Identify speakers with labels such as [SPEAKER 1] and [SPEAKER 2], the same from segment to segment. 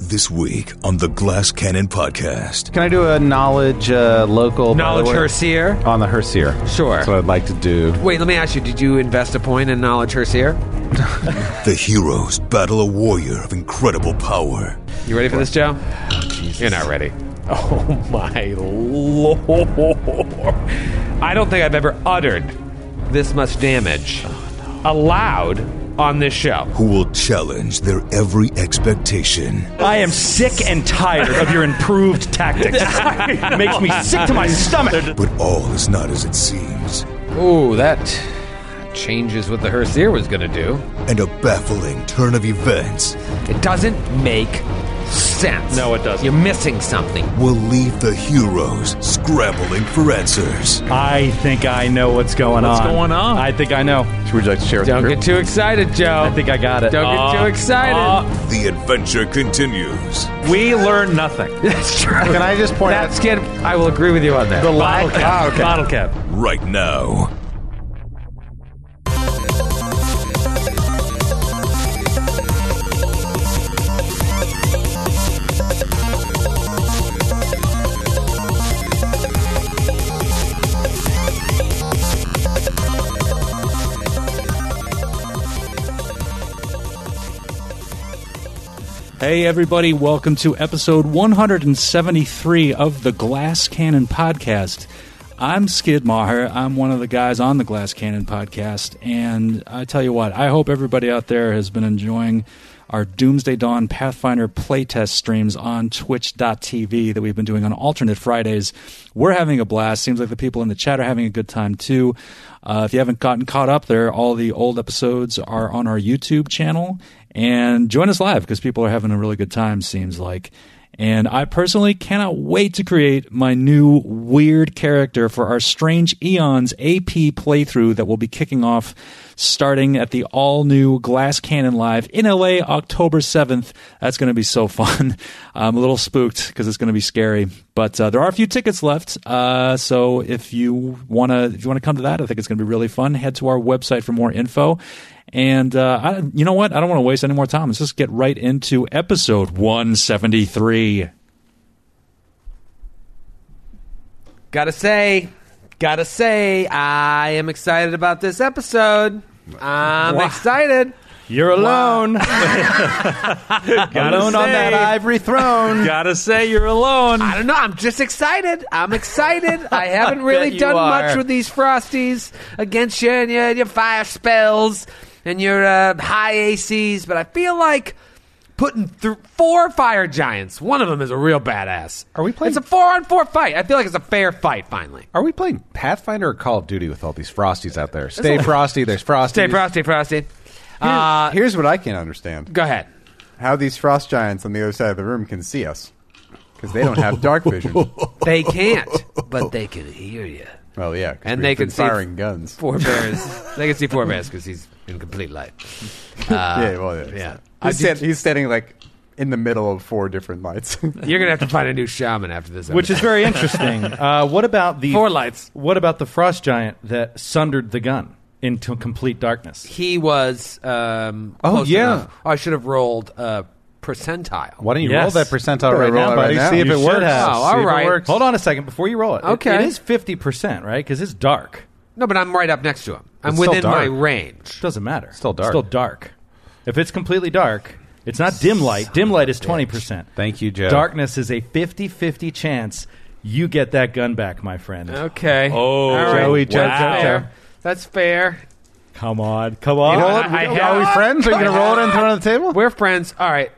[SPEAKER 1] This week on the Glass Cannon Podcast.
[SPEAKER 2] Can I do a knowledge uh, local by
[SPEAKER 3] Knowledge
[SPEAKER 2] the way?
[SPEAKER 3] Herseer?
[SPEAKER 2] on the Hersier?
[SPEAKER 3] Sure.
[SPEAKER 2] That's what I'd like to do.
[SPEAKER 3] Wait, let me ask you, did you invest a point in Knowledge Herseer?
[SPEAKER 1] The heroes battle a warrior of incredible power.
[SPEAKER 3] You ready for this, Joe? You're not ready. Oh my lord. I don't think I've ever uttered this much damage allowed on this show.
[SPEAKER 1] Who will challenge their every expectation
[SPEAKER 4] I am sick and tired of your improved tactics. Makes me sick to my stomach.
[SPEAKER 1] But all is not as it seems,
[SPEAKER 3] Ooh, that changes what the Herseer was going to do.
[SPEAKER 1] and a baffling turn of events
[SPEAKER 3] It doesn't make sense.
[SPEAKER 4] No, it doesn't.
[SPEAKER 3] You're missing something.
[SPEAKER 1] will leave the heroes scrambling for answers.
[SPEAKER 4] I think I know what's going on. What's going on? I think I know.
[SPEAKER 2] Would you like to share with
[SPEAKER 3] Don't
[SPEAKER 2] the
[SPEAKER 3] get too excited, Joe.
[SPEAKER 4] I think I got it.
[SPEAKER 3] Don't get too excited.
[SPEAKER 1] The adventure continues.
[SPEAKER 4] we learn nothing.
[SPEAKER 3] That's true.
[SPEAKER 2] Can I just point
[SPEAKER 3] That's
[SPEAKER 2] out
[SPEAKER 3] good. I will agree with you on that.
[SPEAKER 2] the lack? Ah, okay.
[SPEAKER 4] Bottle cap.
[SPEAKER 1] Right now.
[SPEAKER 5] Hey, everybody, welcome to episode 173 of the Glass Cannon Podcast. I'm Skid Maher. I'm one of the guys on the Glass Cannon Podcast. And I tell you what, I hope everybody out there has been enjoying our Doomsday Dawn Pathfinder playtest streams on twitch.tv that we've been doing on alternate Fridays. We're having a blast. Seems like the people in the chat are having a good time too. Uh, if you haven't gotten caught up there, all the old episodes are on our YouTube channel and join us live because people are having a really good time, seems like. And I personally cannot wait to create my new weird character for our Strange Eons AP playthrough that will be kicking off starting at the all new Glass Cannon Live in LA October 7th. That's going to be so fun. I'm a little spooked because it's going to be scary, but uh, there are a few tickets left. Uh, so if you want to if you want to come to that, I think it's going to be really fun. Head to our website for more info. And uh, I, you know what? I don't want to waste any more time. Let's just get right into episode 173.
[SPEAKER 3] Gotta say, gotta say, I am excited about this episode. I'm excited.
[SPEAKER 4] You're
[SPEAKER 2] Alone
[SPEAKER 4] alone.
[SPEAKER 2] on that ivory throne.
[SPEAKER 4] Gotta say, you're alone.
[SPEAKER 3] I don't know. I'm just excited. I'm excited. I haven't really
[SPEAKER 4] you
[SPEAKER 3] done
[SPEAKER 4] are.
[SPEAKER 3] much with these frosties against you and your, your fire spells and your uh, high ACs, but I feel like putting through four fire giants. One of them is a real badass.
[SPEAKER 2] Are we playing-
[SPEAKER 3] It's a four on four fight. I feel like it's a fair fight. Finally,
[SPEAKER 2] Are we playing Pathfinder or Call of Duty with all these Frosties out there? Stay frosty. There's Frosty.
[SPEAKER 3] stay frosty, frosty. Uh,
[SPEAKER 6] Here's what I can't understand:
[SPEAKER 3] go ahead.
[SPEAKER 6] how these frost giants on the other side of the room can see us because they don't have dark vision.
[SPEAKER 3] They can't, but they can hear you.
[SPEAKER 6] Well, yeah, 'cause
[SPEAKER 3] And
[SPEAKER 6] we've
[SPEAKER 3] they
[SPEAKER 6] been
[SPEAKER 3] can see-
[SPEAKER 6] firing guns.
[SPEAKER 3] Four bears. they can see four bears because he's in complete light. Uh,
[SPEAKER 6] yeah, well, yeah.
[SPEAKER 3] yeah. I
[SPEAKER 6] He's, stand- he's standing like in the middle of four different lights.
[SPEAKER 3] You're gonna have to find a new shaman after this,
[SPEAKER 7] which is
[SPEAKER 3] episode.
[SPEAKER 7] very interesting. Uh, what about the
[SPEAKER 3] Four lights.
[SPEAKER 7] What about the frost giant that sundered the gun into complete darkness?
[SPEAKER 3] he was. Um,
[SPEAKER 2] Oh,
[SPEAKER 3] close
[SPEAKER 2] yeah.
[SPEAKER 3] enough. I should have rolled uh, percentile.
[SPEAKER 2] Why don't you
[SPEAKER 7] Yes.
[SPEAKER 2] roll that percentile right
[SPEAKER 6] roll
[SPEAKER 2] now,
[SPEAKER 6] it right
[SPEAKER 2] buddy?
[SPEAKER 6] now.
[SPEAKER 2] See if
[SPEAKER 7] You
[SPEAKER 2] it
[SPEAKER 7] should
[SPEAKER 2] works.
[SPEAKER 7] have.
[SPEAKER 3] Oh, all
[SPEAKER 2] See if it
[SPEAKER 3] right.
[SPEAKER 2] works.
[SPEAKER 7] Hold on a second before you roll it. It-
[SPEAKER 3] Okay.
[SPEAKER 7] it is fifty percent, right? Because it's dark.
[SPEAKER 3] No, but I'm right up next to him. I'm
[SPEAKER 2] It's still
[SPEAKER 3] within my
[SPEAKER 2] dark.
[SPEAKER 3] range.
[SPEAKER 7] Doesn't matter.
[SPEAKER 2] Still dark.
[SPEAKER 7] Still dark. If it's completely dark, it's not dim light. Dim light is twenty percent.
[SPEAKER 2] Thank you, Joe.
[SPEAKER 7] Darkness is a 50-50 chance you get that gun back, my friend.
[SPEAKER 3] Okay.
[SPEAKER 7] Oh,
[SPEAKER 3] All right.
[SPEAKER 7] Joey, Joe,
[SPEAKER 3] That's
[SPEAKER 7] Joe, Joe.
[SPEAKER 3] fair. That's fair.
[SPEAKER 7] Come on, come on.
[SPEAKER 2] Roll it.
[SPEAKER 3] I
[SPEAKER 2] Are
[SPEAKER 3] have-
[SPEAKER 2] we friends? Are you going to roll it and throw it on the table?
[SPEAKER 3] We're friends. All right.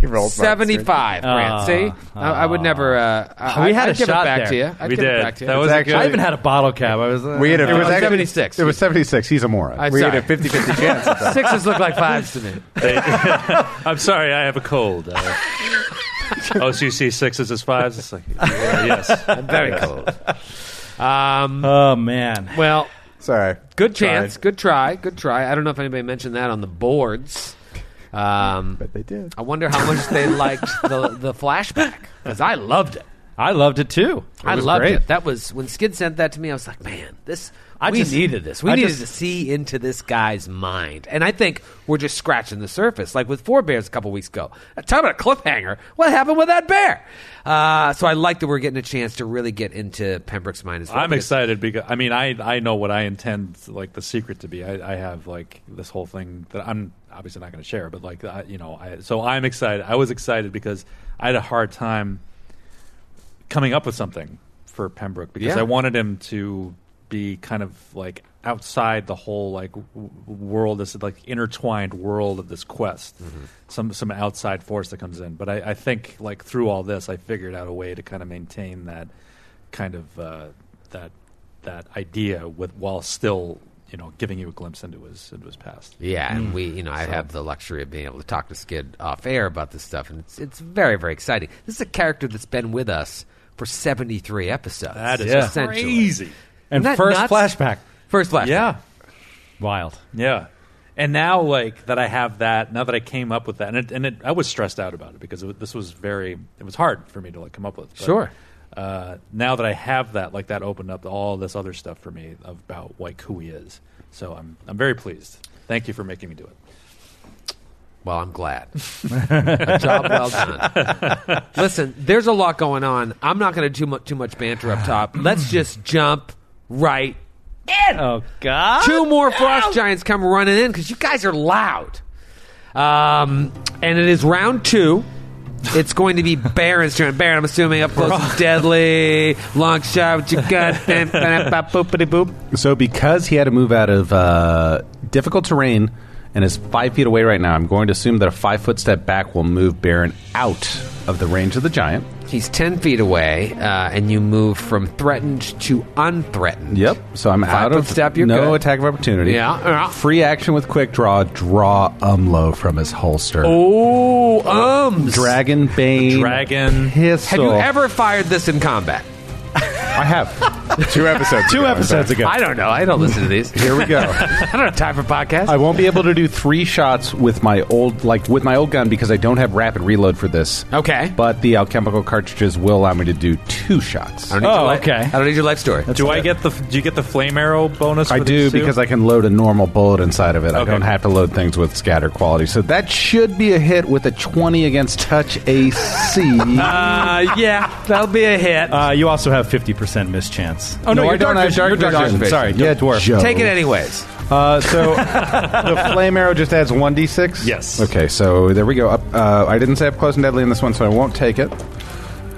[SPEAKER 6] He rolled right.
[SPEAKER 3] Seventy-five. Grant. See, I, I would never. Uh, I,
[SPEAKER 7] We had
[SPEAKER 3] I'd
[SPEAKER 7] a
[SPEAKER 3] give
[SPEAKER 7] shot
[SPEAKER 3] it back
[SPEAKER 7] there.
[SPEAKER 3] to you. I'd
[SPEAKER 4] we
[SPEAKER 3] give
[SPEAKER 4] did.
[SPEAKER 3] It back to you.
[SPEAKER 4] that was
[SPEAKER 6] It's
[SPEAKER 4] a
[SPEAKER 6] actually-
[SPEAKER 7] I
[SPEAKER 4] good.
[SPEAKER 7] even had a bottle cap. I was. uh,
[SPEAKER 6] We had a,
[SPEAKER 3] It was
[SPEAKER 6] actually-
[SPEAKER 3] 76.
[SPEAKER 6] It was 76. He's a moron.
[SPEAKER 3] I'm
[SPEAKER 6] we
[SPEAKER 3] sorry.
[SPEAKER 6] had a 50-50 chance. Of that.
[SPEAKER 3] Sixes look like fives to me.
[SPEAKER 4] I'm sorry, I have a cold. Uh, oh, so you see sixes as fives? It's like, yeah, yes.
[SPEAKER 3] I'm very cold. Um,
[SPEAKER 7] oh man.
[SPEAKER 3] well,
[SPEAKER 6] Sorry.
[SPEAKER 3] Good
[SPEAKER 6] Tried.
[SPEAKER 3] chance. Good try. Good try. I don't know if anybody mentioned that on the boards. Um,
[SPEAKER 6] But they did.
[SPEAKER 3] I wonder how much they liked the the flashback because I loved it.
[SPEAKER 7] I loved it too.
[SPEAKER 3] I
[SPEAKER 2] was
[SPEAKER 3] loved
[SPEAKER 2] great.
[SPEAKER 3] it. That was when Skid sent that to me. I was like, man, this.
[SPEAKER 7] I
[SPEAKER 3] we
[SPEAKER 7] just-
[SPEAKER 3] needed this. We
[SPEAKER 7] I
[SPEAKER 3] needed
[SPEAKER 7] just-
[SPEAKER 3] to see into this guy's mind, and I think we're just scratching the surface. Like with Four Bears a couple weeks ago, talk about a cliffhanger. What happened with that bear? Uh, so I like that we're getting a chance to really get into Pembroke's mind as well.
[SPEAKER 5] I'm
[SPEAKER 3] because-
[SPEAKER 5] excited because I mean I I know what I intend like the secret to be. I, I have like this whole thing that I'm obviously not going to share, but like I, you know, I, so I'm excited. I was excited because I had a hard time coming up with something for Pembroke because
[SPEAKER 3] Yeah.
[SPEAKER 5] I wanted him to be kind of like outside the whole like w- w- world this like intertwined world of this quest
[SPEAKER 3] Mm-hmm.
[SPEAKER 5] some some outside force that comes in but I, I think like through all this i figured out a way to kind of maintain that kind of uh, that that idea with while still you know giving you a glimpse into his into his past
[SPEAKER 3] Yeah, and we, you know, I have the luxury of being able to talk to Skid off air about this stuff, and it's it's very very exciting. This is a character that's been with us for seventy three episodes.
[SPEAKER 5] that is
[SPEAKER 3] essentially.
[SPEAKER 5] crazy
[SPEAKER 7] And
[SPEAKER 3] Isn't that
[SPEAKER 7] first
[SPEAKER 3] nuts?
[SPEAKER 7] flashback.
[SPEAKER 3] First flashback.
[SPEAKER 5] yeah
[SPEAKER 7] Wild.
[SPEAKER 5] Yeah. And now, like that, I have that. Now that I came up with that, and it, and it, I was stressed out about it because it, wa- this was very, it was hard for me to like come up with. But,
[SPEAKER 3] Sure.
[SPEAKER 5] Uh, now that I have that, like that opened up all this other stuff for me about like who he is. So I'm, I'm very pleased. Thank you for making me do it.
[SPEAKER 3] Well, I'm glad. a job well done. Listen, there's a lot going on. I'm not going to do mu- too much banter up top. Let's just jump right.
[SPEAKER 7] Oh God.
[SPEAKER 3] Two more frost giants come running in because you guys are loud. Um, and it is round two. It's going to be Baron's turn. Baron, I'm assuming up close and deadly. Long shot, what you got? Bam, bam, bam, boop, bitty, boop.
[SPEAKER 2] So because he had to move out of uh, difficult terrain and is five feet away right now, I'm going to assume that a five foot step back will move Baron out of the range of the giant.
[SPEAKER 3] He's 10 feet away, uh, and you move from threatened to unthreatened.
[SPEAKER 2] Yep. So I'm out
[SPEAKER 3] foot
[SPEAKER 2] of
[SPEAKER 3] step, you're
[SPEAKER 2] no
[SPEAKER 3] good.
[SPEAKER 2] attack of opportunity.
[SPEAKER 3] Yeah, yeah.
[SPEAKER 2] Free action with quick draw. Draw Umlo from his holster.
[SPEAKER 3] Oh, ums.
[SPEAKER 2] Dragon Bane.
[SPEAKER 5] Dragon.
[SPEAKER 2] Pistol.
[SPEAKER 3] Have you ever fired this in combat?
[SPEAKER 2] I have.
[SPEAKER 6] Two episodes.
[SPEAKER 2] Two
[SPEAKER 6] ago, in
[SPEAKER 2] episodes
[SPEAKER 6] fact.
[SPEAKER 2] ago.
[SPEAKER 3] I don't know. I don't listen to these.
[SPEAKER 2] Here we go.
[SPEAKER 3] I don't have time for podcasts.
[SPEAKER 2] I won't be able to do three shots with my old like with my old gun because I don't have rapid reload for this.
[SPEAKER 3] Okay.
[SPEAKER 2] But the alchemical cartridges will allow me to do two shots.
[SPEAKER 3] I don't need your
[SPEAKER 7] Oh,
[SPEAKER 3] life-
[SPEAKER 7] okay.
[SPEAKER 3] I don't need your life story.
[SPEAKER 5] do I get the? Do you get the flame arrow bonus?
[SPEAKER 2] I do because I can load a normal bullet inside of it. I
[SPEAKER 5] Okay.
[SPEAKER 2] don't have to load things with scatter quality. So that should be a hit with a 20 against touch AC.
[SPEAKER 3] Uh, yeah, that'll be a hit.
[SPEAKER 7] Uh, you also have fifty percent miss chance. Oh
[SPEAKER 2] I don't have dark
[SPEAKER 7] You're
[SPEAKER 2] vision.
[SPEAKER 7] Sorry,
[SPEAKER 2] yeah, dwarf.
[SPEAKER 3] Take it anyways.
[SPEAKER 2] Uh, so the flame arrow just adds 1d6?
[SPEAKER 5] Yes.
[SPEAKER 2] Okay, so there we go. Up, uh, I didn't say up close and deadly in this one, so I won't take it.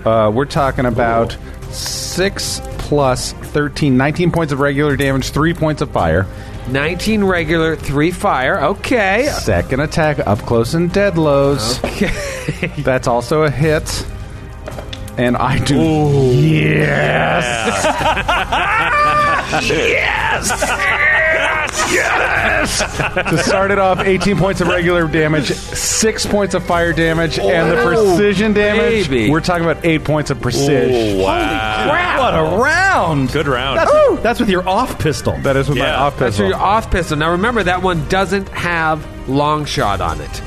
[SPEAKER 2] Uh, we're talking about 6 plus 13, 19 points of regular damage, 3 points of fire.
[SPEAKER 3] 19 regular, 3 fire. Okay.
[SPEAKER 2] Second attack, up close and dead lows. That's also a hit. And I do. Yes! yes! yes! to start it off, 18 points of regular damage, 6 points of fire damage, and the precision damage.
[SPEAKER 3] baby.
[SPEAKER 2] We're talking about 8 points of precision.
[SPEAKER 7] What a round!
[SPEAKER 5] Good round.
[SPEAKER 7] That's, with, that's with your off pistol.
[SPEAKER 2] That is with my
[SPEAKER 5] Yeah.
[SPEAKER 2] off
[SPEAKER 3] That's
[SPEAKER 2] pistol.
[SPEAKER 3] your off pistol. Now remember, that one doesn't have long shot on it.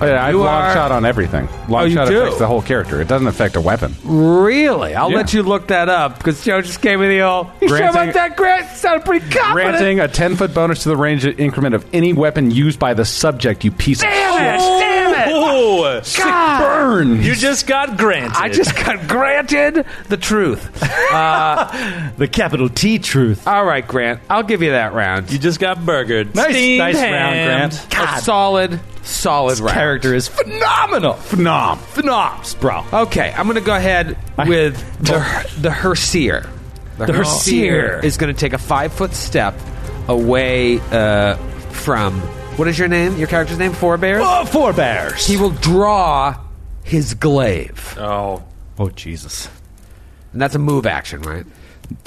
[SPEAKER 2] Oh, yeah, I have
[SPEAKER 3] you
[SPEAKER 2] long
[SPEAKER 3] are-
[SPEAKER 2] shot on everything. Long
[SPEAKER 3] Oh, you
[SPEAKER 2] shot
[SPEAKER 3] do?
[SPEAKER 2] affects the whole character, it doesn't affect a weapon.
[SPEAKER 3] Really? I'll
[SPEAKER 2] Yeah.
[SPEAKER 3] let you look that up because Joe just gave me the old. You sure
[SPEAKER 2] Granting-
[SPEAKER 3] about that, Grant? Sounded pretty confident.
[SPEAKER 2] Granting a 10 foot bonus to the range increment of any weapon used by the subject, you piece
[SPEAKER 3] Damn
[SPEAKER 2] of
[SPEAKER 3] it!
[SPEAKER 2] shit.
[SPEAKER 3] Damn it!
[SPEAKER 5] Ooh,
[SPEAKER 3] God!
[SPEAKER 2] Burn!
[SPEAKER 5] you just got granted.
[SPEAKER 3] I just got granted the truth.
[SPEAKER 7] the capital T truth.
[SPEAKER 3] All right, Grant, I'll give you that round.
[SPEAKER 5] you just got burgered.
[SPEAKER 7] Nice,
[SPEAKER 5] Steamed
[SPEAKER 7] nice round,
[SPEAKER 5] ham.
[SPEAKER 7] Grant.
[SPEAKER 3] A solid, solid round.
[SPEAKER 7] Character is phenomenal. Phenom. Phenoms, bro.
[SPEAKER 3] Okay, I'm going to go ahead with the the Herseer. The,
[SPEAKER 7] Herseer.
[SPEAKER 3] is going to take a five foot step away uh, from what is your name? Your character's name? Forebear.
[SPEAKER 7] Oh, four bears.
[SPEAKER 3] He will draw his glaive,
[SPEAKER 5] Oh,
[SPEAKER 7] oh, Jesus.
[SPEAKER 3] and that's a move action, right?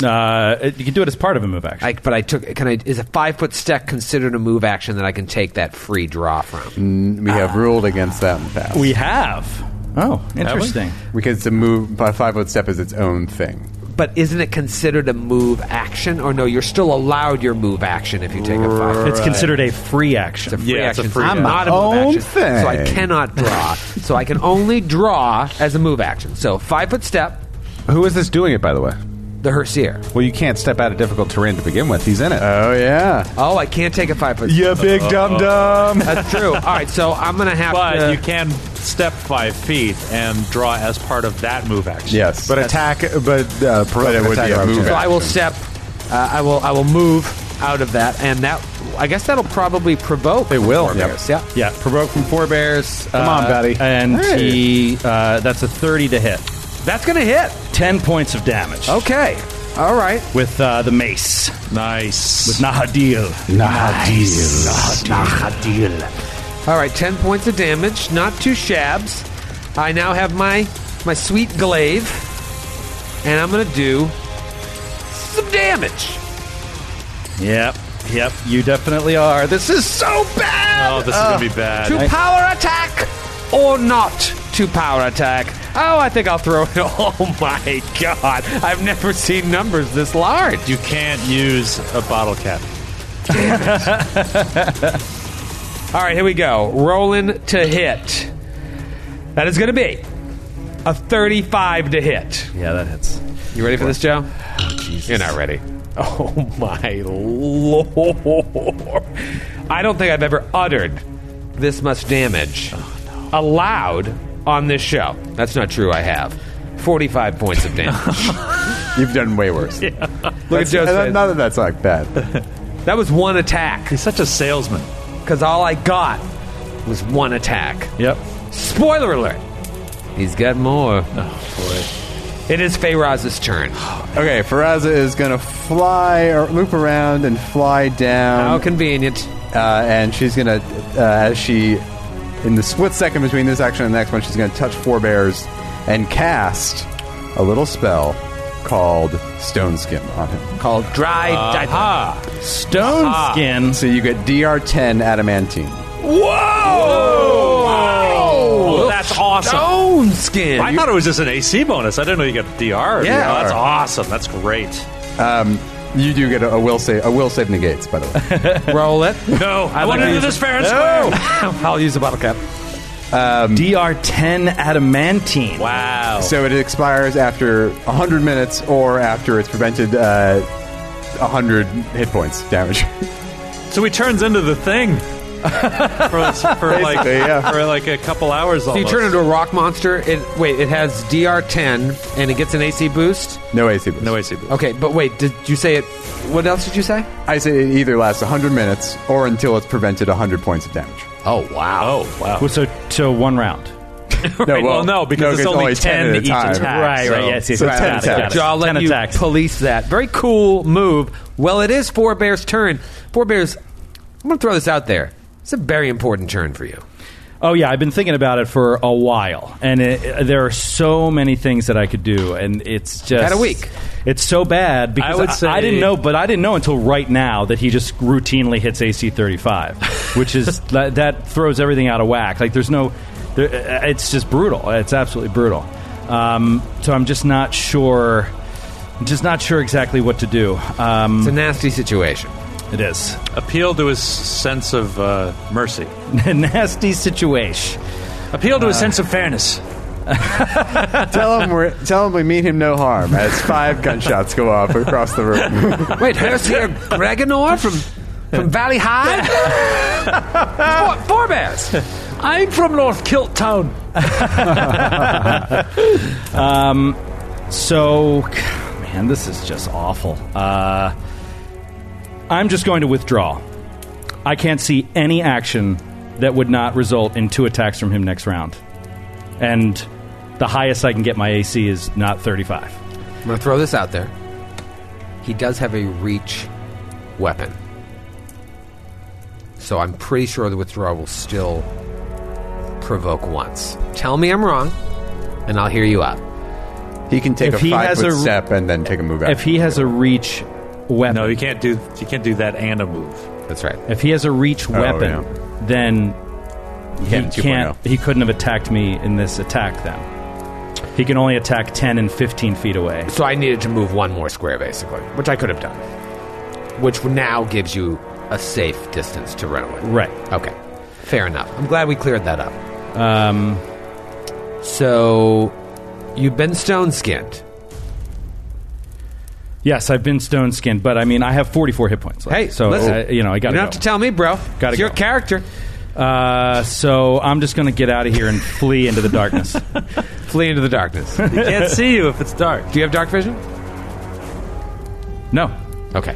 [SPEAKER 7] Uh, it- you can do it as part of a move action.
[SPEAKER 3] I, but I took. Can I? Is a five foot step considered a move action that I can take that free draw from?
[SPEAKER 6] We have ruled against that in the past.
[SPEAKER 7] we have. Oh, interesting.
[SPEAKER 6] because the move by five foot step is its own thing.
[SPEAKER 3] But isn't it considered a move action? Or no, you're still allowed your move action if you take a five.
[SPEAKER 7] It's considered a free action.
[SPEAKER 3] It's a free
[SPEAKER 5] Yeah, it's a
[SPEAKER 3] action.
[SPEAKER 5] free
[SPEAKER 3] I'm
[SPEAKER 5] action.
[SPEAKER 3] not a move
[SPEAKER 6] Own
[SPEAKER 3] action, so I
[SPEAKER 6] thing.
[SPEAKER 3] cannot draw. so I can only draw as a move action. So five foot step,
[SPEAKER 2] Who is this doing it, by the way?
[SPEAKER 3] The Herseer.
[SPEAKER 2] Well, you can't step out of difficult terrain to begin with. He's in it.
[SPEAKER 6] Oh yeah.
[SPEAKER 3] Oh, I can't take a five foot.
[SPEAKER 2] yeah, big dum dum.
[SPEAKER 3] That's true. All right, so I'm gonna have
[SPEAKER 4] But
[SPEAKER 3] to.
[SPEAKER 4] you can step five feet and draw as part of that move action.
[SPEAKER 6] Yes.
[SPEAKER 2] But attack, but uh, but
[SPEAKER 6] it would be a move
[SPEAKER 3] so I will step. Uh, I will. I will move out of that, and that. I guess that'll probably provoke. It
[SPEAKER 2] will.
[SPEAKER 3] Yeah.
[SPEAKER 7] Yeah, provoke from forebears.
[SPEAKER 2] Come on,
[SPEAKER 3] uh,
[SPEAKER 2] buddy.
[SPEAKER 7] And
[SPEAKER 2] Hey.
[SPEAKER 7] he, uh, that's a 30 to hit.
[SPEAKER 3] That's gonna hit. Oh.
[SPEAKER 7] 10 points of damage.
[SPEAKER 3] Okay. All right.
[SPEAKER 7] With uh, the mace. Nice. With Nahadil.
[SPEAKER 3] All right. Ten points of damage. Not two shabs. I now have my my sweet glaive, and I'm gonna do some damage.
[SPEAKER 7] Yep. Yep. You definitely are. This is so bad.
[SPEAKER 4] Oh, this is gonna be bad.
[SPEAKER 3] To power attack or not to power attack. Oh, I think I'll throw it. Oh my god. I've never seen numbers this large.
[SPEAKER 4] You can't use a bottle cap.
[SPEAKER 3] All right, here we go. Rolling to hit. That is going to be a 35 to hit.
[SPEAKER 7] Yeah, that hits.
[SPEAKER 3] You ready for this, Joe? You're not ready. Oh my lord. I don't think I've ever uttered this much damage allowed on this show. That's not true, I have. 45 points of damage.
[SPEAKER 6] You've done way worse.
[SPEAKER 3] Look at Joe's
[SPEAKER 6] And
[SPEAKER 3] face.
[SPEAKER 6] None of that's like bad.
[SPEAKER 3] That was one attack,
[SPEAKER 4] He's such a salesman.
[SPEAKER 3] because all I got was one attack.
[SPEAKER 4] Yep.
[SPEAKER 3] Spoiler alert! He's got more. Oh, boy. It is Feyraz's turn.
[SPEAKER 6] Okay, Faraza is gonna fly or loop around and fly
[SPEAKER 3] How
[SPEAKER 6] down,
[SPEAKER 3] convenient.
[SPEAKER 6] uh, and she's gonna uh, as she in the split second between this action and the next one, she's gonna touch forebears and cast a little spell called Stone Skin on him.
[SPEAKER 3] Called Dry Diaper.
[SPEAKER 7] Stone skin.
[SPEAKER 6] So you get DR ten adamantine.
[SPEAKER 3] Whoa! Wow!
[SPEAKER 4] Oh, that's awesome.
[SPEAKER 3] Stone skin.
[SPEAKER 4] I thought it was just an AC bonus. I didn't know you got DR.
[SPEAKER 6] Yeah.
[SPEAKER 4] Oh, that's awesome. That's great.
[SPEAKER 6] You do get a, a will save. A will save negates, by the way.
[SPEAKER 3] roll it.
[SPEAKER 4] No, I, want to do this fair and square.
[SPEAKER 3] I'll use a bottle cap.
[SPEAKER 7] DR10 adamantine.
[SPEAKER 4] Wow.
[SPEAKER 6] so it expires after hundred minutes or after it's prevented uh, hundred hit points damage.
[SPEAKER 4] So he turns into the thing for, for like
[SPEAKER 6] Basically, yeah.
[SPEAKER 4] for like a couple hours.
[SPEAKER 3] So you turn into a rock monster. It wait, it has DR10 and it gets an AC boost.
[SPEAKER 6] No AC. Boost.
[SPEAKER 4] no AC. boost.
[SPEAKER 3] Okay, but wait, did you say it? What else did you say?
[SPEAKER 6] I say it either lasts 100 minutes or until it's prevented 100 points of damage.
[SPEAKER 3] Oh wow!
[SPEAKER 4] Oh wow.
[SPEAKER 7] Well, So, so one round.
[SPEAKER 6] No,
[SPEAKER 4] well, no, because it's only 10
[SPEAKER 6] at a
[SPEAKER 4] each
[SPEAKER 6] time.
[SPEAKER 4] attack.
[SPEAKER 7] Right, right,
[SPEAKER 6] So-
[SPEAKER 7] yes, yes,
[SPEAKER 6] so
[SPEAKER 7] yes,
[SPEAKER 6] 10
[SPEAKER 7] got it,
[SPEAKER 6] attacks.
[SPEAKER 7] got it.
[SPEAKER 3] Joe, I'll let
[SPEAKER 7] 10
[SPEAKER 3] you
[SPEAKER 7] attacks.
[SPEAKER 3] police that. Very cool move. Well, it is Four Bears' turn. Four Bears, I'm going to throw this out there. It's a very important turn for you.
[SPEAKER 7] Oh yeah, I've been thinking about it for a while, and it, there are so many things that I could do, and it's just
[SPEAKER 3] Had a week.
[SPEAKER 7] It's so bad because
[SPEAKER 4] I would
[SPEAKER 7] I,
[SPEAKER 4] say-
[SPEAKER 7] I didn't know, but I didn't know until right now that he just routinely hits AC thirty five, which is that, that throws everything out of whack. Like there's no, there, it's just brutal. It's absolutely brutal. Um, so I'm just not sure, just not sure exactly what to do. Um,
[SPEAKER 3] It's a nasty situation.
[SPEAKER 7] it is
[SPEAKER 4] Appeal to his sense of uh, mercy.
[SPEAKER 7] a nasty situation.
[SPEAKER 4] Appeal to
[SPEAKER 7] Uh.
[SPEAKER 4] his sense of fairness.
[SPEAKER 6] tell, him we're, tell him we mean him no harm as five gunshots go off across the room.
[SPEAKER 3] Wait, here's here Greganor from, from Valley High? four, four Bears.
[SPEAKER 4] I'm from North Kilt Town.
[SPEAKER 7] So, man, this is just awful. Uh, I'm just going to withdraw. I can't see any action that would not result in two attacks from him next round. And the highest I can get my AC is not 35.
[SPEAKER 3] I'm going to throw this out there. He does have a reach weapon. So I'm pretty sure the withdrawal will still provoke once. Tell me I'm wrong, and I'll hear you out.
[SPEAKER 6] He can take
[SPEAKER 7] If
[SPEAKER 6] a
[SPEAKER 7] he
[SPEAKER 6] five
[SPEAKER 7] has
[SPEAKER 6] foot
[SPEAKER 7] a-
[SPEAKER 6] step and then take a move out.
[SPEAKER 7] If he has a reach weapon,
[SPEAKER 4] No, you can't do you can't do that and a move.
[SPEAKER 3] That's right.
[SPEAKER 7] if he has a reach weapon,
[SPEAKER 6] yeah.
[SPEAKER 7] then
[SPEAKER 6] Cannon
[SPEAKER 7] Oh, he
[SPEAKER 6] 2.0.
[SPEAKER 7] can't. oh. He couldn't have attacked me in this attack. Then he can only attack 10 and 15 feet away.
[SPEAKER 3] So I needed to move one more square, basically, which I could have done. Which now gives you a safe distance to run away.
[SPEAKER 7] Right.
[SPEAKER 3] Okay. Fair enough. I'm glad we cleared that up. Um. So, you've been stone skinned.
[SPEAKER 7] Yes, I've been stone skinned, but I mean, I have 44 hit points. Left,
[SPEAKER 3] Hey,
[SPEAKER 7] so
[SPEAKER 3] listen,
[SPEAKER 7] I, you know, I got
[SPEAKER 3] uh, you don't have to tell me, bro.
[SPEAKER 7] Gotta
[SPEAKER 3] it's your
[SPEAKER 7] go.
[SPEAKER 3] character.
[SPEAKER 7] Uh, so I'm just gonna get out of here and flee into the darkness.
[SPEAKER 3] Flee into the darkness. Do
[SPEAKER 4] I can't see you if it's dark.
[SPEAKER 3] you have dark vision?
[SPEAKER 7] No,
[SPEAKER 3] Okay.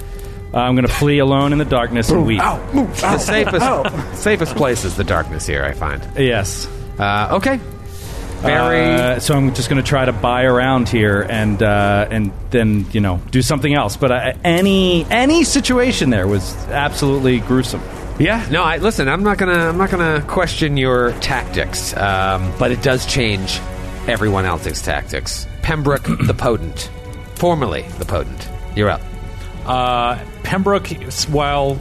[SPEAKER 7] uh, I'm gonna flee alone in the darkness and weep.
[SPEAKER 4] Oh,
[SPEAKER 3] the safest, safest place is the darkness here, I find.
[SPEAKER 7] Yes.
[SPEAKER 3] Uh, okay. Very.
[SPEAKER 7] Uh, so I'm just going to try to buy around here and uh, and then you know do something else. But uh, any any situation there was absolutely gruesome.
[SPEAKER 3] Yeah, no. I listen. I'm not gonna. I'm not gonna question your tactics, um, but it does change everyone else's tactics. Pembroke the Potent, formerly the Potent. You're up.
[SPEAKER 4] Uh, Pembroke, while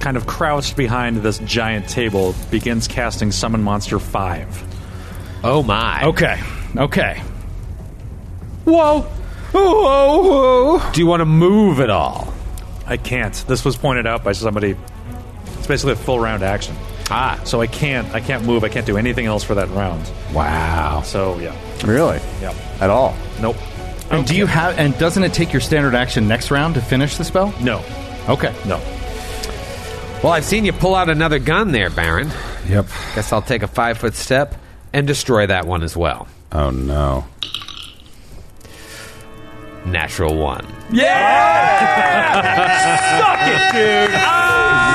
[SPEAKER 4] kind of crouched behind this giant table, begins casting Summon Monster 5.
[SPEAKER 3] Oh my.
[SPEAKER 7] Okay, okay.
[SPEAKER 3] Whoa. Whoa. whoa. Do you want to move at all?
[SPEAKER 4] I can't. This was pointed out by somebody. It's basically a full round action.
[SPEAKER 3] Ah.
[SPEAKER 4] So I can't. I can't move. I can't do anything else for that round.
[SPEAKER 3] Wow.
[SPEAKER 4] So yeah.
[SPEAKER 6] Really?
[SPEAKER 4] Yeah.
[SPEAKER 6] At all?
[SPEAKER 4] Nope.
[SPEAKER 7] And do you have? And doesn't it take your standard action next round to finish the spell?
[SPEAKER 4] No.
[SPEAKER 7] Okay.
[SPEAKER 4] No.
[SPEAKER 3] Well, I've seen you pull out another gun there, Baron.
[SPEAKER 2] Yep.
[SPEAKER 3] Guess I'll take a five foot step and destroy that one as well.
[SPEAKER 2] Oh no.
[SPEAKER 3] Natural one.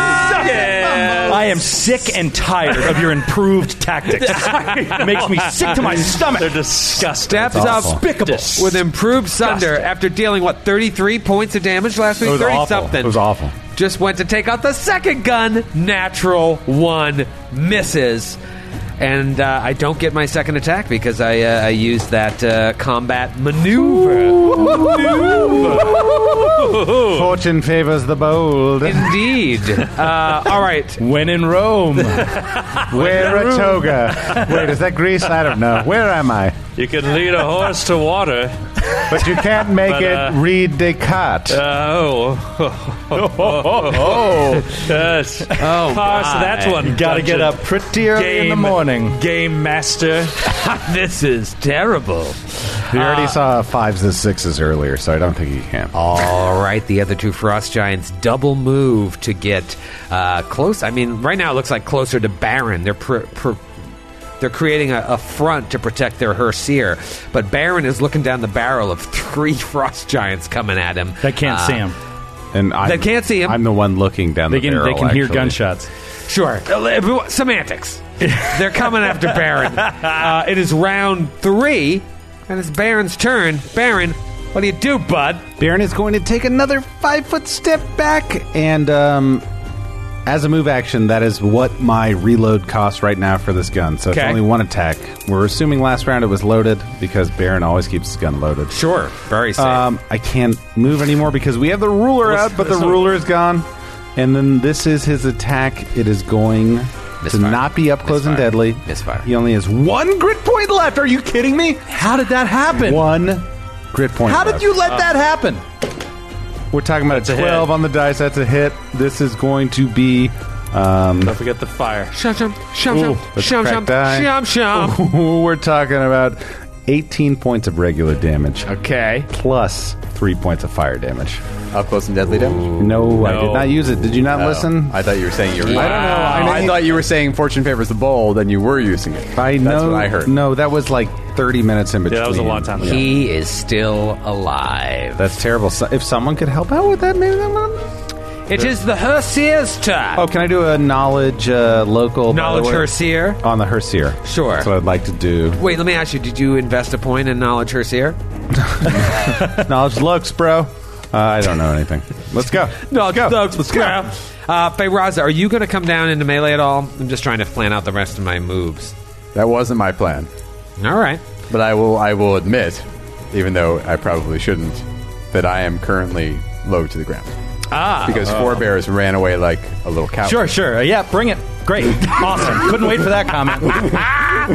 [SPEAKER 7] I am sick and tired of your improved tactics. it makes me sick to my stomach.
[SPEAKER 4] They're disgusting.
[SPEAKER 3] Steps up with improved Sunder after dealing, what, 33 points of damage last week?
[SPEAKER 2] was
[SPEAKER 3] 30
[SPEAKER 2] awful.
[SPEAKER 3] something.
[SPEAKER 2] It was awful.
[SPEAKER 3] Just went to take out the second gun. Natural one misses. And uh, I don't get my second attack because I, uh, I used that uh, combat maneuver.
[SPEAKER 2] Fortune favors the bold.
[SPEAKER 3] Indeed. Uh, all right.
[SPEAKER 7] When in Rome,
[SPEAKER 2] Wear a toga. Wait, is that Greece? I don't know. Where am I?
[SPEAKER 4] You can lead a horse to water.
[SPEAKER 2] But you can't make
[SPEAKER 4] But, uh,
[SPEAKER 2] it read Descartes.
[SPEAKER 4] oh. yes. Oh, Parse that one.
[SPEAKER 7] gotta get
[SPEAKER 4] dungeon.
[SPEAKER 7] up pretty early in the
[SPEAKER 4] Game.
[SPEAKER 7] morning.
[SPEAKER 4] Game master.
[SPEAKER 3] This is terrible.
[SPEAKER 2] you already
[SPEAKER 7] Ah.
[SPEAKER 2] saw fives and sixes earlier, so I don't think you can.
[SPEAKER 3] All right, the other two frost giants double move to get uh, close. I mean, right now it looks like closer to Baron. They're pr- pr- they're creating a, a front to protect their Herseer, but Baron is looking down the barrel of three frost giants coming at him.
[SPEAKER 7] They can't
[SPEAKER 3] Uh,
[SPEAKER 7] see him.
[SPEAKER 2] And I'm,
[SPEAKER 3] They can't see him.
[SPEAKER 2] I'm the one looking down
[SPEAKER 7] They
[SPEAKER 2] the
[SPEAKER 7] can.
[SPEAKER 2] barrel.
[SPEAKER 7] They can hear
[SPEAKER 2] actually.
[SPEAKER 7] gunshots.
[SPEAKER 3] Sure. Everyone- Semantics. They're coming after Baron. Uh, it is round three, and it's Baron's turn. Baron, what do you do, bud?
[SPEAKER 2] Baron is going to take another five foot step back, and um, as a move action, that is what my reload costs right now for this gun. So
[SPEAKER 3] Okay.
[SPEAKER 2] it's only one attack. We're assuming last round it was loaded because Baron always keeps his gun loaded.
[SPEAKER 3] Sure. Very safe.
[SPEAKER 2] Um, I can't move anymore because we have the ruler out, but the ruler is gone. And then this is his attack. It is going to
[SPEAKER 3] Misfire.
[SPEAKER 2] not be up close and
[SPEAKER 3] Misfire.
[SPEAKER 2] deadly.
[SPEAKER 3] Misfire.
[SPEAKER 2] He only has one grit point left. Are you kidding me?
[SPEAKER 7] How did that happen?
[SPEAKER 2] One grit point.
[SPEAKER 7] How did
[SPEAKER 2] left.
[SPEAKER 7] you let that happen?
[SPEAKER 2] We're talking about
[SPEAKER 4] a
[SPEAKER 2] a
[SPEAKER 4] hit.
[SPEAKER 2] twelve on the dice. That's a hit. This is going to be
[SPEAKER 4] Don't forget the fire.
[SPEAKER 3] Shum shum shum
[SPEAKER 2] Ooh,
[SPEAKER 3] shum
[SPEAKER 2] let's
[SPEAKER 3] shum
[SPEAKER 2] crack
[SPEAKER 3] shum
[SPEAKER 2] die.
[SPEAKER 3] shum shum.
[SPEAKER 2] we're talking about eighteen points of regular damage.
[SPEAKER 3] Okay.
[SPEAKER 2] Plus three points of fire damage.
[SPEAKER 6] Up close and deadly damage?
[SPEAKER 2] No, I
[SPEAKER 4] No.
[SPEAKER 2] did not use it. Did you not
[SPEAKER 7] Uh,
[SPEAKER 6] Oh,
[SPEAKER 2] listen?
[SPEAKER 6] I thought you were saying you were.
[SPEAKER 3] I
[SPEAKER 2] don't know. I
[SPEAKER 6] I,
[SPEAKER 2] mean-
[SPEAKER 6] thought you were saying fortune favors the bold, and you were using it.
[SPEAKER 2] I
[SPEAKER 6] That's
[SPEAKER 2] know.
[SPEAKER 6] what I heard.
[SPEAKER 2] No, that was like 30 minutes in between.
[SPEAKER 4] Yeah, that was a long time ago.
[SPEAKER 3] He is still alive.
[SPEAKER 2] That's terrible. So, if someone could help out with that, maybe. that would-
[SPEAKER 3] It is the Herseer's turn.
[SPEAKER 2] Oh, can I do a knowledge uh, local by the
[SPEAKER 3] knowledge
[SPEAKER 2] way?
[SPEAKER 3] Herseer.
[SPEAKER 2] on the Herseer?
[SPEAKER 3] Sure.
[SPEAKER 2] That's what I'd like to do.
[SPEAKER 3] Wait, let me ask you. Did you invest a point in knowledge Herseer?
[SPEAKER 2] knowledge looks, bro. Uh, I don't know anything. Let's go. go. Let's go.
[SPEAKER 3] Uh, Feyraza, are you going to come down into melee at all? I'm just trying to plan out the rest of my moves.
[SPEAKER 6] That wasn't my plan.
[SPEAKER 3] All right.
[SPEAKER 6] But I will I will admit, even though I probably shouldn't, that I am currently low to the ground. Ah. Because four bears ran away like a little cow.
[SPEAKER 7] Sure, sure. Uh, Yeah, bring it. Great. Awesome. Couldn't wait for that comment.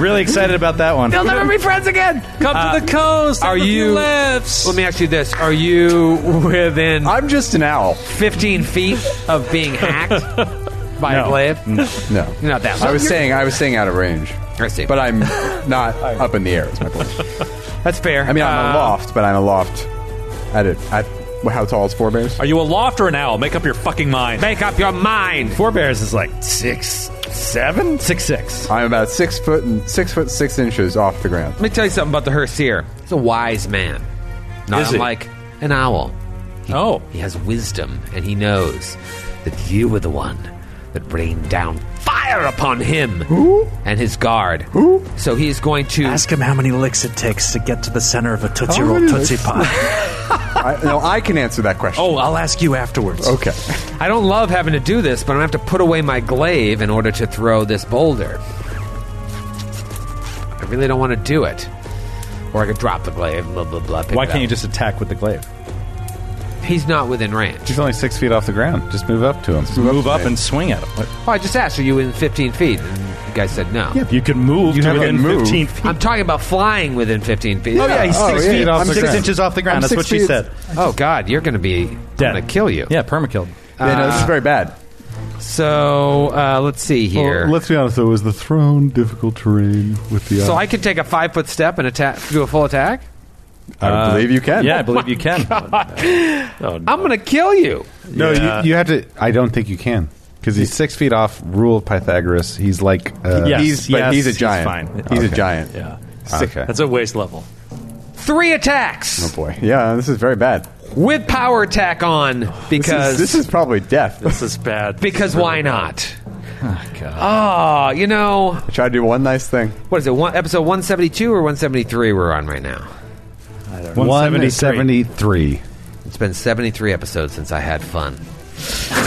[SPEAKER 7] really excited about that one.
[SPEAKER 3] They'll never be friends again. Come
[SPEAKER 5] to the coast.
[SPEAKER 3] Are
[SPEAKER 5] have a few
[SPEAKER 3] you-
[SPEAKER 5] laughs.
[SPEAKER 3] Let me ask you this: Are you within
[SPEAKER 6] I'm just an owl.
[SPEAKER 3] 15 feet of being hacked by a blade?
[SPEAKER 6] No.
[SPEAKER 3] Not that.
[SPEAKER 6] Mm. I was saying I was saying out of range.
[SPEAKER 3] I see.
[SPEAKER 6] But I'm not up in the air is my point.
[SPEAKER 3] That's fair.
[SPEAKER 6] I mean I'm
[SPEAKER 3] Uh,
[SPEAKER 6] aloft, but I'm aloft at it at How tall is Four Bears?
[SPEAKER 4] Are you a loft or an owl? Make up your fucking mind.
[SPEAKER 3] Make up your mind.
[SPEAKER 7] Four Bears is like six, seven, six, six.
[SPEAKER 6] I'm about six foot and six foot six inches off the ground.
[SPEAKER 3] Let me tell you something about the Herseer. He's a wise man. Not
[SPEAKER 4] Is he?
[SPEAKER 3] unlike an owl. He,
[SPEAKER 4] Oh.
[SPEAKER 3] He has wisdom, and he knows that you were the one that rained down fire upon him and his guard. Who? So he is going to.
[SPEAKER 8] Ask him how many licks it takes to get to the center of a Tootsie Roll Tootsie Pop.
[SPEAKER 6] I, no, I can answer that question.
[SPEAKER 8] oh, I'll ask you afterwards.
[SPEAKER 6] Okay.
[SPEAKER 3] I don't love having to do this, but I'm going to have to put away my glaive in order to throw this boulder. I really don't want to do it. Or I could drop the glaive, blah, blah, blah. pick
[SPEAKER 7] Why
[SPEAKER 3] it
[SPEAKER 7] can't you
[SPEAKER 3] up.
[SPEAKER 7] just attack with the glaive?
[SPEAKER 3] He's not within range.
[SPEAKER 2] He's only six feet off the ground. Just move up to him.
[SPEAKER 7] Move up and swing at him. What?
[SPEAKER 3] Oh, I just asked, are you within 15 feet? And you guys said no.
[SPEAKER 7] You could move
[SPEAKER 6] You
[SPEAKER 7] to
[SPEAKER 6] have to
[SPEAKER 7] within
[SPEAKER 6] move.
[SPEAKER 7] 15 feet.
[SPEAKER 3] I'm talking about flying within 15 feet.
[SPEAKER 7] Oh, yeah, he's
[SPEAKER 6] Oh,
[SPEAKER 7] six
[SPEAKER 6] yeah,
[SPEAKER 7] feet
[SPEAKER 6] I'm
[SPEAKER 7] off the
[SPEAKER 6] six
[SPEAKER 7] ground.
[SPEAKER 6] inches
[SPEAKER 7] off the ground.
[SPEAKER 6] I'm
[SPEAKER 7] That's
[SPEAKER 6] six
[SPEAKER 7] what she
[SPEAKER 6] feet.
[SPEAKER 7] said.
[SPEAKER 3] Oh, God, you're going to be. I'm going to kill you.
[SPEAKER 7] Yeah, permakilled.
[SPEAKER 6] yeah, no, this is very bad.
[SPEAKER 3] So uh, let's see here.
[SPEAKER 9] let's be honest, though. Is the throne difficult terrain with the?
[SPEAKER 3] so I could take a five foot step and attack, do a full attack.
[SPEAKER 6] I believe you can.
[SPEAKER 7] Yeah, I believe you
[SPEAKER 4] Oh
[SPEAKER 7] can.
[SPEAKER 3] I'm going to kill you.
[SPEAKER 2] No, you, you have to. I don't think you can because he's six feet off. Rule of Pythagoras. He's like uh,
[SPEAKER 7] Yes,
[SPEAKER 6] He's, but
[SPEAKER 7] yes,
[SPEAKER 6] he's a
[SPEAKER 7] he's
[SPEAKER 6] giant.
[SPEAKER 7] fine.
[SPEAKER 6] He's
[SPEAKER 2] Okay.
[SPEAKER 6] a giant.
[SPEAKER 7] Yeah.
[SPEAKER 2] okay.
[SPEAKER 4] That's a waste level.
[SPEAKER 3] Three attacks
[SPEAKER 6] Oh boy. Yeah, this is very bad.
[SPEAKER 3] with power attack on because
[SPEAKER 6] This, this is probably death.
[SPEAKER 4] This is bad.
[SPEAKER 3] because why not? Oh, you know
[SPEAKER 6] I tried to do one nice thing.
[SPEAKER 3] what is it? One, episode one seventy two or one seventy three? We're on right now.
[SPEAKER 2] One seventy-three.
[SPEAKER 3] It's been seventy three episodes since I had fun.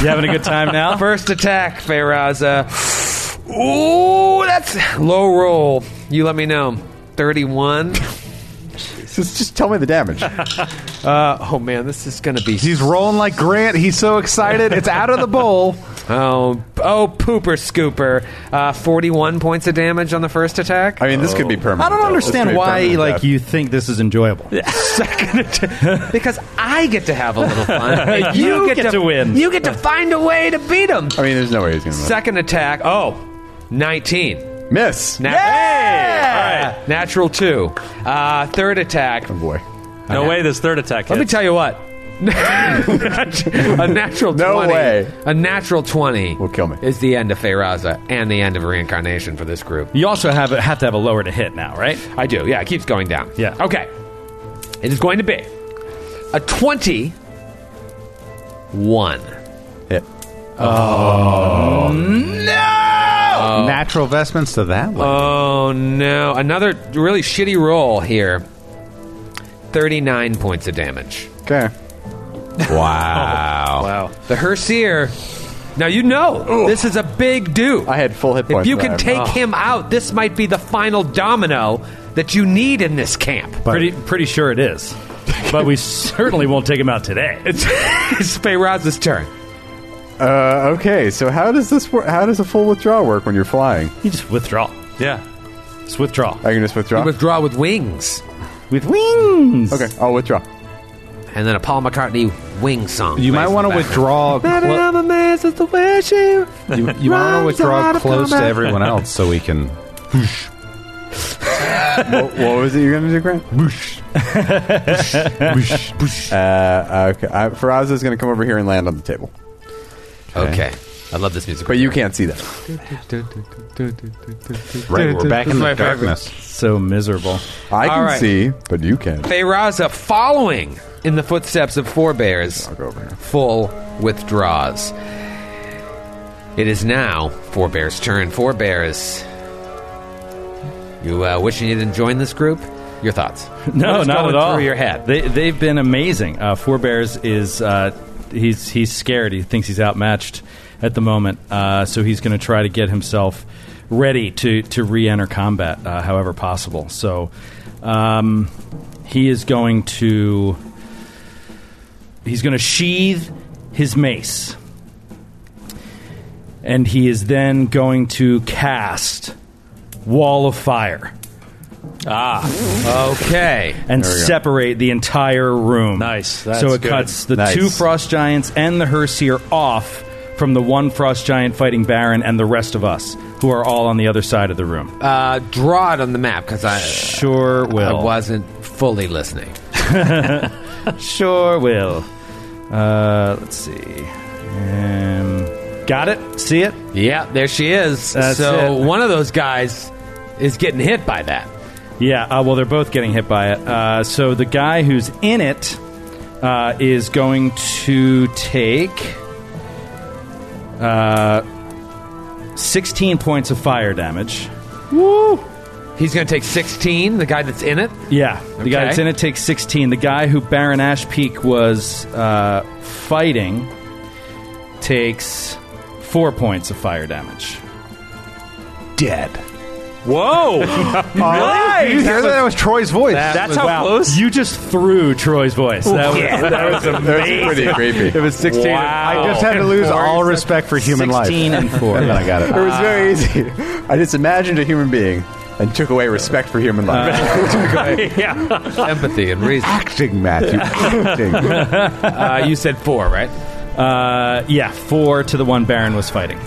[SPEAKER 7] You having a good time now?
[SPEAKER 3] First attack, Feyraza. Ooh, that's low roll. You let me know. Thirty one.
[SPEAKER 6] Just, just tell me the damage.
[SPEAKER 3] Oh man, this is gonna be.
[SPEAKER 2] He's rolling like Grant. He's so excited. It's out of the bowl.
[SPEAKER 3] Oh, oh, pooper scooper. Uh, Forty one points of damage on the first attack.
[SPEAKER 6] I mean, this could be permanent.
[SPEAKER 7] I don't
[SPEAKER 6] though. This could
[SPEAKER 7] understand
[SPEAKER 6] be
[SPEAKER 7] why
[SPEAKER 6] permanent
[SPEAKER 7] like
[SPEAKER 6] death.
[SPEAKER 7] you think this is enjoyable.
[SPEAKER 3] second att- because I get to have a little fun. And you,
[SPEAKER 7] You get to win.
[SPEAKER 3] You get to find a way to beat him.
[SPEAKER 6] I mean, there's no way he's gonna win.
[SPEAKER 3] Second attack. Oh, 19.
[SPEAKER 6] miss.
[SPEAKER 3] Nat- All right. Natural 2. Uh, third attack.
[SPEAKER 6] Oh, boy.
[SPEAKER 4] no way. This third attack.
[SPEAKER 3] Let me
[SPEAKER 4] hits.
[SPEAKER 3] tell you what. a natural
[SPEAKER 6] No
[SPEAKER 3] 20.
[SPEAKER 6] way.
[SPEAKER 3] A natural 20 will
[SPEAKER 6] kill me.
[SPEAKER 3] Is the end of Feyraza and the end of reincarnation for this group.
[SPEAKER 7] You also have a, have to have a lower to hit now, right?
[SPEAKER 3] I do. Yeah, it keeps going down.
[SPEAKER 7] Yeah.
[SPEAKER 3] Okay. It is going to be a 21.
[SPEAKER 6] Hit.
[SPEAKER 2] Oh. Natural vestments to that one.
[SPEAKER 3] Oh no! Another really shitty roll here. Thirty-nine points of damage.
[SPEAKER 6] Okay. Oh,
[SPEAKER 3] Wow!
[SPEAKER 4] Wow.
[SPEAKER 3] The Herseer. Now you know this is a big dude.
[SPEAKER 6] I had full hit
[SPEAKER 3] If
[SPEAKER 6] points.
[SPEAKER 3] you
[SPEAKER 6] for
[SPEAKER 3] can
[SPEAKER 6] that.
[SPEAKER 3] take him out, this might be the final domino that you need in this camp.
[SPEAKER 7] pretty pretty sure it is. but we certainly won't take him out today.
[SPEAKER 3] It's, it's Feyraz's turn.
[SPEAKER 6] Uh, okay, so how does this work? How does a full withdrawal work when you're flying?
[SPEAKER 7] You just withdraw.
[SPEAKER 4] Yeah.
[SPEAKER 7] Just withdraw.
[SPEAKER 6] I can just withdraw.
[SPEAKER 3] Withdraw with wings,
[SPEAKER 7] With wings.
[SPEAKER 6] okay, I'll withdraw.
[SPEAKER 3] and then a Paul McCartney wing song.
[SPEAKER 2] you might
[SPEAKER 3] plays
[SPEAKER 2] want
[SPEAKER 3] in
[SPEAKER 2] to
[SPEAKER 3] the background.
[SPEAKER 2] withdraw. Clo-
[SPEAKER 3] I'm amazed at the way she
[SPEAKER 2] you you might want to withdraw
[SPEAKER 3] out of
[SPEAKER 2] close to
[SPEAKER 3] combat.
[SPEAKER 2] everyone else so we can.
[SPEAKER 6] what, what was it you're gonna do, Grant? Boosh. Uh, okay, uh, Faraz is gonna come over here and land on the table,
[SPEAKER 3] Okay. I love this music.
[SPEAKER 6] but you can't see that.
[SPEAKER 2] Right, we're back in
[SPEAKER 3] That's
[SPEAKER 2] the
[SPEAKER 3] my favorite.
[SPEAKER 2] darkness.
[SPEAKER 7] So miserable.
[SPEAKER 6] I
[SPEAKER 3] All
[SPEAKER 6] can
[SPEAKER 3] right.
[SPEAKER 6] see, but you can't.
[SPEAKER 3] Feyraza following in the footsteps of forebears,
[SPEAKER 6] Go over here.
[SPEAKER 3] full withdraws. It is now forebears' turn. Forebears, you uh, wishing you didn't join this group? Your thoughts?
[SPEAKER 7] No,
[SPEAKER 3] What's
[SPEAKER 7] not
[SPEAKER 3] going
[SPEAKER 7] at all.
[SPEAKER 3] Through your head.
[SPEAKER 7] They, they've been amazing. Uh, Four Bears is uh, he's he's scared. He thinks he's outmatched at the moment, uh, so he's going to try to get himself ready to to re-enter combat, uh, however possible. So um, he is going to he's going to sheathe his mace, and he is then going to cast Wall of Fire
[SPEAKER 3] Okay.
[SPEAKER 7] and separate the entire room.
[SPEAKER 4] Nice. That's
[SPEAKER 7] so it
[SPEAKER 4] good.
[SPEAKER 7] cuts the
[SPEAKER 6] Nice.
[SPEAKER 7] two frost giants and the Herseer off from the one frost giant fighting Baron and the rest of us, who are all on the other side of the room.
[SPEAKER 3] Uh, draw it on the map because I
[SPEAKER 7] sure
[SPEAKER 3] I
[SPEAKER 7] will.
[SPEAKER 3] wasn't fully listening.
[SPEAKER 7] Sure will. Uh, let's see. Um, got it. See it.
[SPEAKER 3] Yeah, there she is.
[SPEAKER 7] That's
[SPEAKER 3] so
[SPEAKER 7] it.
[SPEAKER 3] one of those guys is getting hit by that.
[SPEAKER 7] Yeah, uh, well, they're both getting hit by it. Uh, so the guy who's in it uh, is going to take uh, 16 points of fire damage.
[SPEAKER 3] He's going to take 16, the guy that's in it.
[SPEAKER 7] Yeah, the guy
[SPEAKER 3] Okay.
[SPEAKER 7] that's in it takes 16. The guy who Baron Ashpeak was uh, fighting takes four points of fire damage.
[SPEAKER 1] Dead.
[SPEAKER 7] Whoa!
[SPEAKER 2] Did you hear that? That was Troy's voice.
[SPEAKER 7] That's how close you just threw Troy's voice. That was, that was amazing.
[SPEAKER 6] Pretty creepy.
[SPEAKER 2] it was 16.
[SPEAKER 3] Wow.
[SPEAKER 2] I just had to lose all respect for human life.
[SPEAKER 7] 16 and four.
[SPEAKER 2] And then I got it.
[SPEAKER 6] It was
[SPEAKER 2] Ah.
[SPEAKER 6] very easy. I just imagined a human being and took away respect for human life.
[SPEAKER 3] Empathy and reason.
[SPEAKER 6] Uh, acting, Matthew. acting.
[SPEAKER 3] Uh, you said four, right?
[SPEAKER 7] Uh, yeah, four to the one Baron was fighting.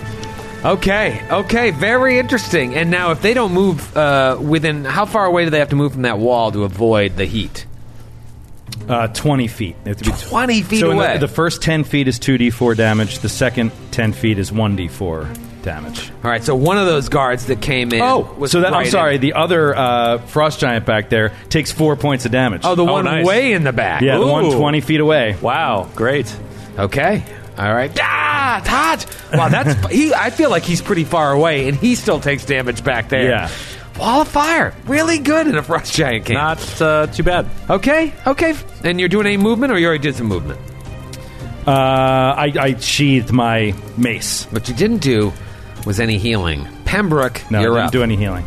[SPEAKER 3] Okay, okay, very interesting. And now, if they don't move uh, within, how far away do they have to move from that wall to avoid the heat?
[SPEAKER 7] Uh, 20 feet. They have to be
[SPEAKER 3] 20 feet
[SPEAKER 7] so in
[SPEAKER 3] away.
[SPEAKER 7] The, the first 10 feet is 2d4 damage. The second 10 feet is 1d4 damage.
[SPEAKER 3] All right, so one of those guards that came in. was
[SPEAKER 7] Oh, so that,
[SPEAKER 3] right
[SPEAKER 7] I'm
[SPEAKER 3] in-
[SPEAKER 7] sorry. The other uh, frost giant back there takes four points of damage.
[SPEAKER 3] Oh, the one
[SPEAKER 4] nice.
[SPEAKER 3] way in the back.
[SPEAKER 7] yeah, the
[SPEAKER 3] Ooh.
[SPEAKER 7] one 20 feet away.
[SPEAKER 4] Wow, great.
[SPEAKER 3] Okay. All right. Ah, it's hot. Wow, that's he. I feel like he's pretty far away, and he still takes damage back there.
[SPEAKER 7] Yeah.
[SPEAKER 3] Wall of fire, really good in a frost giant camp.
[SPEAKER 4] Not uh, too bad.
[SPEAKER 3] okay, okay. And you're doing any movement, or you already did some movement?
[SPEAKER 7] Uh, I, I sheathed my mace.
[SPEAKER 3] What you didn't do was any healing. Pembroke,
[SPEAKER 7] No,
[SPEAKER 3] you're
[SPEAKER 7] I didn't
[SPEAKER 3] up.
[SPEAKER 7] do any healing.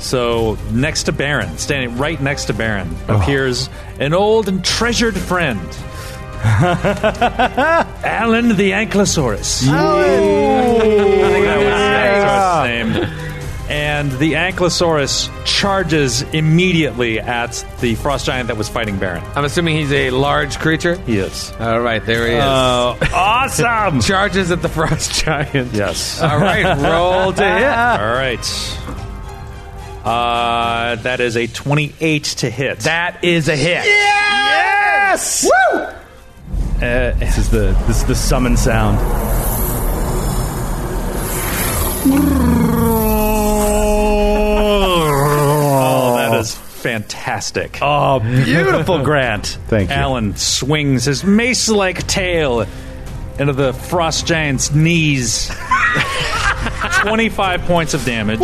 [SPEAKER 4] So next to Baron, standing right next to Baron, appears an old and treasured friend. Alan the Ankylosaurus. I think that was- that was his name. And the Ankylosaurus charges immediately at the frost giant that was fighting Baron.
[SPEAKER 3] I'm assuming he's a large creature.
[SPEAKER 4] He is.
[SPEAKER 3] All right, there he is.
[SPEAKER 7] Uh,
[SPEAKER 4] Uh,
[SPEAKER 7] awesome!
[SPEAKER 3] Charges at the frost giant.
[SPEAKER 4] Yes.
[SPEAKER 3] All right, roll to hit.
[SPEAKER 4] All right. Uh, that is a 28 to hit.
[SPEAKER 3] That is a hit.
[SPEAKER 7] Uh, this is the this is the summon sound.
[SPEAKER 4] Oh, that is fantastic.
[SPEAKER 7] Oh, beautiful, Grant.
[SPEAKER 9] Thank you.
[SPEAKER 4] Alan swings his mace like tail into the frost giant's knees. 25 points of damage.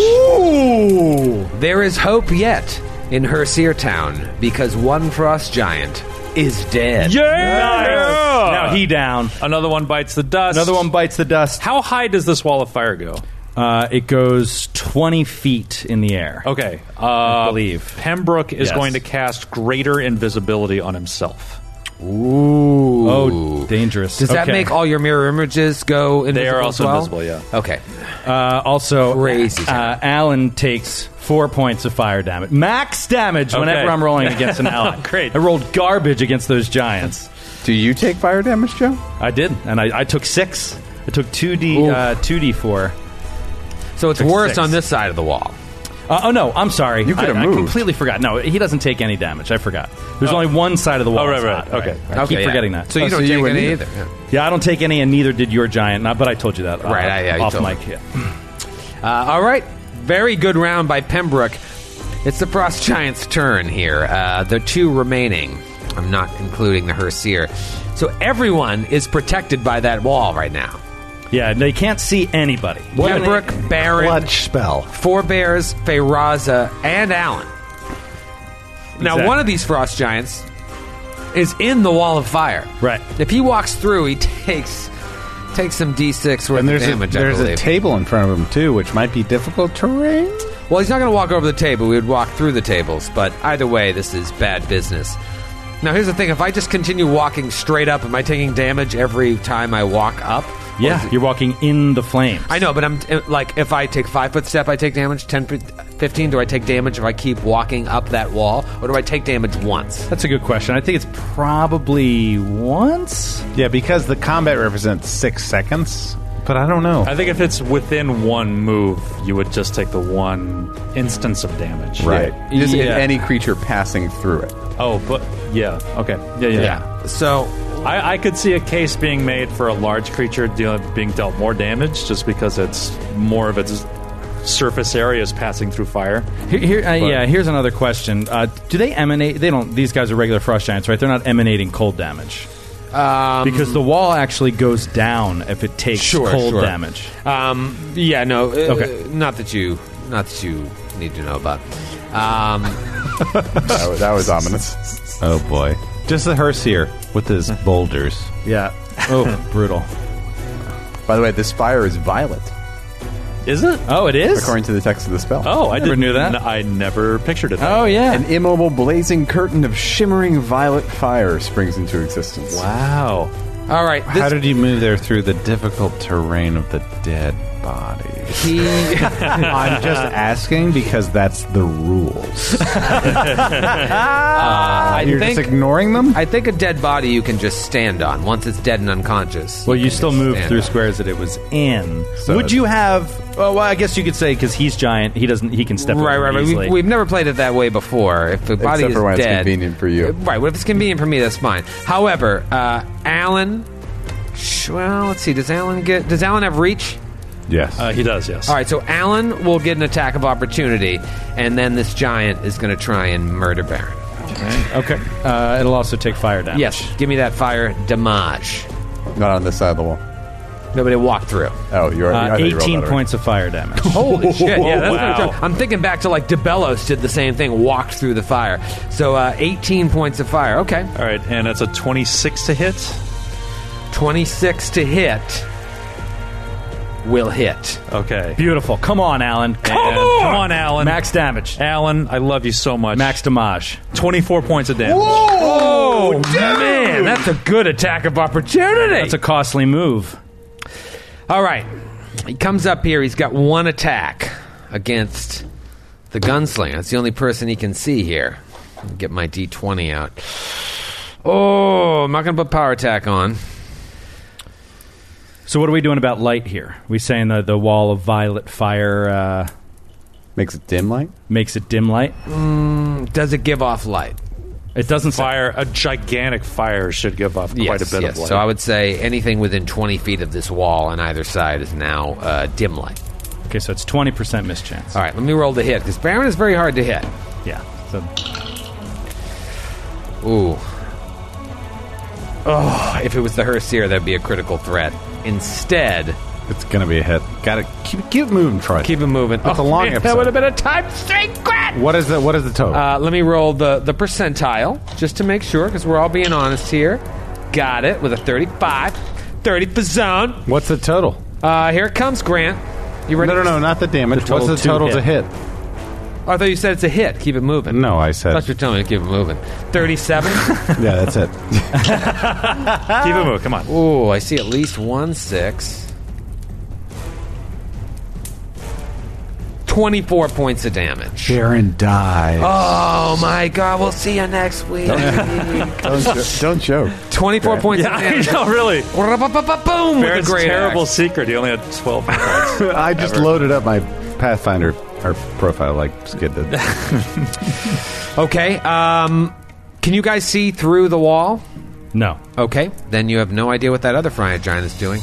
[SPEAKER 3] There is hope yet in Herseer Town because one frost giant is dead.
[SPEAKER 7] Now he down.
[SPEAKER 4] Another one bites the dust.
[SPEAKER 7] Another one bites the dust.
[SPEAKER 4] How high does this wall of fire go?
[SPEAKER 7] Uh, it goes 20 feet in the air.
[SPEAKER 4] Okay. Uh,
[SPEAKER 7] I believe.
[SPEAKER 4] Pembroke is
[SPEAKER 7] Yes.
[SPEAKER 4] going to cast greater invisibility on himself.
[SPEAKER 3] Ooh.
[SPEAKER 7] Oh, dangerous.
[SPEAKER 3] Does that
[SPEAKER 7] Okay.
[SPEAKER 3] make all your mirror images go invisible?
[SPEAKER 4] They are
[SPEAKER 3] as
[SPEAKER 4] also
[SPEAKER 3] well?
[SPEAKER 4] invisible, yeah.
[SPEAKER 3] Okay.
[SPEAKER 7] Uh, also,
[SPEAKER 3] Crazy.
[SPEAKER 7] Uh, Alan takes four points of fire damage. Max damage whenever
[SPEAKER 4] Okay.
[SPEAKER 7] I'm rolling against an ally.
[SPEAKER 4] Great.
[SPEAKER 7] I rolled garbage against those giants.
[SPEAKER 6] Do you take fire damage, Joe?
[SPEAKER 7] I did, and I, I took six. I took 2D,
[SPEAKER 6] Oof.
[SPEAKER 7] uh, 2D4.
[SPEAKER 3] So it's
[SPEAKER 7] Six,
[SPEAKER 3] worse
[SPEAKER 7] six.
[SPEAKER 3] on this side of the wall.
[SPEAKER 7] Uh, oh, no, I'm sorry.
[SPEAKER 6] You could have
[SPEAKER 7] I, I
[SPEAKER 6] moved.
[SPEAKER 7] completely forgot. No, he doesn't take any damage. I forgot. There's only one side of the wall.
[SPEAKER 4] Oh, right,
[SPEAKER 7] that's
[SPEAKER 4] right.
[SPEAKER 7] hot.
[SPEAKER 4] Okay.
[SPEAKER 7] I
[SPEAKER 3] Okay,
[SPEAKER 7] keep
[SPEAKER 3] yeah.
[SPEAKER 7] forgetting that.
[SPEAKER 3] So you
[SPEAKER 6] Oh, so
[SPEAKER 3] don't
[SPEAKER 6] you
[SPEAKER 3] take
[SPEAKER 6] wouldn't
[SPEAKER 3] any
[SPEAKER 6] either.
[SPEAKER 3] either. Yeah.
[SPEAKER 7] Yeah, I don't take any, and neither did your giant. Not, but I told you that. uh,
[SPEAKER 3] Right, yeah, yeah, you
[SPEAKER 7] off
[SPEAKER 3] told
[SPEAKER 7] mic.
[SPEAKER 3] me.
[SPEAKER 7] Yeah.
[SPEAKER 3] Uh, all right. Very good round by Pembroke. It's the Frost Giant's turn here. Uh, the two remaining. I'm not including the Herseer. So everyone is protected by that wall right now.
[SPEAKER 7] yeah, they can't see anybody.
[SPEAKER 3] Pembroke, Baron,
[SPEAKER 9] Clutch spell.
[SPEAKER 3] Four Bears, Feyraza, and Allen. Now,
[SPEAKER 7] Exactly.
[SPEAKER 3] one of these frost giants is in the wall of fire.
[SPEAKER 7] Right.
[SPEAKER 3] If he walks through, he takes takes some d6 worth
[SPEAKER 2] And
[SPEAKER 3] of
[SPEAKER 2] there's,
[SPEAKER 3] damage.
[SPEAKER 2] a, there's
[SPEAKER 3] I
[SPEAKER 2] a
[SPEAKER 3] believe.
[SPEAKER 2] table in front of him, too, which might be difficult terrain.
[SPEAKER 3] well, he's not going to walk over the table. We would walk through the tables, but either way, this is bad business. Now, here's the thing: if I just continue walking straight up, am I taking damage every time I walk up? Or is
[SPEAKER 7] Yeah,
[SPEAKER 3] it-
[SPEAKER 7] you're walking in the flames.
[SPEAKER 3] I know, but I'm like, if I take five foot step, I take damage. 10, foot- 15, do I take damage if I keep walking up that wall? Or do I take damage once?
[SPEAKER 7] That's a good question. I think it's probably once.
[SPEAKER 2] Yeah, because the combat represents six seconds. But I don't know.
[SPEAKER 4] I think if it's within one move, you would just take the one instance of damage.
[SPEAKER 6] Just
[SPEAKER 7] Yeah.
[SPEAKER 6] any creature passing through it.
[SPEAKER 4] Oh, but yeah. Okay. Yeah, yeah.
[SPEAKER 3] So,
[SPEAKER 4] I, I could see a case being made for a large creature deal, being dealt more damage just because it's more of its surface area is passing through fire.
[SPEAKER 7] Here, here, uh, yeah, here's another question. Uh, do they emanate? They don't. These guys are regular frost giants, right? They're not emanating cold damage. because the wall actually goes down if it takes
[SPEAKER 3] Sure,
[SPEAKER 7] cold
[SPEAKER 3] sure.
[SPEAKER 7] damage.
[SPEAKER 3] Um, yeah, no. Uh,
[SPEAKER 7] Okay.
[SPEAKER 3] Not that you, not that you need to know about. Um,
[SPEAKER 6] That was, that was ominous.
[SPEAKER 2] Oh boy. Just the hearse here with his boulders.
[SPEAKER 7] Yeah. Oh, brutal.
[SPEAKER 6] By the way, this fire is violet,
[SPEAKER 4] Is it?
[SPEAKER 7] Oh, it is.
[SPEAKER 6] according to the text of the spell.
[SPEAKER 4] Oh, I
[SPEAKER 7] Never
[SPEAKER 4] didn't-
[SPEAKER 7] knew that.
[SPEAKER 4] I never pictured it. that
[SPEAKER 7] Oh
[SPEAKER 4] way.
[SPEAKER 7] yeah.
[SPEAKER 6] An immobile, blazing curtain of shimmering violet fire springs into existence.
[SPEAKER 7] wow.
[SPEAKER 3] all right. This,
[SPEAKER 2] How did you move there through the difficult terrain of the dead body? I'm just asking because that's the rules.
[SPEAKER 3] I
[SPEAKER 2] You're
[SPEAKER 3] think.
[SPEAKER 2] just ignoring them?
[SPEAKER 3] I think a dead body you can just stand on once it's dead and unconscious.
[SPEAKER 7] Well, you still
[SPEAKER 3] can
[SPEAKER 7] move
[SPEAKER 3] stand
[SPEAKER 7] through
[SPEAKER 3] up.
[SPEAKER 7] squares that it was in.
[SPEAKER 2] So
[SPEAKER 7] Would you have? Oh, well, I guess you could say because he's giant, he doesn't. He can step
[SPEAKER 3] Right, right,
[SPEAKER 7] over
[SPEAKER 3] right.
[SPEAKER 7] easily.
[SPEAKER 3] We, we've never played it that way before. If the body
[SPEAKER 6] Except
[SPEAKER 3] is
[SPEAKER 6] for when it's
[SPEAKER 3] dead,
[SPEAKER 6] convenient for you.
[SPEAKER 3] Right. Well, if it's convenient for me, that's fine. However, uh, Alan. sh- Well, let's see. Does Alan get? Does Alan have reach?
[SPEAKER 2] Yes.
[SPEAKER 4] Uh, he does, yes.
[SPEAKER 3] All right. So Alan will get an attack of opportunity, and then this giant is going to try and murder Baron.
[SPEAKER 7] okay. Uh, it'll also take fire damage.
[SPEAKER 3] Yes. Give me that fire damage.
[SPEAKER 6] Not on this side of the wall.
[SPEAKER 3] Nobody walked through.
[SPEAKER 6] Oh, you're
[SPEAKER 7] Uh, 18 points of fire damage.
[SPEAKER 3] Holy shit! Yeah, that's
[SPEAKER 4] Wow.
[SPEAKER 3] what I'm, I'm thinking back to like DeBellos did the same thing, walked through the fire. So uh, 18 points of fire. Okay,
[SPEAKER 4] All right, and that's a 26 to hit.
[SPEAKER 3] 26 to hit will hit.
[SPEAKER 4] Okay.
[SPEAKER 7] Beautiful. Come on, Alan. Come
[SPEAKER 4] And-
[SPEAKER 7] on.
[SPEAKER 4] Come on, Alan.
[SPEAKER 7] Max damage.
[SPEAKER 4] Alan, I love you so much.
[SPEAKER 7] Max damage.
[SPEAKER 4] 24 points of damage.
[SPEAKER 3] Oh, man, that's a good attack of opportunity.
[SPEAKER 7] That's a costly move.
[SPEAKER 3] All right, he comes up here. He's got one attack against the gunslinger. That's the only person he can see here. Get my d20 out. Oh, I'm not going to put power attack on.
[SPEAKER 7] So what are we doing about light here? we saying that the wall of violet fire uh,
[SPEAKER 6] Makes it dim light?
[SPEAKER 7] makes it dim light?
[SPEAKER 3] Does it give off light?
[SPEAKER 7] It doesn't say-
[SPEAKER 4] Fire, a gigantic fire should give off quite a bit of light.
[SPEAKER 3] So I would say anything within 20 feet of this wall on either side is now uh, dim light.
[SPEAKER 7] Okay, so it's 20% mischance.
[SPEAKER 3] All right, let me roll the hit because Baron is very hard to hit.
[SPEAKER 7] Yeah. So
[SPEAKER 3] Ooh. Oh, if it was the Herseer, that'd be a critical threat. Instead,
[SPEAKER 2] It's going to be a hit. Got to keep, keep moving, Troy.
[SPEAKER 3] keep it moving.
[SPEAKER 2] That's
[SPEAKER 3] oh,
[SPEAKER 2] a long
[SPEAKER 3] man,
[SPEAKER 2] episode.
[SPEAKER 3] That would have been a time secret.
[SPEAKER 2] What is the what is the total?
[SPEAKER 3] Uh, let me roll the the percentile just to make sure because we're all being honest here. Got it with a 35, 30 for zone.
[SPEAKER 2] What's the total?
[SPEAKER 3] Uh, here it comes, Grant. You ready?
[SPEAKER 2] No, no, no, not the damage.
[SPEAKER 7] The
[SPEAKER 2] What's
[SPEAKER 7] total
[SPEAKER 2] the
[SPEAKER 7] to
[SPEAKER 2] total to hit?
[SPEAKER 3] I thought you said it's a hit. Keep it moving.
[SPEAKER 2] No, I
[SPEAKER 3] I
[SPEAKER 2] said.
[SPEAKER 3] thought you were telling me to keep it moving. 37.
[SPEAKER 2] yeah, that's it.
[SPEAKER 4] Keep it moving. Come on.
[SPEAKER 3] Ooh, I see at least one six. 24 points of damage.
[SPEAKER 9] Baron dies.
[SPEAKER 3] Oh my god, we'll see you next week. 24
[SPEAKER 6] Don't, jo- don't joke.
[SPEAKER 3] points
[SPEAKER 4] Yeah,
[SPEAKER 3] of
[SPEAKER 4] I
[SPEAKER 3] damage.
[SPEAKER 4] know, Oh, really.
[SPEAKER 3] Boom! With a
[SPEAKER 4] Baron's
[SPEAKER 3] great
[SPEAKER 4] terrible
[SPEAKER 3] axe.
[SPEAKER 4] secret. He only had 12 points.
[SPEAKER 2] I just loaded up my Pathfinder or profile like Skid did.
[SPEAKER 3] Okay, um, can you guys see through the wall?
[SPEAKER 7] no.
[SPEAKER 3] Okay, then you have no idea what that other fire giant is doing.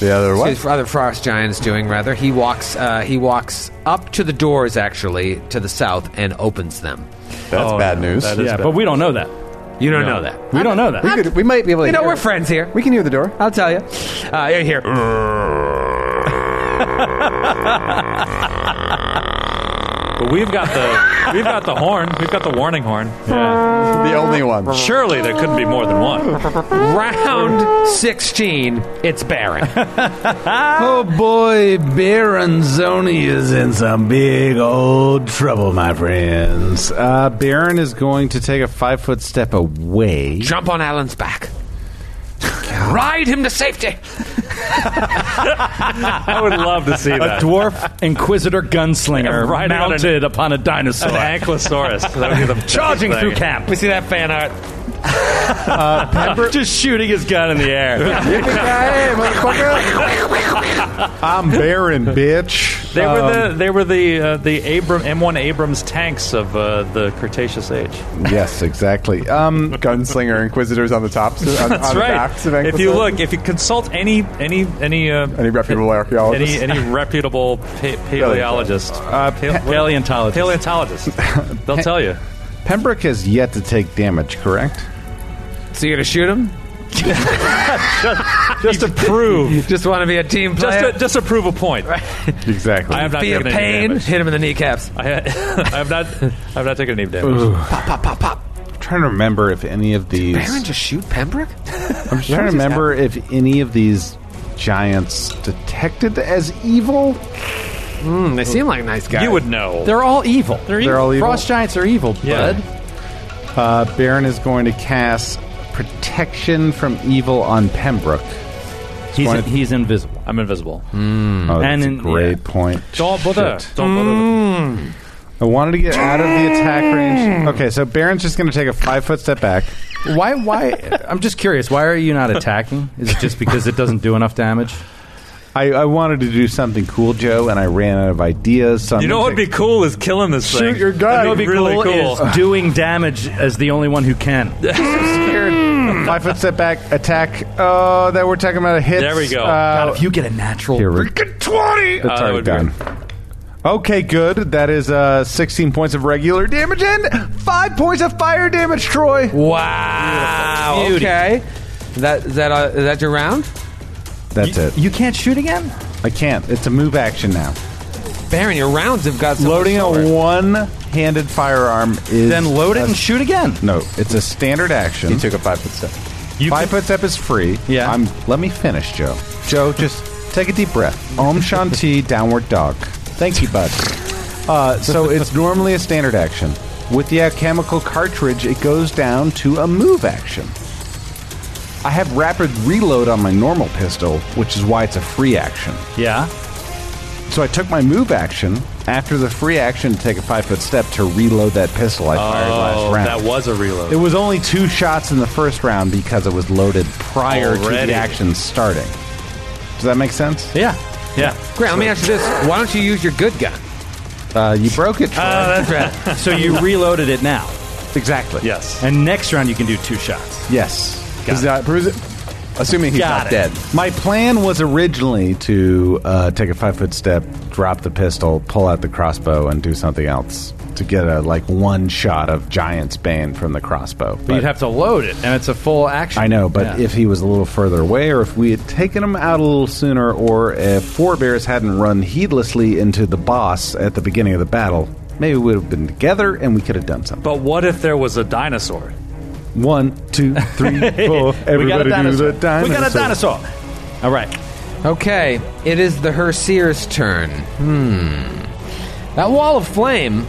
[SPEAKER 6] The other
[SPEAKER 3] What?
[SPEAKER 6] one.
[SPEAKER 3] His other frost giant is doing rather. He walks. Uh, he walks up to the doors, actually, to the south, and opens them.
[SPEAKER 6] That's bad news.
[SPEAKER 4] Oh, that is-
[SPEAKER 7] Yeah,
[SPEAKER 4] bad.
[SPEAKER 7] but we don't know that.
[SPEAKER 3] You don't know that.
[SPEAKER 7] We don't know that.
[SPEAKER 6] we, could, we might be able to
[SPEAKER 3] You know
[SPEAKER 6] hear
[SPEAKER 3] we're friends here.
[SPEAKER 6] We can hear the door.
[SPEAKER 3] I'll tell you. Uh, you're here.
[SPEAKER 4] but we've got the we've got the horn. We've got the warning horn.
[SPEAKER 6] The only one.
[SPEAKER 4] Surely there couldn't be more than one.
[SPEAKER 3] Round sixteen. It's Baron.
[SPEAKER 9] Oh boy, Baron Zoni is in some big old trouble, my friends.
[SPEAKER 2] Uh, Baron is going to take a five foot step away.
[SPEAKER 3] Jump on Alan's back. Ride him to safety.
[SPEAKER 4] I would love to see that.
[SPEAKER 7] Dwarf Inquisitor Gunslinger
[SPEAKER 4] Yeah, riding on
[SPEAKER 7] mounted upon a dinosaur.
[SPEAKER 4] An ankylosaurus. That would be the
[SPEAKER 7] Charging
[SPEAKER 4] best
[SPEAKER 7] through
[SPEAKER 4] thing.
[SPEAKER 7] camp.
[SPEAKER 3] We see that fan art.
[SPEAKER 2] Uh, Pember-
[SPEAKER 7] Just shooting his gun in the air.
[SPEAKER 2] Yippee-ki-yay, motherfucker. I'm Baron, bitch.
[SPEAKER 4] They were the they were the uh, the Abram M1 Abrams tanks of uh, the Cretaceous age.
[SPEAKER 6] Um,
[SPEAKER 2] Yes, exactly. Um,
[SPEAKER 6] Gunslinger Inquisitors on the top. On,
[SPEAKER 4] That's
[SPEAKER 6] on The
[SPEAKER 4] right.
[SPEAKER 6] backs of
[SPEAKER 4] If you
[SPEAKER 6] Inquisitors.
[SPEAKER 4] look, if you consult any any any uh,
[SPEAKER 6] Any reputable
[SPEAKER 4] any
[SPEAKER 6] archaeologist.
[SPEAKER 4] any reputable pa- paleologist, uh,
[SPEAKER 7] Paleontologist.
[SPEAKER 4] paleontologist, they'll tell you.
[SPEAKER 2] Pembroke has yet to take damage, correct?
[SPEAKER 3] So you're gonna shoot him?
[SPEAKER 4] Just to prove,
[SPEAKER 3] Just want to be a team
[SPEAKER 4] just
[SPEAKER 3] player?
[SPEAKER 4] to, just to prove a point.
[SPEAKER 2] Exactly.
[SPEAKER 4] I have not
[SPEAKER 3] be a
[SPEAKER 4] taken any
[SPEAKER 3] pain.
[SPEAKER 4] damage.
[SPEAKER 3] Hit him in the kneecaps.
[SPEAKER 4] I, I have not I have not taken any damage.
[SPEAKER 2] I'm trying to remember if any of these.
[SPEAKER 3] Baron just shoot Pembroke?
[SPEAKER 2] I'm trying to remember if any of these giants detected as evil.
[SPEAKER 3] Hmm, they seem like nice guys.
[SPEAKER 4] You would know.
[SPEAKER 7] They're all evil.
[SPEAKER 2] They're all evil.
[SPEAKER 7] Frost giants are evil,
[SPEAKER 4] Yeah.
[SPEAKER 7] bud.
[SPEAKER 2] Uh, Baron is going to cast protection from evil on Pembroke.
[SPEAKER 7] He's,
[SPEAKER 2] Wanted-
[SPEAKER 7] he's invisible.
[SPEAKER 4] I'm invisible.
[SPEAKER 2] Oh, that's
[SPEAKER 7] And
[SPEAKER 2] a
[SPEAKER 7] in-
[SPEAKER 2] great point.
[SPEAKER 4] Don't bother.
[SPEAKER 2] Shit.
[SPEAKER 4] Don't bother.
[SPEAKER 2] I wanted to get out of the attack range. Okay, so Baron's just going to take a five foot step back.
[SPEAKER 7] Hmm. Why? Why? I'm just curious. Why are you not attacking? Is it just because it doesn't do enough damage?
[SPEAKER 2] I, I wanted to do something cool, Joe, and I ran out of ideas. So I'm
[SPEAKER 4] You know
[SPEAKER 2] gonna
[SPEAKER 4] what'd be
[SPEAKER 2] take-
[SPEAKER 4] cool is killing this thing.
[SPEAKER 2] your gun.
[SPEAKER 4] That would be really cool.
[SPEAKER 7] Is doing damage as the only one who can. Mm.
[SPEAKER 2] Five foot step back attack. Oh, that we're talking about a hit.
[SPEAKER 4] There we go.
[SPEAKER 2] Uh,
[SPEAKER 7] you get a natural.
[SPEAKER 2] here we go.
[SPEAKER 4] Uh, that would be
[SPEAKER 2] done. Okay, good. That is uh, 16 points of regular damage and 5 points of fire damage, Troy.
[SPEAKER 3] Wow.
[SPEAKER 7] Beauty.
[SPEAKER 3] Okay. That is that uh, is that your round?
[SPEAKER 2] That's it.
[SPEAKER 7] You can't shoot again.
[SPEAKER 2] I can't. It's a move action now.
[SPEAKER 3] Baron, your rounds have got so much
[SPEAKER 2] Loading
[SPEAKER 3] slower.
[SPEAKER 2] a one handed firearm is.
[SPEAKER 7] Then load it
[SPEAKER 2] a-
[SPEAKER 7] and shoot again.
[SPEAKER 2] No, it's a standard action.
[SPEAKER 6] He took a five foot step.
[SPEAKER 7] You
[SPEAKER 2] Five foot step is free.
[SPEAKER 7] Yeah.
[SPEAKER 2] I'm, let me finish, Joe. Joe, just take a deep breath. Om Shanti, downward dog. Thank you, bud. Uh, so it's normally a standard action. With the alchemical cartridge, it goes down to a move action. I have rapid reload on my normal pistol, which is why it's a free action.
[SPEAKER 7] Yeah.
[SPEAKER 2] So I took my move action after the free action to take a five foot step to reload that pistol I fired last
[SPEAKER 4] Oh,
[SPEAKER 2] round.
[SPEAKER 4] that was a reload.
[SPEAKER 2] It was only two shots in the first round because it was loaded prior to
[SPEAKER 4] Already.
[SPEAKER 2] the action starting. Does that make sense?
[SPEAKER 7] Yeah. Yeah.
[SPEAKER 3] Grant, let me ask you this. Why don't you use your good gun?
[SPEAKER 2] Uh, you broke it. Troy.
[SPEAKER 7] Ah,
[SPEAKER 3] That's right.
[SPEAKER 7] So you reloaded it now,
[SPEAKER 2] exactly.
[SPEAKER 4] yes.
[SPEAKER 7] and next round you can do two shots.
[SPEAKER 2] Yes.
[SPEAKER 6] He's not, Peruse- assuming he's
[SPEAKER 7] Got
[SPEAKER 6] not
[SPEAKER 7] it.
[SPEAKER 6] dead.
[SPEAKER 2] My plan was originally to uh, take a five foot step, drop the pistol, pull out the crossbow, and do something else to get a like one shot of Giant's Bane from the crossbow.
[SPEAKER 7] But you'd have to load it, and it's a full action.
[SPEAKER 2] I know, but
[SPEAKER 7] Yeah.
[SPEAKER 2] if he was a little further away, or if we had taken him out a little sooner, or if Four Bears hadn't run heedlessly into the boss at the beginning of the battle, maybe we would have been together and we could have done something.
[SPEAKER 4] But what if there was a dinosaur?
[SPEAKER 2] One, two, three, four.
[SPEAKER 7] we got a
[SPEAKER 2] Everybody do
[SPEAKER 7] dinosaur.
[SPEAKER 2] the dinosaur.
[SPEAKER 7] We got a dinosaur. All right.
[SPEAKER 3] Okay, it is the Herseer's turn. Hmm. That wall of flame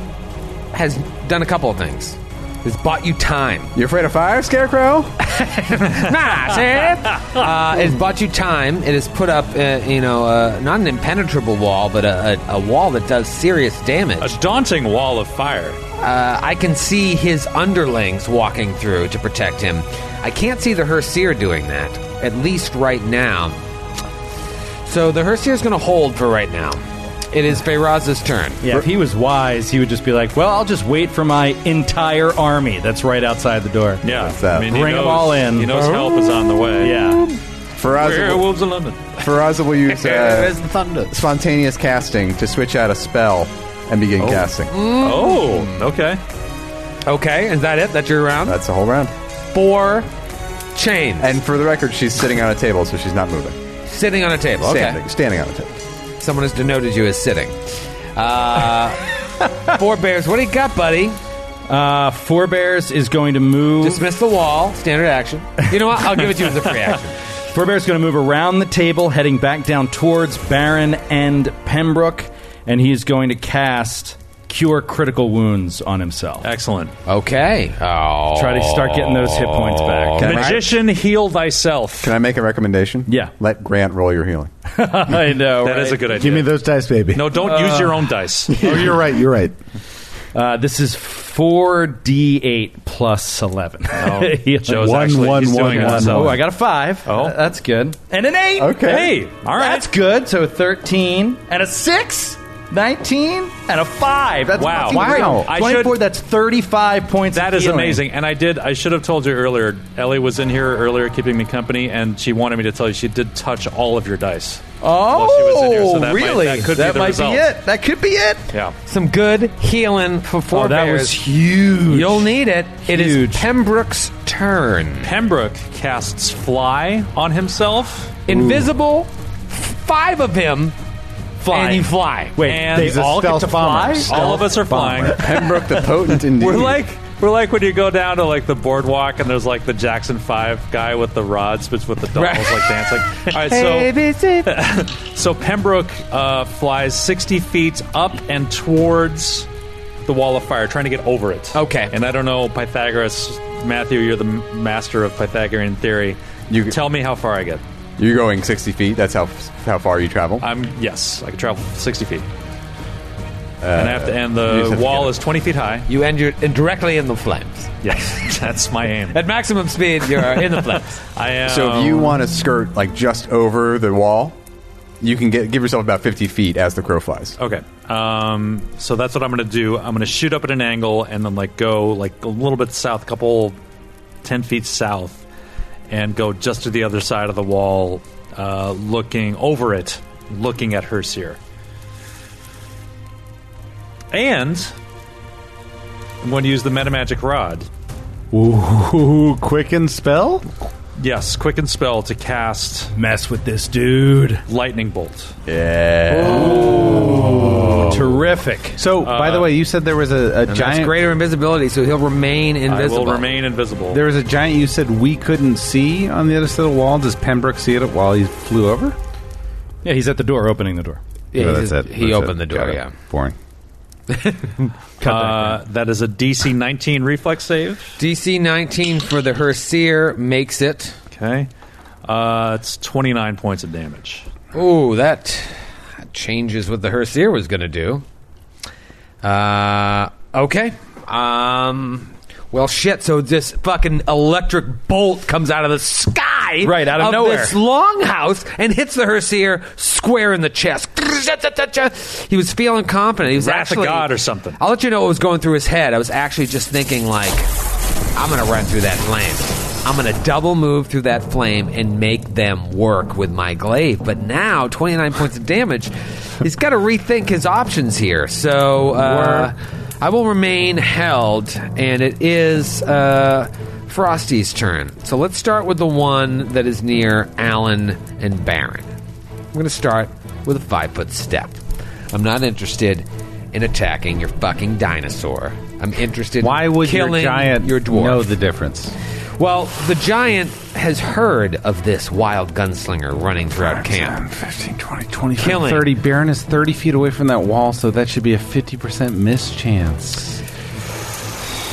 [SPEAKER 3] has done a couple of things. It's bought you time.
[SPEAKER 6] You afraid of fire, Scarecrow?
[SPEAKER 3] Nah, see? Uh, it's bought you time. It has put up, uh, you know, uh, not an impenetrable wall, but a, a, a wall that does serious
[SPEAKER 4] A
[SPEAKER 3] damage.
[SPEAKER 4] daunting wall of fire.
[SPEAKER 3] Uh, I can see his underlings walking through to protect him. I can't see the Herseer doing that, at least right now. So the Herseer is going to hold for right now. It is Feyraz's turn.
[SPEAKER 7] Yeah, if he was wise, he would just be like, "Well, I'll just wait for my entire army that's right outside the door."
[SPEAKER 4] Yeah.
[SPEAKER 6] What's that?
[SPEAKER 4] he
[SPEAKER 7] Bring 'em
[SPEAKER 4] knows-
[SPEAKER 7] all in.
[SPEAKER 4] He knows help is on the way.
[SPEAKER 7] Yeah.
[SPEAKER 6] Faraz will,
[SPEAKER 4] Werewolves of London.
[SPEAKER 6] Faraz will use
[SPEAKER 3] Where's
[SPEAKER 6] uh, spontaneous casting to switch out a spell and begin casting.
[SPEAKER 4] Oh, okay.
[SPEAKER 3] Okay, is that it? That's your round?
[SPEAKER 6] That's the whole round.
[SPEAKER 3] Four chains.
[SPEAKER 6] And for the record, she's sitting on a table, so she's not moving.
[SPEAKER 3] sitting on a table. Okay.
[SPEAKER 6] Standing, standing on a table.
[SPEAKER 3] Someone has denoted you as sitting. Uh, four bears. What do you got, buddy?
[SPEAKER 7] Uh, Forebears is going to move.
[SPEAKER 3] Dismiss the wall. Standard action. You know what? I'll give it to you as a free action.
[SPEAKER 7] Forebear's going to move around the table, heading back down towards Baron and Pembroke, and he's going to cast Cure Critical Wounds on himself.
[SPEAKER 4] Excellent.
[SPEAKER 3] Okay. Oh.
[SPEAKER 7] Try to start getting those hit points back.
[SPEAKER 6] Can I-
[SPEAKER 4] Magician, heal thyself.
[SPEAKER 6] Can I make a recommendation?
[SPEAKER 7] Yeah.
[SPEAKER 6] Let Grant roll your healing.
[SPEAKER 7] I know.
[SPEAKER 4] That is a good idea.
[SPEAKER 2] Give me those dice, baby.
[SPEAKER 4] Uh, no, don't use your own dice.
[SPEAKER 2] Oh, you're right. You're right.
[SPEAKER 7] Uh, this is 4d8 plus 11. Oh, Joe's
[SPEAKER 4] One, one,
[SPEAKER 7] he's
[SPEAKER 4] one,
[SPEAKER 7] doing it.
[SPEAKER 4] one,
[SPEAKER 7] So-
[SPEAKER 4] one.
[SPEAKER 7] Oh, I got a 5. Oh. That's good. And an 8.
[SPEAKER 6] Okay.
[SPEAKER 7] Hey, all right. That's good. So 13 and a 6. 19 and a 5. That's
[SPEAKER 4] Wow.
[SPEAKER 7] fucking
[SPEAKER 4] Wow.
[SPEAKER 7] great.
[SPEAKER 4] I should-
[SPEAKER 7] 24, that's 35 points. of
[SPEAKER 4] That is
[SPEAKER 7] healing.
[SPEAKER 4] amazing. And I did. I should have told you earlier. Ellie was in here earlier, keeping me company, and she wanted me to tell you she did touch all of your dice.
[SPEAKER 7] Oh,
[SPEAKER 4] she was in here, so that might-
[SPEAKER 7] really?
[SPEAKER 4] that could be the
[SPEAKER 7] might
[SPEAKER 4] result.
[SPEAKER 7] be it. That could be it.
[SPEAKER 4] Yeah.
[SPEAKER 3] Some good healing for four
[SPEAKER 7] Oh, that
[SPEAKER 3] bears.
[SPEAKER 7] was huge.
[SPEAKER 3] You'll need it. It is
[SPEAKER 7] Huge.
[SPEAKER 3] Pembroke's turn.
[SPEAKER 4] Pembroke casts fly on himself.
[SPEAKER 3] Invisible, five of him,
[SPEAKER 7] Fly.
[SPEAKER 3] and you fly.
[SPEAKER 7] Wait,
[SPEAKER 3] and
[SPEAKER 7] they all get to fly?
[SPEAKER 4] all of us are flying.
[SPEAKER 6] Pembroke the Potent, indeed.
[SPEAKER 4] We're like we're like when you go down to like the boardwalk and there's like the Jackson Five guy with the rods, but with the dolls like dancing. All right, so So Pembroke uh, flies 60 feet up and towards the wall of fire, trying to get over it.
[SPEAKER 3] Okay.
[SPEAKER 4] And I don't know, Pythagoras, Matthew, you're the m- master of Pythagorean theory.
[SPEAKER 6] You-
[SPEAKER 4] Tell me how far I get.
[SPEAKER 6] You're going 60 feet. That's how how far you travel.
[SPEAKER 4] I'm yes, I can travel 60 feet. and I have to, and
[SPEAKER 6] Uh, you just
[SPEAKER 4] the
[SPEAKER 6] have to get
[SPEAKER 4] wall
[SPEAKER 6] it.
[SPEAKER 4] is 20 feet high.
[SPEAKER 3] You end your directly in the flames.
[SPEAKER 4] Yes, that's my aim.
[SPEAKER 3] At maximum speed, you're in the flames.
[SPEAKER 4] I am.
[SPEAKER 6] so if you want to skirt like just over the wall, you can get give yourself about 50 feet as the crow flies.
[SPEAKER 4] Okay. Um, so that's what I'm going to do. I'm going to shoot up at an angle and then like go like a little bit south, couple ten feet south, and go just to the other side of the wall, uh, looking over it, looking at Hersier. And I'm going to use the metamagic rod.
[SPEAKER 2] Ooh, quicken spell?
[SPEAKER 4] Yes, quicken spell to cast
[SPEAKER 8] Mess with this dude.
[SPEAKER 4] lightning bolt.
[SPEAKER 7] Terrific.
[SPEAKER 2] So, by the way, you said there was a, a
[SPEAKER 3] That's
[SPEAKER 2] giant.
[SPEAKER 3] greater invisibility, so he'll remain invisible.
[SPEAKER 4] I will remain invisible.
[SPEAKER 2] There was a giant you said we couldn't see on the other side of the wall. Does Pembroke see it while he flew over?
[SPEAKER 7] Yeah, he's at the door opening the door.
[SPEAKER 3] Yeah,
[SPEAKER 2] Oh,
[SPEAKER 3] he just- He
[SPEAKER 2] That's
[SPEAKER 3] opened
[SPEAKER 2] it.
[SPEAKER 3] the door.
[SPEAKER 2] Got it.
[SPEAKER 3] Yeah.
[SPEAKER 2] Boring.
[SPEAKER 4] uh, that is a DC 19 reflex save.
[SPEAKER 3] DC 19 for the Herseer makes it.
[SPEAKER 4] Okay. Uh, it's 29 points of damage.
[SPEAKER 3] Ooh, that changes what the Herseer was going to do. Uh, okay. Um, well, shit. So this fucking electric bolt comes out of the sky,
[SPEAKER 7] Right, out of nowhere.
[SPEAKER 3] This longhouse and hits the Herseer square in the chest. He was feeling confident. He was
[SPEAKER 4] Wrath of
[SPEAKER 3] actually
[SPEAKER 4] God or something.
[SPEAKER 3] I'll let you know what was going through his head. I was actually just thinking like, I'm gonna run through that flame. I'm gonna double move through that flame and make them work with my glaive. But now, 29 points of damage. He's got to rethink his options here. So uh, I will remain held, and it is uh, Frosty's turn. So let's start with the one that is near Alan and Baron. I'm going to start with a five foot step. I'm not interested in attacking your fucking dinosaur. I'm interested.
[SPEAKER 2] Why
[SPEAKER 3] in
[SPEAKER 2] would
[SPEAKER 3] killing
[SPEAKER 2] your giant
[SPEAKER 3] your dwarf?
[SPEAKER 2] know the difference?
[SPEAKER 3] well, the giant has heard of this wild gunslinger running throughout camp,
[SPEAKER 2] 15, 20, 20,
[SPEAKER 3] Killing.
[SPEAKER 2] 30. Baron is 30 feet away from that wall, so that should be a 50% miss chance.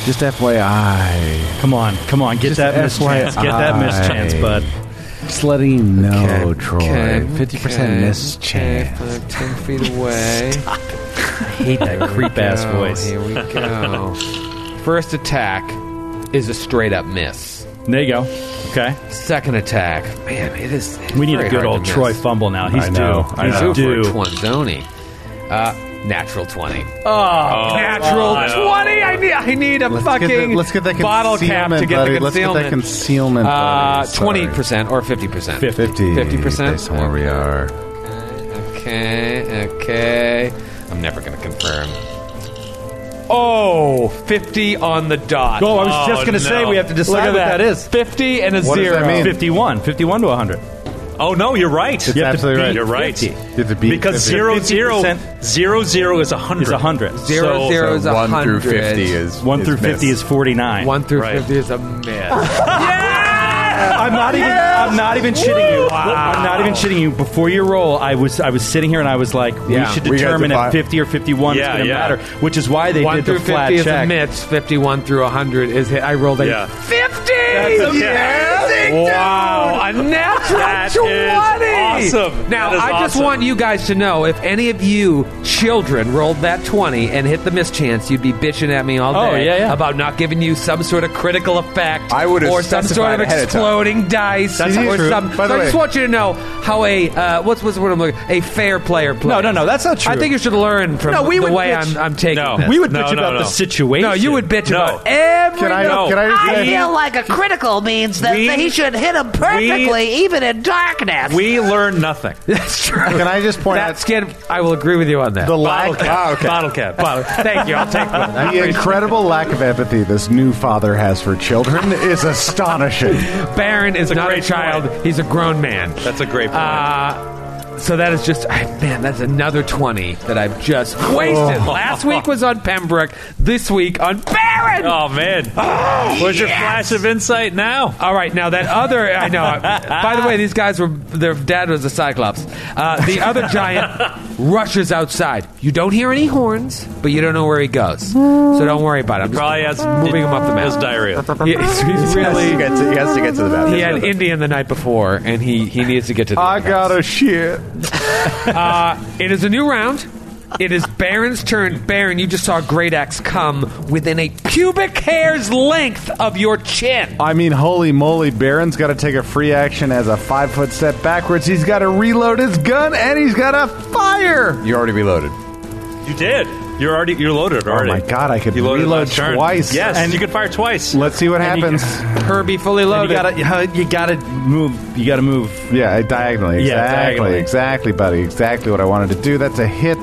[SPEAKER 2] Just FYI.
[SPEAKER 7] Come on, come on, get
[SPEAKER 2] Just
[SPEAKER 7] that miss
[SPEAKER 2] FYI.
[SPEAKER 7] chance. Get that miss chance, bud.
[SPEAKER 2] Just letting you know,
[SPEAKER 3] Okay,
[SPEAKER 2] Troy.
[SPEAKER 3] okay,
[SPEAKER 2] 50%
[SPEAKER 3] okay,
[SPEAKER 2] miss
[SPEAKER 3] Okay,
[SPEAKER 2] chance.
[SPEAKER 3] five, ten feet away.
[SPEAKER 7] Hate that creep ass
[SPEAKER 3] Oh,
[SPEAKER 7] voice.
[SPEAKER 3] Here we go. First attack is a straight up miss.
[SPEAKER 7] There you go. Okay,
[SPEAKER 3] Second attack, man, it is. it's
[SPEAKER 7] we need
[SPEAKER 3] very
[SPEAKER 7] a
[SPEAKER 3] hard
[SPEAKER 7] good
[SPEAKER 3] to
[SPEAKER 7] old
[SPEAKER 3] miss.
[SPEAKER 7] Troy fumble now. He's
[SPEAKER 6] I know,
[SPEAKER 7] due.
[SPEAKER 6] I
[SPEAKER 7] He's
[SPEAKER 6] know.
[SPEAKER 3] Two for
[SPEAKER 7] due.
[SPEAKER 3] Twanzoni. Uh, natural 20. Oh, natural 20! I need, I need a
[SPEAKER 2] Let's
[SPEAKER 3] fucking
[SPEAKER 2] get, that, let's get that
[SPEAKER 3] bottle
[SPEAKER 2] concealment,
[SPEAKER 3] cap to get
[SPEAKER 2] buddy.
[SPEAKER 3] the
[SPEAKER 2] Let's get that concealment,
[SPEAKER 3] concealment. uh,
[SPEAKER 2] buddy. Sorry.
[SPEAKER 3] 20% or 50%.
[SPEAKER 2] 50.
[SPEAKER 3] 50%?
[SPEAKER 2] Based on where we are.
[SPEAKER 3] Okay, okay. I'm never going to confirm. Oh, 50 on the dot.
[SPEAKER 7] Oh, I was just gonna
[SPEAKER 4] no.
[SPEAKER 7] say we have to
[SPEAKER 3] Look
[SPEAKER 7] decide
[SPEAKER 3] at
[SPEAKER 7] what that is.
[SPEAKER 3] 50 and a
[SPEAKER 2] What does
[SPEAKER 3] zero.
[SPEAKER 2] that mean?
[SPEAKER 7] 51, 51 to 100.
[SPEAKER 4] Oh, no, you're right.
[SPEAKER 2] You have to absolutely beat right.
[SPEAKER 4] You're right.
[SPEAKER 7] 50.
[SPEAKER 2] You have to beat
[SPEAKER 4] because
[SPEAKER 2] 50.
[SPEAKER 4] zero, zero,
[SPEAKER 7] 50%
[SPEAKER 4] zero, zero is 100.
[SPEAKER 7] Is 100.
[SPEAKER 3] Zero,
[SPEAKER 4] So-
[SPEAKER 3] zero is
[SPEAKER 6] So 1
[SPEAKER 3] 100.
[SPEAKER 6] through 50 is
[SPEAKER 7] 1 through 50
[SPEAKER 6] miss.
[SPEAKER 7] is 49.
[SPEAKER 3] 1 through
[SPEAKER 4] Right.
[SPEAKER 3] 50 is a miss.
[SPEAKER 7] I'm not even I'm not even shitting you. I'm not even shitting you. Before your roll, I was I was sitting here and I was like
[SPEAKER 3] Yeah.
[SPEAKER 7] we should
[SPEAKER 6] We gotta
[SPEAKER 7] determine
[SPEAKER 6] divide-
[SPEAKER 7] if 50 or 51 is
[SPEAKER 4] Yeah,
[SPEAKER 7] going to
[SPEAKER 4] yeah.
[SPEAKER 7] matter, which is why they
[SPEAKER 3] One
[SPEAKER 7] did
[SPEAKER 3] through
[SPEAKER 7] the flat
[SPEAKER 3] fifty is
[SPEAKER 7] check.
[SPEAKER 3] a miss. Fifty-one through hundred is hit. I rolled a
[SPEAKER 4] Yeah.
[SPEAKER 3] fifty. That's a Wow, a natural
[SPEAKER 7] That is
[SPEAKER 3] 20!
[SPEAKER 7] awesome.
[SPEAKER 3] Now,
[SPEAKER 7] That is
[SPEAKER 3] I just
[SPEAKER 7] awesome.
[SPEAKER 3] want you guys to know if any of you children rolled that 20 and hit the mischance, you'd be bitching at me all
[SPEAKER 7] Oh,
[SPEAKER 3] day
[SPEAKER 7] yeah, yeah.
[SPEAKER 3] about not giving you some sort of critical effect
[SPEAKER 6] I would've
[SPEAKER 3] or some sort
[SPEAKER 6] specified
[SPEAKER 3] of
[SPEAKER 6] ahead of time.
[SPEAKER 3] exploding dice
[SPEAKER 2] That's
[SPEAKER 3] or
[SPEAKER 2] true.
[SPEAKER 3] some.
[SPEAKER 2] By
[SPEAKER 3] so
[SPEAKER 2] the
[SPEAKER 3] I just
[SPEAKER 2] way-
[SPEAKER 3] want you to know how a uh, what's what's the word I'm looking a fair player plays.
[SPEAKER 7] no, no, that's not true.
[SPEAKER 3] I think you should learn from
[SPEAKER 7] No, we
[SPEAKER 3] the
[SPEAKER 7] would
[SPEAKER 3] way
[SPEAKER 7] bitch.
[SPEAKER 3] I'm, I'm taking
[SPEAKER 4] No.
[SPEAKER 3] this.
[SPEAKER 7] we would
[SPEAKER 4] No,
[SPEAKER 7] bitch
[SPEAKER 4] no,
[SPEAKER 7] about
[SPEAKER 4] no.
[SPEAKER 7] the situation.
[SPEAKER 3] no, you would bitch
[SPEAKER 7] No.
[SPEAKER 3] about every.
[SPEAKER 2] Can I,
[SPEAKER 4] No.
[SPEAKER 2] can I just
[SPEAKER 10] I
[SPEAKER 2] say-
[SPEAKER 10] feel like a critical means that
[SPEAKER 4] We-
[SPEAKER 10] that he should hit him perfectly, even in darkness.
[SPEAKER 4] We learn nothing.
[SPEAKER 3] That's true.
[SPEAKER 2] Can I just point
[SPEAKER 3] That
[SPEAKER 2] out
[SPEAKER 3] skin, I will agree with you on that.
[SPEAKER 2] the
[SPEAKER 4] Bottle
[SPEAKER 2] lack,
[SPEAKER 4] cap. Bottle cap. Bottle. Thank you. I'll take one.
[SPEAKER 2] the incredible lack of empathy this new father has for children is astonishing.
[SPEAKER 3] Baron is not a
[SPEAKER 4] great
[SPEAKER 3] child.
[SPEAKER 4] point.
[SPEAKER 3] He's a grown man.
[SPEAKER 4] That's a great point.
[SPEAKER 3] Uh, so that is just, I- man, that's another 20 that I've just wasted. Last week was on Pembroke. This week on Baron.
[SPEAKER 4] oh man, where's your flash of insight now?
[SPEAKER 3] All right, now that other I know. By the way, these guys were their dad was a cyclops. Uh, the other giant rushes outside. You don't hear any horns, but you don't know where he goes. So don't worry about it. I'm just
[SPEAKER 4] Probably has
[SPEAKER 3] Oh, moving him up the
[SPEAKER 4] Has
[SPEAKER 3] map.
[SPEAKER 4] diarrhea.
[SPEAKER 3] He- he's- he's
[SPEAKER 6] You
[SPEAKER 3] really
[SPEAKER 6] get to, you guys to get to the bathroom.
[SPEAKER 3] he had Indian the night before, and he he needs to get to. The
[SPEAKER 2] I
[SPEAKER 3] house.
[SPEAKER 2] got a shit.
[SPEAKER 3] It is a new round. It is Baron's turn. Baron, you just saw Great Axe come within a pubic hair's length of your chin.
[SPEAKER 2] I mean, holy moly, Baron's got to take a free action as a five foot step backwards. He's got to reload his gun and he's got to fire.
[SPEAKER 6] You already reloaded.
[SPEAKER 4] You did. You're already. You're loaded already.
[SPEAKER 2] Oh my god, I could
[SPEAKER 4] You loaded
[SPEAKER 2] reload
[SPEAKER 4] last turn.
[SPEAKER 2] twice.
[SPEAKER 4] Yes, and you can fire twice.
[SPEAKER 2] Let's see what
[SPEAKER 7] And you-
[SPEAKER 2] happens.
[SPEAKER 3] Herbie fully
[SPEAKER 7] You
[SPEAKER 3] loaded.
[SPEAKER 7] gotta, you gotta move. You gotta move.
[SPEAKER 2] Yeah, diagonally. Exactly,
[SPEAKER 7] Yeah, diagonally.
[SPEAKER 2] exactly, buddy. Exactly what I wanted to do. That's a hit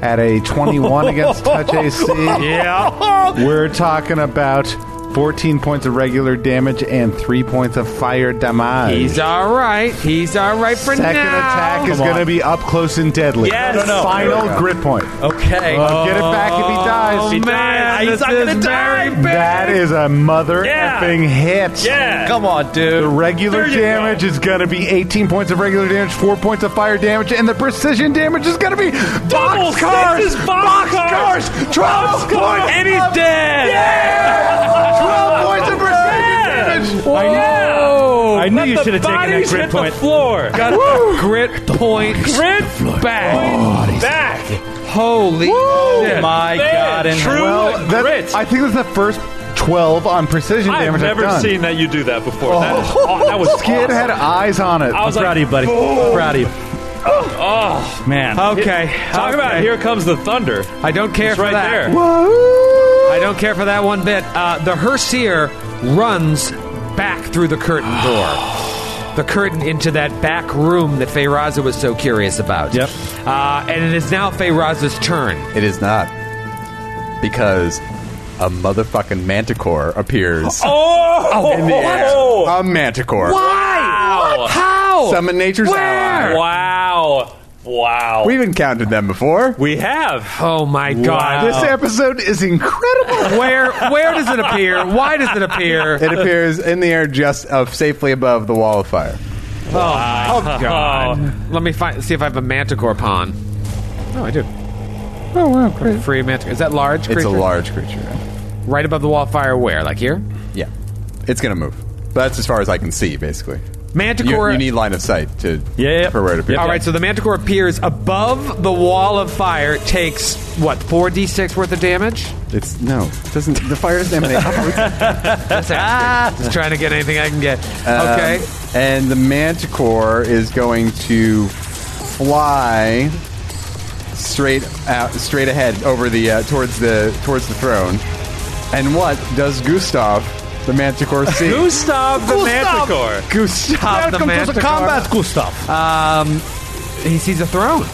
[SPEAKER 2] at a 21 against touch AC.
[SPEAKER 7] Yeah.
[SPEAKER 2] We're talking about 14 points of regular damage and 3 points of fire damage.
[SPEAKER 3] He's all right. He's all right for
[SPEAKER 2] Second
[SPEAKER 3] now.
[SPEAKER 2] attack is going to be up close and deadly.
[SPEAKER 7] Yes. No, no, no.
[SPEAKER 2] Final grit point.
[SPEAKER 7] Okay.
[SPEAKER 2] Get it back if he dies.
[SPEAKER 3] Oh, man,
[SPEAKER 7] He's
[SPEAKER 3] this
[SPEAKER 7] not
[SPEAKER 3] is
[SPEAKER 7] gonna die.
[SPEAKER 3] very bad.
[SPEAKER 2] That is a mother
[SPEAKER 7] Yeah.
[SPEAKER 2] effing hit.
[SPEAKER 7] yeah. Come on,
[SPEAKER 2] The
[SPEAKER 7] dude.
[SPEAKER 2] regular
[SPEAKER 7] There you
[SPEAKER 2] damage is going to be 18 points of regular damage, 4 points of fire damage, and the precision damage is going to be box cars!
[SPEAKER 7] sixes,
[SPEAKER 2] Box
[SPEAKER 7] box
[SPEAKER 2] cars! 12 points!
[SPEAKER 7] And he's
[SPEAKER 2] of-
[SPEAKER 7] dead.
[SPEAKER 2] Yeah! 12 points of precision damage!
[SPEAKER 3] Whoa!
[SPEAKER 7] I knew
[SPEAKER 3] Let
[SPEAKER 7] you
[SPEAKER 3] the
[SPEAKER 7] should have taken that
[SPEAKER 3] bodies
[SPEAKER 7] grit
[SPEAKER 3] hit the
[SPEAKER 7] point.
[SPEAKER 3] floor. Got the grit point. Grit back.
[SPEAKER 7] Back.
[SPEAKER 3] Holy
[SPEAKER 7] Oh
[SPEAKER 3] shit.
[SPEAKER 7] my god. And
[SPEAKER 4] True
[SPEAKER 2] Well, that-
[SPEAKER 4] grit.
[SPEAKER 2] I think that's the first 12 on precision
[SPEAKER 4] I've
[SPEAKER 2] damage
[SPEAKER 4] never
[SPEAKER 2] I've done.
[SPEAKER 4] seen that you do that before. That, is, aw- that was
[SPEAKER 2] Skid
[SPEAKER 4] awesome.
[SPEAKER 2] had eyes on it.
[SPEAKER 4] I was
[SPEAKER 7] proud
[SPEAKER 4] like,
[SPEAKER 7] of you, buddy. I'm proud of you. Oh man.
[SPEAKER 3] Okay.
[SPEAKER 4] talk
[SPEAKER 3] okay.
[SPEAKER 4] about here comes the thunder.
[SPEAKER 3] I don't care
[SPEAKER 4] It's
[SPEAKER 3] for
[SPEAKER 4] right
[SPEAKER 3] that.
[SPEAKER 4] there.
[SPEAKER 3] I don't care for that one bit. Uh, the Herseer runs back through the curtain door. The curtain into that back room that Feyraza was so curious about.
[SPEAKER 7] Yep.
[SPEAKER 3] Uh, and it is now Feyraza's turn.
[SPEAKER 6] It is not. Because a motherfucking manticore appears.
[SPEAKER 4] Oh,
[SPEAKER 6] in the air. A manticore.
[SPEAKER 3] Why? What? How?
[SPEAKER 6] Summon nature's
[SPEAKER 3] Oh, Where?
[SPEAKER 6] ally.
[SPEAKER 4] wow, wow.
[SPEAKER 6] We even counted them before.
[SPEAKER 4] we have.
[SPEAKER 3] Oh my God!
[SPEAKER 2] This episode is incredible.
[SPEAKER 3] Where? Where does it appear? Why does it appear?
[SPEAKER 6] It appears in the air just uh, safely above the wall of fire.
[SPEAKER 3] Oh, God. Let me find, see if I have a manticore pawn. No, I do. Oh, wow. Great. Free manticore. Is that large creature?
[SPEAKER 6] It's a large creature.
[SPEAKER 3] Right above the wall of fire where? Like here?
[SPEAKER 6] Yeah. It's going to move. But that's as far as I can see, basically. You,
[SPEAKER 3] Manticore.
[SPEAKER 6] you need line of sight to
[SPEAKER 7] Yeah, yeah.
[SPEAKER 6] for where it appears.
[SPEAKER 3] All right, so the manticore appears above the wall of fire, takes, what, 4d6 worth of damage?
[SPEAKER 6] It's no. It doesn't the fire doesn't emanate upwards.
[SPEAKER 3] That's ah! Just trying to get anything I can get. Okay.
[SPEAKER 6] Um, and the manticore is going to fly straight out, straight ahead over the uh, towards the towards the throne. And what does Gustav the manticore see?
[SPEAKER 4] Gustav the Manticore.
[SPEAKER 3] Gustav the manticore.
[SPEAKER 7] Gustav.
[SPEAKER 3] He sees a throne.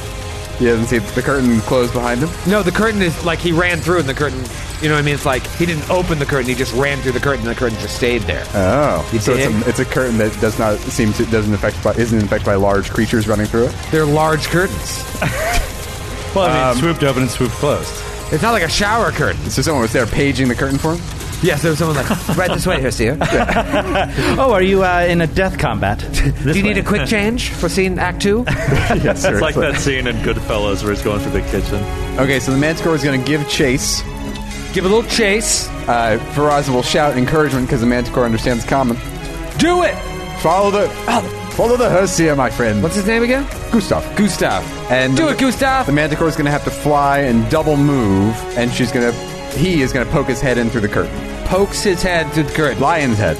[SPEAKER 6] He doesn't see the curtain closed behind him.
[SPEAKER 3] No, the curtain is like he ran through, and the curtain. You know what I mean? It's like he didn't open the curtain; he just ran through the curtain, and the curtain just stayed there.
[SPEAKER 6] Oh, so it's
[SPEAKER 3] dig?
[SPEAKER 6] a, it's a curtain that does not seem to doesn't affect by isn't affected by large creatures running through it.
[SPEAKER 3] They're large curtains.
[SPEAKER 7] Well, I mean, swooped open and swooped closed.
[SPEAKER 3] It's not like a shower curtain.
[SPEAKER 6] So someone was there paging the curtain for him.
[SPEAKER 3] Yes, there was someone like right this way, Hestia.
[SPEAKER 7] Oh, are you uh, in a death combat?
[SPEAKER 3] Do you need a quick change for scene Act Two?
[SPEAKER 6] yes,
[SPEAKER 4] It's like that scene in Goodfellas where he's going through the kitchen.
[SPEAKER 6] Okay, so the manticore is going to give chase
[SPEAKER 3] Give it a little chase.
[SPEAKER 6] Uh, Faraz will shout encouragement because the Manticore understands common.
[SPEAKER 3] Do it.
[SPEAKER 6] Follow the follow the Hersia, my friend.
[SPEAKER 3] What's his name again?
[SPEAKER 6] Gustav?
[SPEAKER 3] Gustav.
[SPEAKER 6] And
[SPEAKER 3] Do it, Gustav.
[SPEAKER 6] The Manticore is going to have to fly and double move, and she's going to he is going to poke his head in through the curtain.
[SPEAKER 3] Pokes his head through the curtain,
[SPEAKER 6] Lion's head.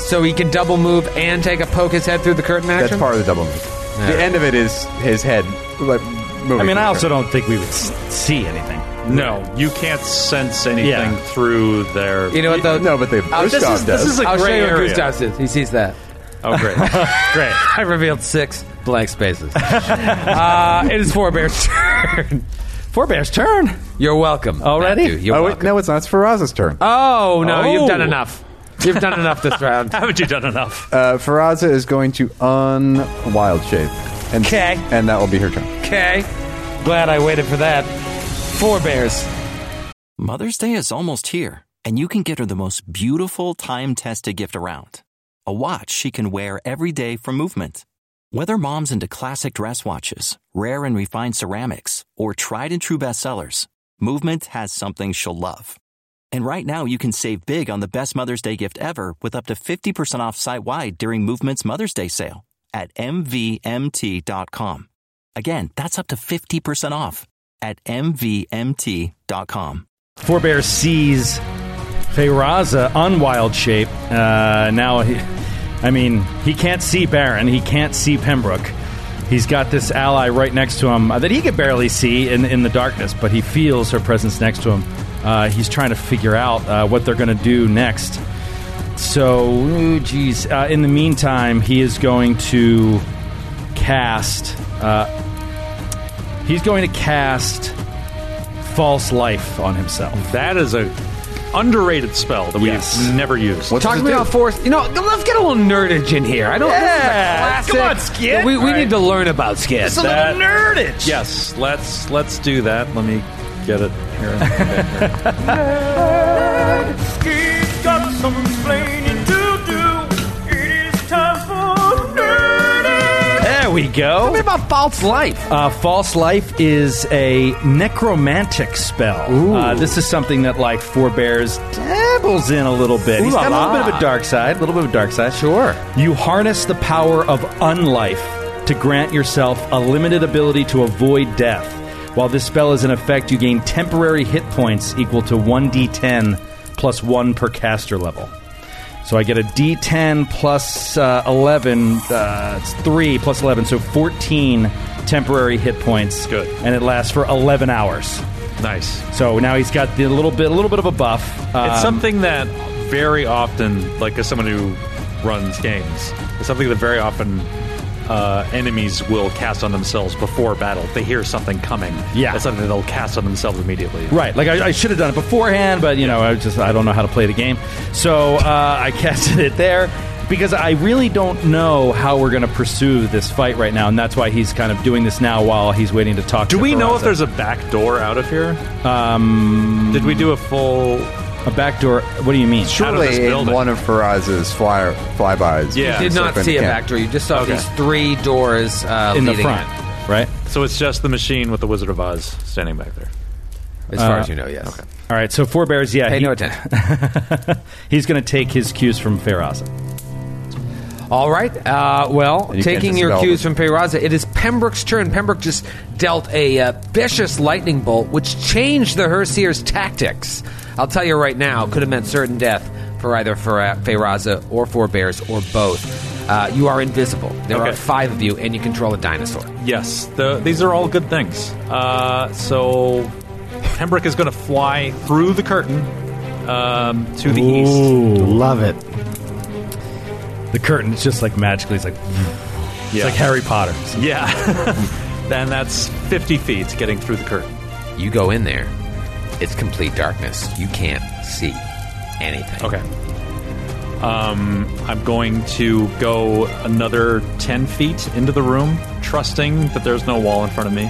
[SPEAKER 3] so he can double move and take a poke his head through the curtain action.
[SPEAKER 6] That's part of the double move. The end of it is his head. Like, moving
[SPEAKER 7] I mean, I also
[SPEAKER 6] through the curtain.
[SPEAKER 7] don't think we would s- see anything.
[SPEAKER 4] No, you can't sense anything
[SPEAKER 7] Yeah.
[SPEAKER 4] through their.
[SPEAKER 3] You know what though?
[SPEAKER 6] No, but the
[SPEAKER 3] Oh,
[SPEAKER 6] Gustav does.
[SPEAKER 4] this is a
[SPEAKER 3] I'll show
[SPEAKER 4] gray
[SPEAKER 3] you what
[SPEAKER 4] area.
[SPEAKER 3] Gustav is. He sees that.
[SPEAKER 4] Oh, great.
[SPEAKER 3] Great. I revealed six blank spaces. uh, it is Four Bear's turn.
[SPEAKER 7] Four Bears turn.
[SPEAKER 3] You're welcome.
[SPEAKER 7] Already?
[SPEAKER 3] Matthew. You're
[SPEAKER 6] oh wait,
[SPEAKER 3] welcome.
[SPEAKER 6] no, it's not. It's Faraz's turn.
[SPEAKER 3] Oh no,
[SPEAKER 7] Oh.
[SPEAKER 3] you've done enough. You've done enough this round.
[SPEAKER 4] Haven't you done enough?
[SPEAKER 6] Uh, Faraza is going to unwild shape. And,
[SPEAKER 3] Okay.
[SPEAKER 6] And that will be her turn.
[SPEAKER 3] Okay. Glad I waited for that. Four Bears.
[SPEAKER 11] Mother's Day is almost here, and you can get her the most beautiful time tested gift around a watch she can wear every day for movement. Whether mom's into classic dress watches, rare and refined ceramics, or tried and true bestsellers, Movement has something she'll love. And right now, you can save big on the best Mother's Day gift ever with up to 50% off site wide during Movement's Mother's Day sale at MVMT.com. Again, that's up to 50% off at MVMT.com.
[SPEAKER 7] Forebear sees Feyraza on wild shape. Uh, now, he, I mean, he can't see Baron. He can't see Pembroke. He's got this ally right next to him uh, that he could barely see in, in the darkness, but he feels her presence next to him. Uh, he's trying to figure out uh, what they're going to do next. So, ooh, geez. Uh, in the meantime, he is going to cast. Uh, he's going to cast false life on himself.
[SPEAKER 4] That is a underrated spell that we've
[SPEAKER 7] Yes.
[SPEAKER 4] never used.
[SPEAKER 3] Talk to me about force. You know, let's get a little nerdage in here. I don't.
[SPEAKER 7] Yeah.
[SPEAKER 3] This is a classic.
[SPEAKER 7] Come on, Skid.
[SPEAKER 3] that We, we
[SPEAKER 7] Right.
[SPEAKER 3] need to learn about Skid.
[SPEAKER 4] That-
[SPEAKER 7] nerdage.
[SPEAKER 4] Yes, let's let's do that. Let me get it here.
[SPEAKER 7] There we go.
[SPEAKER 3] about false life.
[SPEAKER 7] Uh, false life is a necromantic spell. Uh, this is something that like forebears dabbles in a little bit. He's got a little bit of a dark side. A little bit of a dark side. Sure. You harness the power of unlife to grant yourself a limited ability to avoid death. While this spell is in effect, you gain temporary hit points equal to one d10 plus one per caster level. So I get a D10 plus uh, 11. Uh, it's 3 plus 11, so 14 temporary hit points.
[SPEAKER 4] Good.
[SPEAKER 7] And it lasts for 11 hours.
[SPEAKER 4] nice. It's
[SPEAKER 7] So now he's got the little bit, a little bit of a buff. Um,
[SPEAKER 4] something that very often, like as someone who runs games, it's something that very often uh, enemies will cast on themselves before battle. If They hear something coming.
[SPEAKER 7] Yeah.
[SPEAKER 4] that's something they'll cast on themselves immediately.
[SPEAKER 7] Right, like I, I should have done it beforehand, but you know, I just I don't know how to play the game, so uh, I casted it there because I really don't know how we're going to pursue this fight right now, and that's why he's kind of doing this now while he's waiting to talk.
[SPEAKER 4] Do
[SPEAKER 7] to
[SPEAKER 4] we know if
[SPEAKER 7] Peraza.
[SPEAKER 4] there's a back door out of here? Um, did we do a full?
[SPEAKER 7] a backdoor? What do you mean?
[SPEAKER 4] Out of
[SPEAKER 6] Surely
[SPEAKER 4] this
[SPEAKER 6] in
[SPEAKER 4] building.
[SPEAKER 6] one of Faraz's fly, flybys.
[SPEAKER 4] Yeah.
[SPEAKER 6] we
[SPEAKER 4] You
[SPEAKER 3] Did not
[SPEAKER 6] serpent
[SPEAKER 3] see a
[SPEAKER 6] can-
[SPEAKER 3] back door. You just saw
[SPEAKER 4] Okay.
[SPEAKER 3] these three doors uh,
[SPEAKER 7] in the
[SPEAKER 3] leading
[SPEAKER 7] front,
[SPEAKER 3] in,
[SPEAKER 7] right?
[SPEAKER 4] So it's just the machine with the Wizard of Oz standing back there.
[SPEAKER 3] as far as you know. Yes.
[SPEAKER 7] All right, so four bears, yeah,
[SPEAKER 3] Pay
[SPEAKER 7] he-
[SPEAKER 3] no attention.
[SPEAKER 7] he's going to take his cues from Ferraz.
[SPEAKER 3] All right. Uh, well,
[SPEAKER 6] And you can't
[SPEAKER 3] taking your
[SPEAKER 6] dispel
[SPEAKER 3] cues
[SPEAKER 6] them.
[SPEAKER 3] from Peraza, it is Pembroke's turn. Pembroke just dealt a uh, vicious lightning bolt, which changed the Herseer's tactics. I'll tell you right now, could have meant certain death for either Feyraza or Four Bears or both. Uh, you are invisible. There
[SPEAKER 4] Okay.
[SPEAKER 3] are five of you, and you control a dinosaur.
[SPEAKER 4] Yes, the, these are all good things. Uh, so Pembroke is going to fly through the curtain um, to the east.
[SPEAKER 9] Love it.
[SPEAKER 7] The curtain is just like magically, it's like it's
[SPEAKER 4] Yeah.
[SPEAKER 7] like Harry Potter.
[SPEAKER 4] Yeah. then that's 50 feet getting through the curtain.
[SPEAKER 3] You go in there, it's complete darkness. You can't see anything.
[SPEAKER 4] Okay. Um, I'm going to go another 10 feet into the room, trusting that there's no wall in front of me.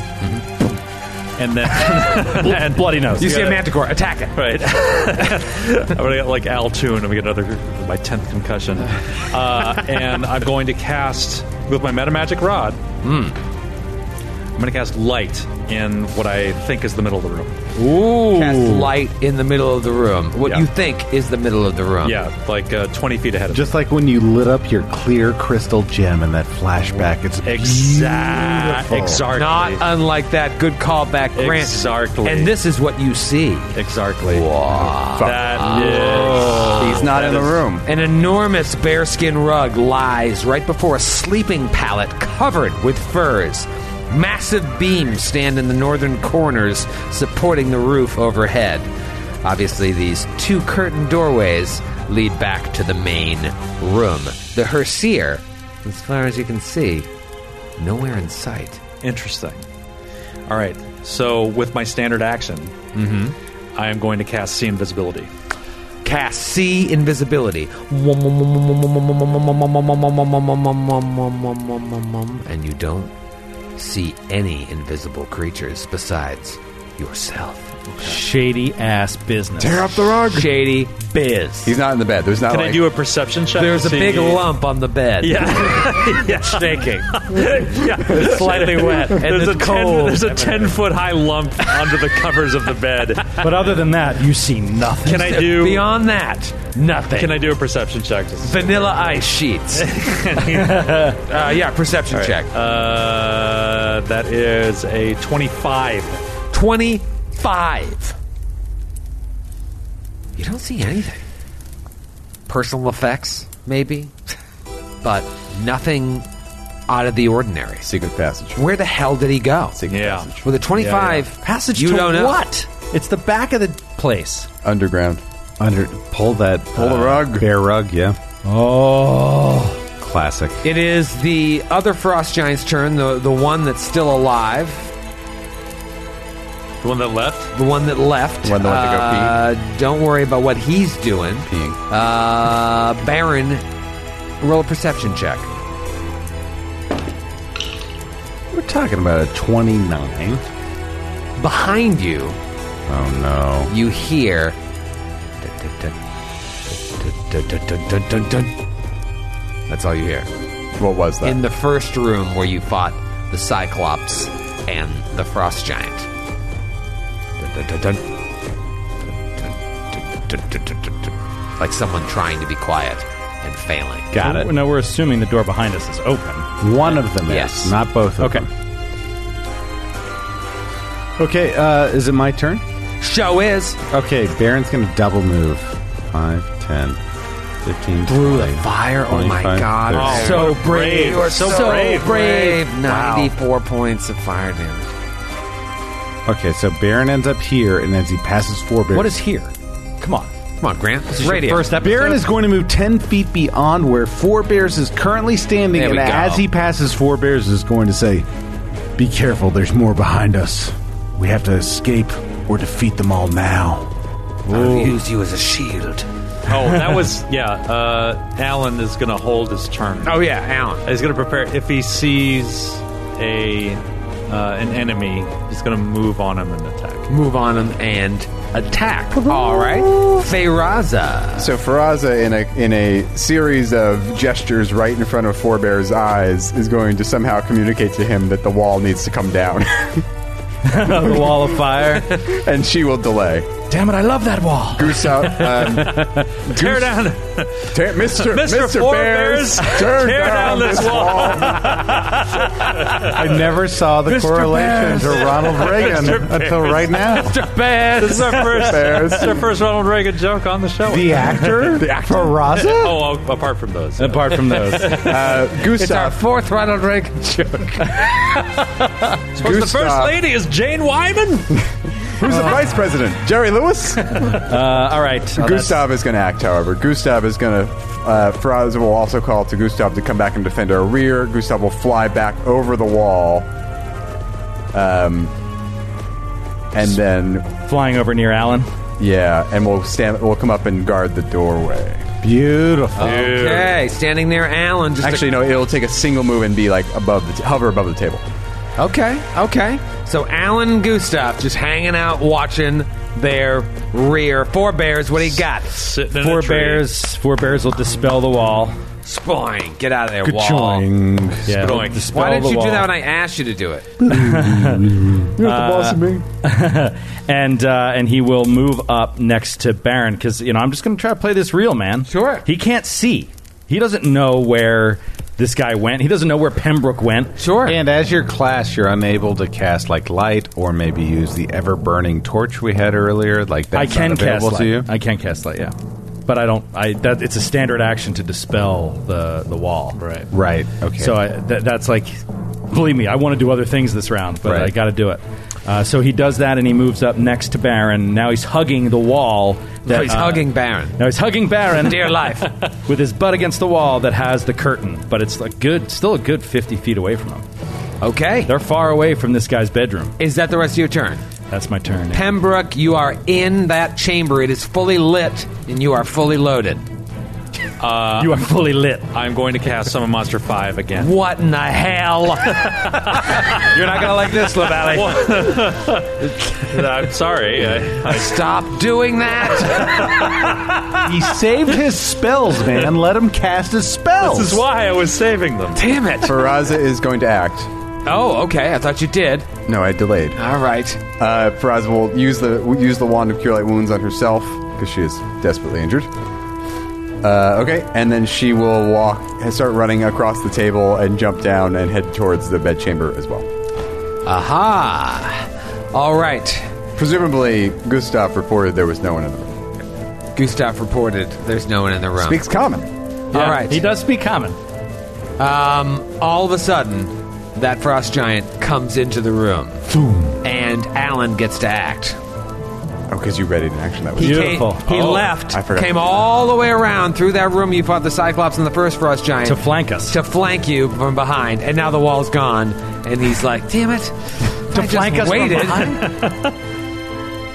[SPEAKER 4] And then, and Mm-hmm. bloody nose.
[SPEAKER 3] You see a manticore. Attack it.
[SPEAKER 4] Right. I'm gonna get like Altoon. I'm gonna get another my tenth concussion, Hmm. uh, and I'm going to cast with my metamagic rod. going to cast light in what I think is the middle of the room.
[SPEAKER 3] Ooh. Cast light in the middle of the room. What you think is the middle of the room.
[SPEAKER 4] Yeah, like uh, 20 feet ahead of
[SPEAKER 3] Just
[SPEAKER 4] me.
[SPEAKER 2] like when you lit up your clear crystal gem in that flashback. It's
[SPEAKER 4] Exactly. Exactly.
[SPEAKER 3] Not unlike that. Good callback, Grant.
[SPEAKER 4] Exactly.
[SPEAKER 3] And this is what you see.
[SPEAKER 4] Exactly.
[SPEAKER 3] Wow.
[SPEAKER 4] That Oh.
[SPEAKER 3] is,
[SPEAKER 6] He's not in the room.
[SPEAKER 3] An enormous bearskin rug lies right before a sleeping pallet covered with furs. Massive beams stand in the northern corners, supporting the roof overhead. Obviously, these two curtain doorways lead back to the main room. The Herseer, as far as you can see, nowhere in sight.
[SPEAKER 4] Interesting. All right. So with my standard action, I am going to cast See Invisibility.
[SPEAKER 3] Cast See Invisibility. And you don't see any invisible creatures besides yourself.
[SPEAKER 7] Shady ass business.
[SPEAKER 3] Tear up the rug. Shady biz.
[SPEAKER 6] He's not in the bed. There's not
[SPEAKER 4] Can
[SPEAKER 6] like,
[SPEAKER 4] I do a perception check?
[SPEAKER 3] There's
[SPEAKER 4] to
[SPEAKER 3] a
[SPEAKER 4] see-
[SPEAKER 3] big lump on the bed.
[SPEAKER 4] Yeah. yeah. Shaking. yeah. It's
[SPEAKER 3] slightly wet. And
[SPEAKER 4] there's,
[SPEAKER 3] it's
[SPEAKER 4] a ten,
[SPEAKER 3] cold.
[SPEAKER 4] there's a 10 foot high lump under the covers of the bed.
[SPEAKER 7] But other than that, you see nothing.
[SPEAKER 4] Can I do.
[SPEAKER 3] Beyond that, nothing.
[SPEAKER 4] Can I do a perception check? to see-
[SPEAKER 3] Vanilla ice sheets. uh, yeah, perception check.
[SPEAKER 4] Uh, that is a 25.
[SPEAKER 3] 25. You don't see anything. Personal effects, maybe, but nothing out of the ordinary.
[SPEAKER 6] secret passage.
[SPEAKER 3] Where the hell did he go?
[SPEAKER 4] Yeah.
[SPEAKER 3] With a 25
[SPEAKER 7] Passage
[SPEAKER 3] you
[SPEAKER 7] to
[SPEAKER 3] don't know.
[SPEAKER 7] what? It's the back of the place.
[SPEAKER 6] Underground.
[SPEAKER 2] Under pull that uh,
[SPEAKER 6] Pull the rug.
[SPEAKER 2] bear rug. Yeah.
[SPEAKER 7] Oh.
[SPEAKER 2] Classic.
[SPEAKER 3] It is the other frost giant's turn, the, the one that's still alive,
[SPEAKER 4] The one that left?
[SPEAKER 3] the one that left.
[SPEAKER 6] One that went to go
[SPEAKER 3] Uh, don't worry about what he's doing.
[SPEAKER 6] Peeing.
[SPEAKER 3] Uh, Baron, roll a perception check.
[SPEAKER 6] We're talking about a 29.
[SPEAKER 3] Behind you,
[SPEAKER 6] Oh, no.
[SPEAKER 3] you hear that's all you hear
[SPEAKER 6] What was that?
[SPEAKER 3] in the first room where you fought the cyclops and the frost giant like someone trying to be quiet and failing
[SPEAKER 2] Got it.
[SPEAKER 7] No, we're assuming the door behind us is open.
[SPEAKER 2] One of them is,
[SPEAKER 3] Yes.
[SPEAKER 2] not both of
[SPEAKER 7] Okay.
[SPEAKER 2] them. Okay, uh, is it my turn?
[SPEAKER 3] show is
[SPEAKER 2] Okay, Baron's going to double move. 5, 10, 15,
[SPEAKER 3] through the
[SPEAKER 2] 20,
[SPEAKER 3] fire oh my
[SPEAKER 2] 25,
[SPEAKER 3] god
[SPEAKER 2] 30.
[SPEAKER 3] so brave
[SPEAKER 4] brave.
[SPEAKER 3] you are
[SPEAKER 4] So
[SPEAKER 3] Oh, so,
[SPEAKER 4] brave.
[SPEAKER 3] brave,
[SPEAKER 2] Wow.
[SPEAKER 3] 94 points of fire damage
[SPEAKER 2] Okay, so Baron ends up here, and as he passes four Baron.
[SPEAKER 7] What is here? Come on.
[SPEAKER 3] come on grant this is
[SPEAKER 7] your
[SPEAKER 3] radio
[SPEAKER 7] first episode.
[SPEAKER 2] Baron is going to move 10 feet beyond where Four Bears is currently standing,
[SPEAKER 3] There
[SPEAKER 2] and
[SPEAKER 3] we go.
[SPEAKER 2] as he passes Four Bears, is going to say,
[SPEAKER 12] Be careful, there's more behind us. We have to escape or defeat them all now.
[SPEAKER 3] I'll use you as a shield
[SPEAKER 4] Oh, that was. Yeah. Uh, Alan is going to hold his turn.
[SPEAKER 3] oh yeah alan
[SPEAKER 4] He's going to prepare. If he sees a uh, an enemy, he's going to move on him and attack.
[SPEAKER 3] move on him and attack. All right, Feyraza.
[SPEAKER 6] So Faraza, in a in a series of gestures right in front of Forebear's eyes, is going to somehow communicate to him that the wall needs to come down,
[SPEAKER 7] the wall of fire.
[SPEAKER 6] and she will delay.
[SPEAKER 7] Damn it, I love that wall.
[SPEAKER 6] Goose out, um,
[SPEAKER 4] Tear down,
[SPEAKER 6] tear- Mr.
[SPEAKER 4] Mr.
[SPEAKER 6] Bears,
[SPEAKER 4] Forebears,
[SPEAKER 6] turn
[SPEAKER 4] tear down this wall.
[SPEAKER 2] I never saw the correlation to Ronald Reagan until right now.
[SPEAKER 4] Mr. Bears. This is our first,
[SPEAKER 6] Bears.
[SPEAKER 4] this is our first Ronald Reagan joke on the show.
[SPEAKER 2] The actor? the actor. Peraza?
[SPEAKER 4] oh, oh, apart from those.
[SPEAKER 7] Apart from those.
[SPEAKER 6] Uh,
[SPEAKER 3] It's our
[SPEAKER 6] Gustav,
[SPEAKER 3] fourth Ronald Reagan joke.
[SPEAKER 4] Of course, the first
[SPEAKER 6] Gustav.
[SPEAKER 4] lady is Jane Wyman.
[SPEAKER 6] who's the vice president? Jerry Lewis.
[SPEAKER 7] Uh, all right. Oh, that's-
[SPEAKER 6] Gustav is going to act, however. Gustav is going to. Uh, Faraz will also call to Gustav to come back and defend our rear. Gustav will fly back over the wall. Um, and then,
[SPEAKER 7] flying over near Alan.
[SPEAKER 6] yeah, and we'll stand. We'll come up and guard the doorway.
[SPEAKER 2] Beautiful.
[SPEAKER 3] Okay, standing there, Alan. Just a-
[SPEAKER 6] Actually, no. It'll take a single move and be like above the t- hover above the table.
[SPEAKER 3] okay, okay. So Alan Gustav just hanging out, watching their rear. Four bears, what do you got?
[SPEAKER 7] in Four a tree. bears- Four bears will dispel the wall.
[SPEAKER 3] Sploing. Get out of there, wall.
[SPEAKER 7] Ka-choing. Yeah.
[SPEAKER 3] Sploing.
[SPEAKER 7] Dispel
[SPEAKER 3] Why didn't
[SPEAKER 7] the
[SPEAKER 3] you do
[SPEAKER 7] wall.
[SPEAKER 3] that when I asked you to do it?
[SPEAKER 7] You're
[SPEAKER 3] the boss of
[SPEAKER 7] me. and uh, and he will move up next to Baron because you know I'm just going to try to play this real, man. Sure. He can't see. He doesn't know where this guy went. He doesn't know where Pembroke went.
[SPEAKER 3] Sure.
[SPEAKER 2] And
[SPEAKER 6] as
[SPEAKER 2] your class,
[SPEAKER 6] you're unable to cast like light, or maybe use the ever burning torch we had earlier. Like that's
[SPEAKER 7] I can
[SPEAKER 6] not available
[SPEAKER 7] cast
[SPEAKER 6] to
[SPEAKER 7] light.
[SPEAKER 6] you.
[SPEAKER 7] I can cast light. Yeah, but I don't. I that it's a standard action to dispel the the wall. Right.
[SPEAKER 6] Right. Okay.
[SPEAKER 7] So I, th- that's like, believe me, I want to do other things this round, but
[SPEAKER 6] Right.
[SPEAKER 7] I got to do it. Uh, so he does that, and he moves up next to Baron. Now he's hugging the wall. That, uh,
[SPEAKER 3] he's hugging Baron.
[SPEAKER 7] Now he's hugging Baron,
[SPEAKER 3] Dear life.
[SPEAKER 7] with his butt against the wall that has the curtain, but it's a good, still a good fifty feet away from him.
[SPEAKER 3] Okay,
[SPEAKER 7] they're far away from this guy's bedroom.
[SPEAKER 3] Is that the rest of your turn?
[SPEAKER 7] That's my turn.
[SPEAKER 3] Pembroke, you are in that chamber. It is fully lit, and you are fully loaded.
[SPEAKER 4] Uh,
[SPEAKER 7] you are fully lit.
[SPEAKER 4] I'm going to cast Summon Monster 5 again.
[SPEAKER 3] What in the hell?
[SPEAKER 4] You're not going to like this, LaValle. I'm sorry. I, I
[SPEAKER 3] Stop doing that.
[SPEAKER 2] he saved his spells, man. Let him cast his spells.
[SPEAKER 4] This is why I was saving them.
[SPEAKER 3] Damn it.
[SPEAKER 6] Faraza is going to act.
[SPEAKER 3] Oh, okay. I thought you did.
[SPEAKER 6] No, I delayed.
[SPEAKER 3] All right.
[SPEAKER 6] Uh, Faraza will use the will use the wand of cure light wounds on herself because she is desperately injured. Uh, okay, and then she will walk, start running across the table, and jump down and head towards the bedchamber as well.
[SPEAKER 3] Aha! All right.
[SPEAKER 6] Presumably, Gustav reported there was no one in the room.
[SPEAKER 3] Gustav reported there's no one in the room.
[SPEAKER 6] Speaks common.
[SPEAKER 4] uh,
[SPEAKER 3] All right.
[SPEAKER 7] He does speak common.
[SPEAKER 3] Um, all of a sudden, that frost giant comes into the room. And Alan gets to act.
[SPEAKER 6] Oh, because you readied an action that was
[SPEAKER 3] He came- he left,
[SPEAKER 6] I forgot.
[SPEAKER 3] came all the way around through that room you fought the Cyclops and the first Frost Giant.
[SPEAKER 7] To flank us.
[SPEAKER 3] To flank you from behind. And now the wall's gone. And he's like, damn it. To I
[SPEAKER 7] flank us
[SPEAKER 3] just
[SPEAKER 7] from
[SPEAKER 3] waited.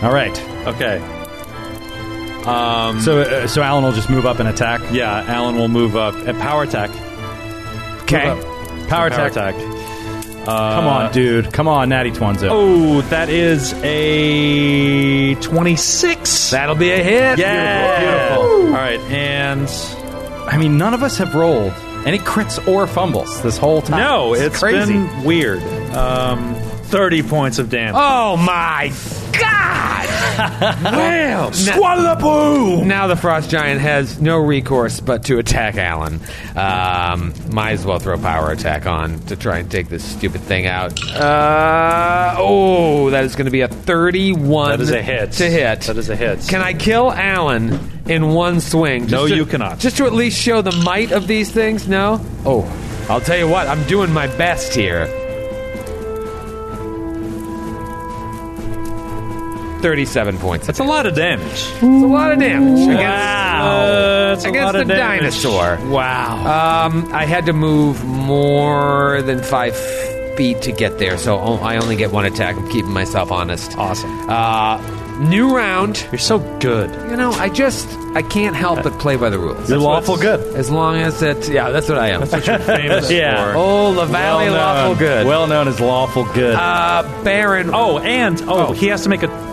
[SPEAKER 7] All right.
[SPEAKER 4] Okay. Um,
[SPEAKER 7] so, uh, so Alan will just move up and attack.
[SPEAKER 4] Yeah, Alan will move up at power attack.
[SPEAKER 3] Okay.
[SPEAKER 7] Power attack.
[SPEAKER 4] Uh,
[SPEAKER 7] Come on, dude. Come on, Natty Twanzo.
[SPEAKER 4] Oh, that is a 26.
[SPEAKER 3] That'll be a hit.
[SPEAKER 4] Yeah.
[SPEAKER 7] Beautiful,
[SPEAKER 4] All right, and
[SPEAKER 7] I mean, none of us have rolled any crits or fumbles this whole time.
[SPEAKER 4] no,
[SPEAKER 7] It's
[SPEAKER 4] it's
[SPEAKER 7] crazy.
[SPEAKER 4] been weird. Um, 30 points of damage.
[SPEAKER 3] Oh my god! wow!
[SPEAKER 4] Squallaboo!
[SPEAKER 3] Now the frost giant has no recourse but to attack Alan. Um, might as well throw power attack on to try and take this stupid thing out. Uh, oh, that is going to be a thirty-one.
[SPEAKER 4] That is a hit.
[SPEAKER 3] To hit.
[SPEAKER 4] That is a hit.
[SPEAKER 3] Can I kill Alan in one swing? Just
[SPEAKER 4] No,
[SPEAKER 3] to-
[SPEAKER 4] you cannot.
[SPEAKER 3] Just to at least show the might of these things. No. Oh, I'll tell you what. I'm doing my best here. 37 points.
[SPEAKER 4] That's a lot of damage.
[SPEAKER 3] It's a lot of damage against,
[SPEAKER 4] Wow. That's a
[SPEAKER 3] against
[SPEAKER 4] lot
[SPEAKER 3] a,
[SPEAKER 4] of damage.
[SPEAKER 3] dinosaur.
[SPEAKER 4] Wow.
[SPEAKER 3] Um, I had to move more than five feet to get there, so o- I only get one attack. I'm keeping myself honest. Awesome. Uh, new round.
[SPEAKER 4] You're so good.
[SPEAKER 3] You know, I just I can't help but play by the rules.
[SPEAKER 7] You're lawful good.
[SPEAKER 3] As long as it's yeah, that's what I am. That's what you're
[SPEAKER 4] famous
[SPEAKER 7] Yeah.
[SPEAKER 4] for.
[SPEAKER 3] Oh, La Valley
[SPEAKER 7] known.
[SPEAKER 3] lawful good.
[SPEAKER 7] Well known as lawful good.
[SPEAKER 3] uh, Baron.
[SPEAKER 4] Oh, and oh, he has to make a.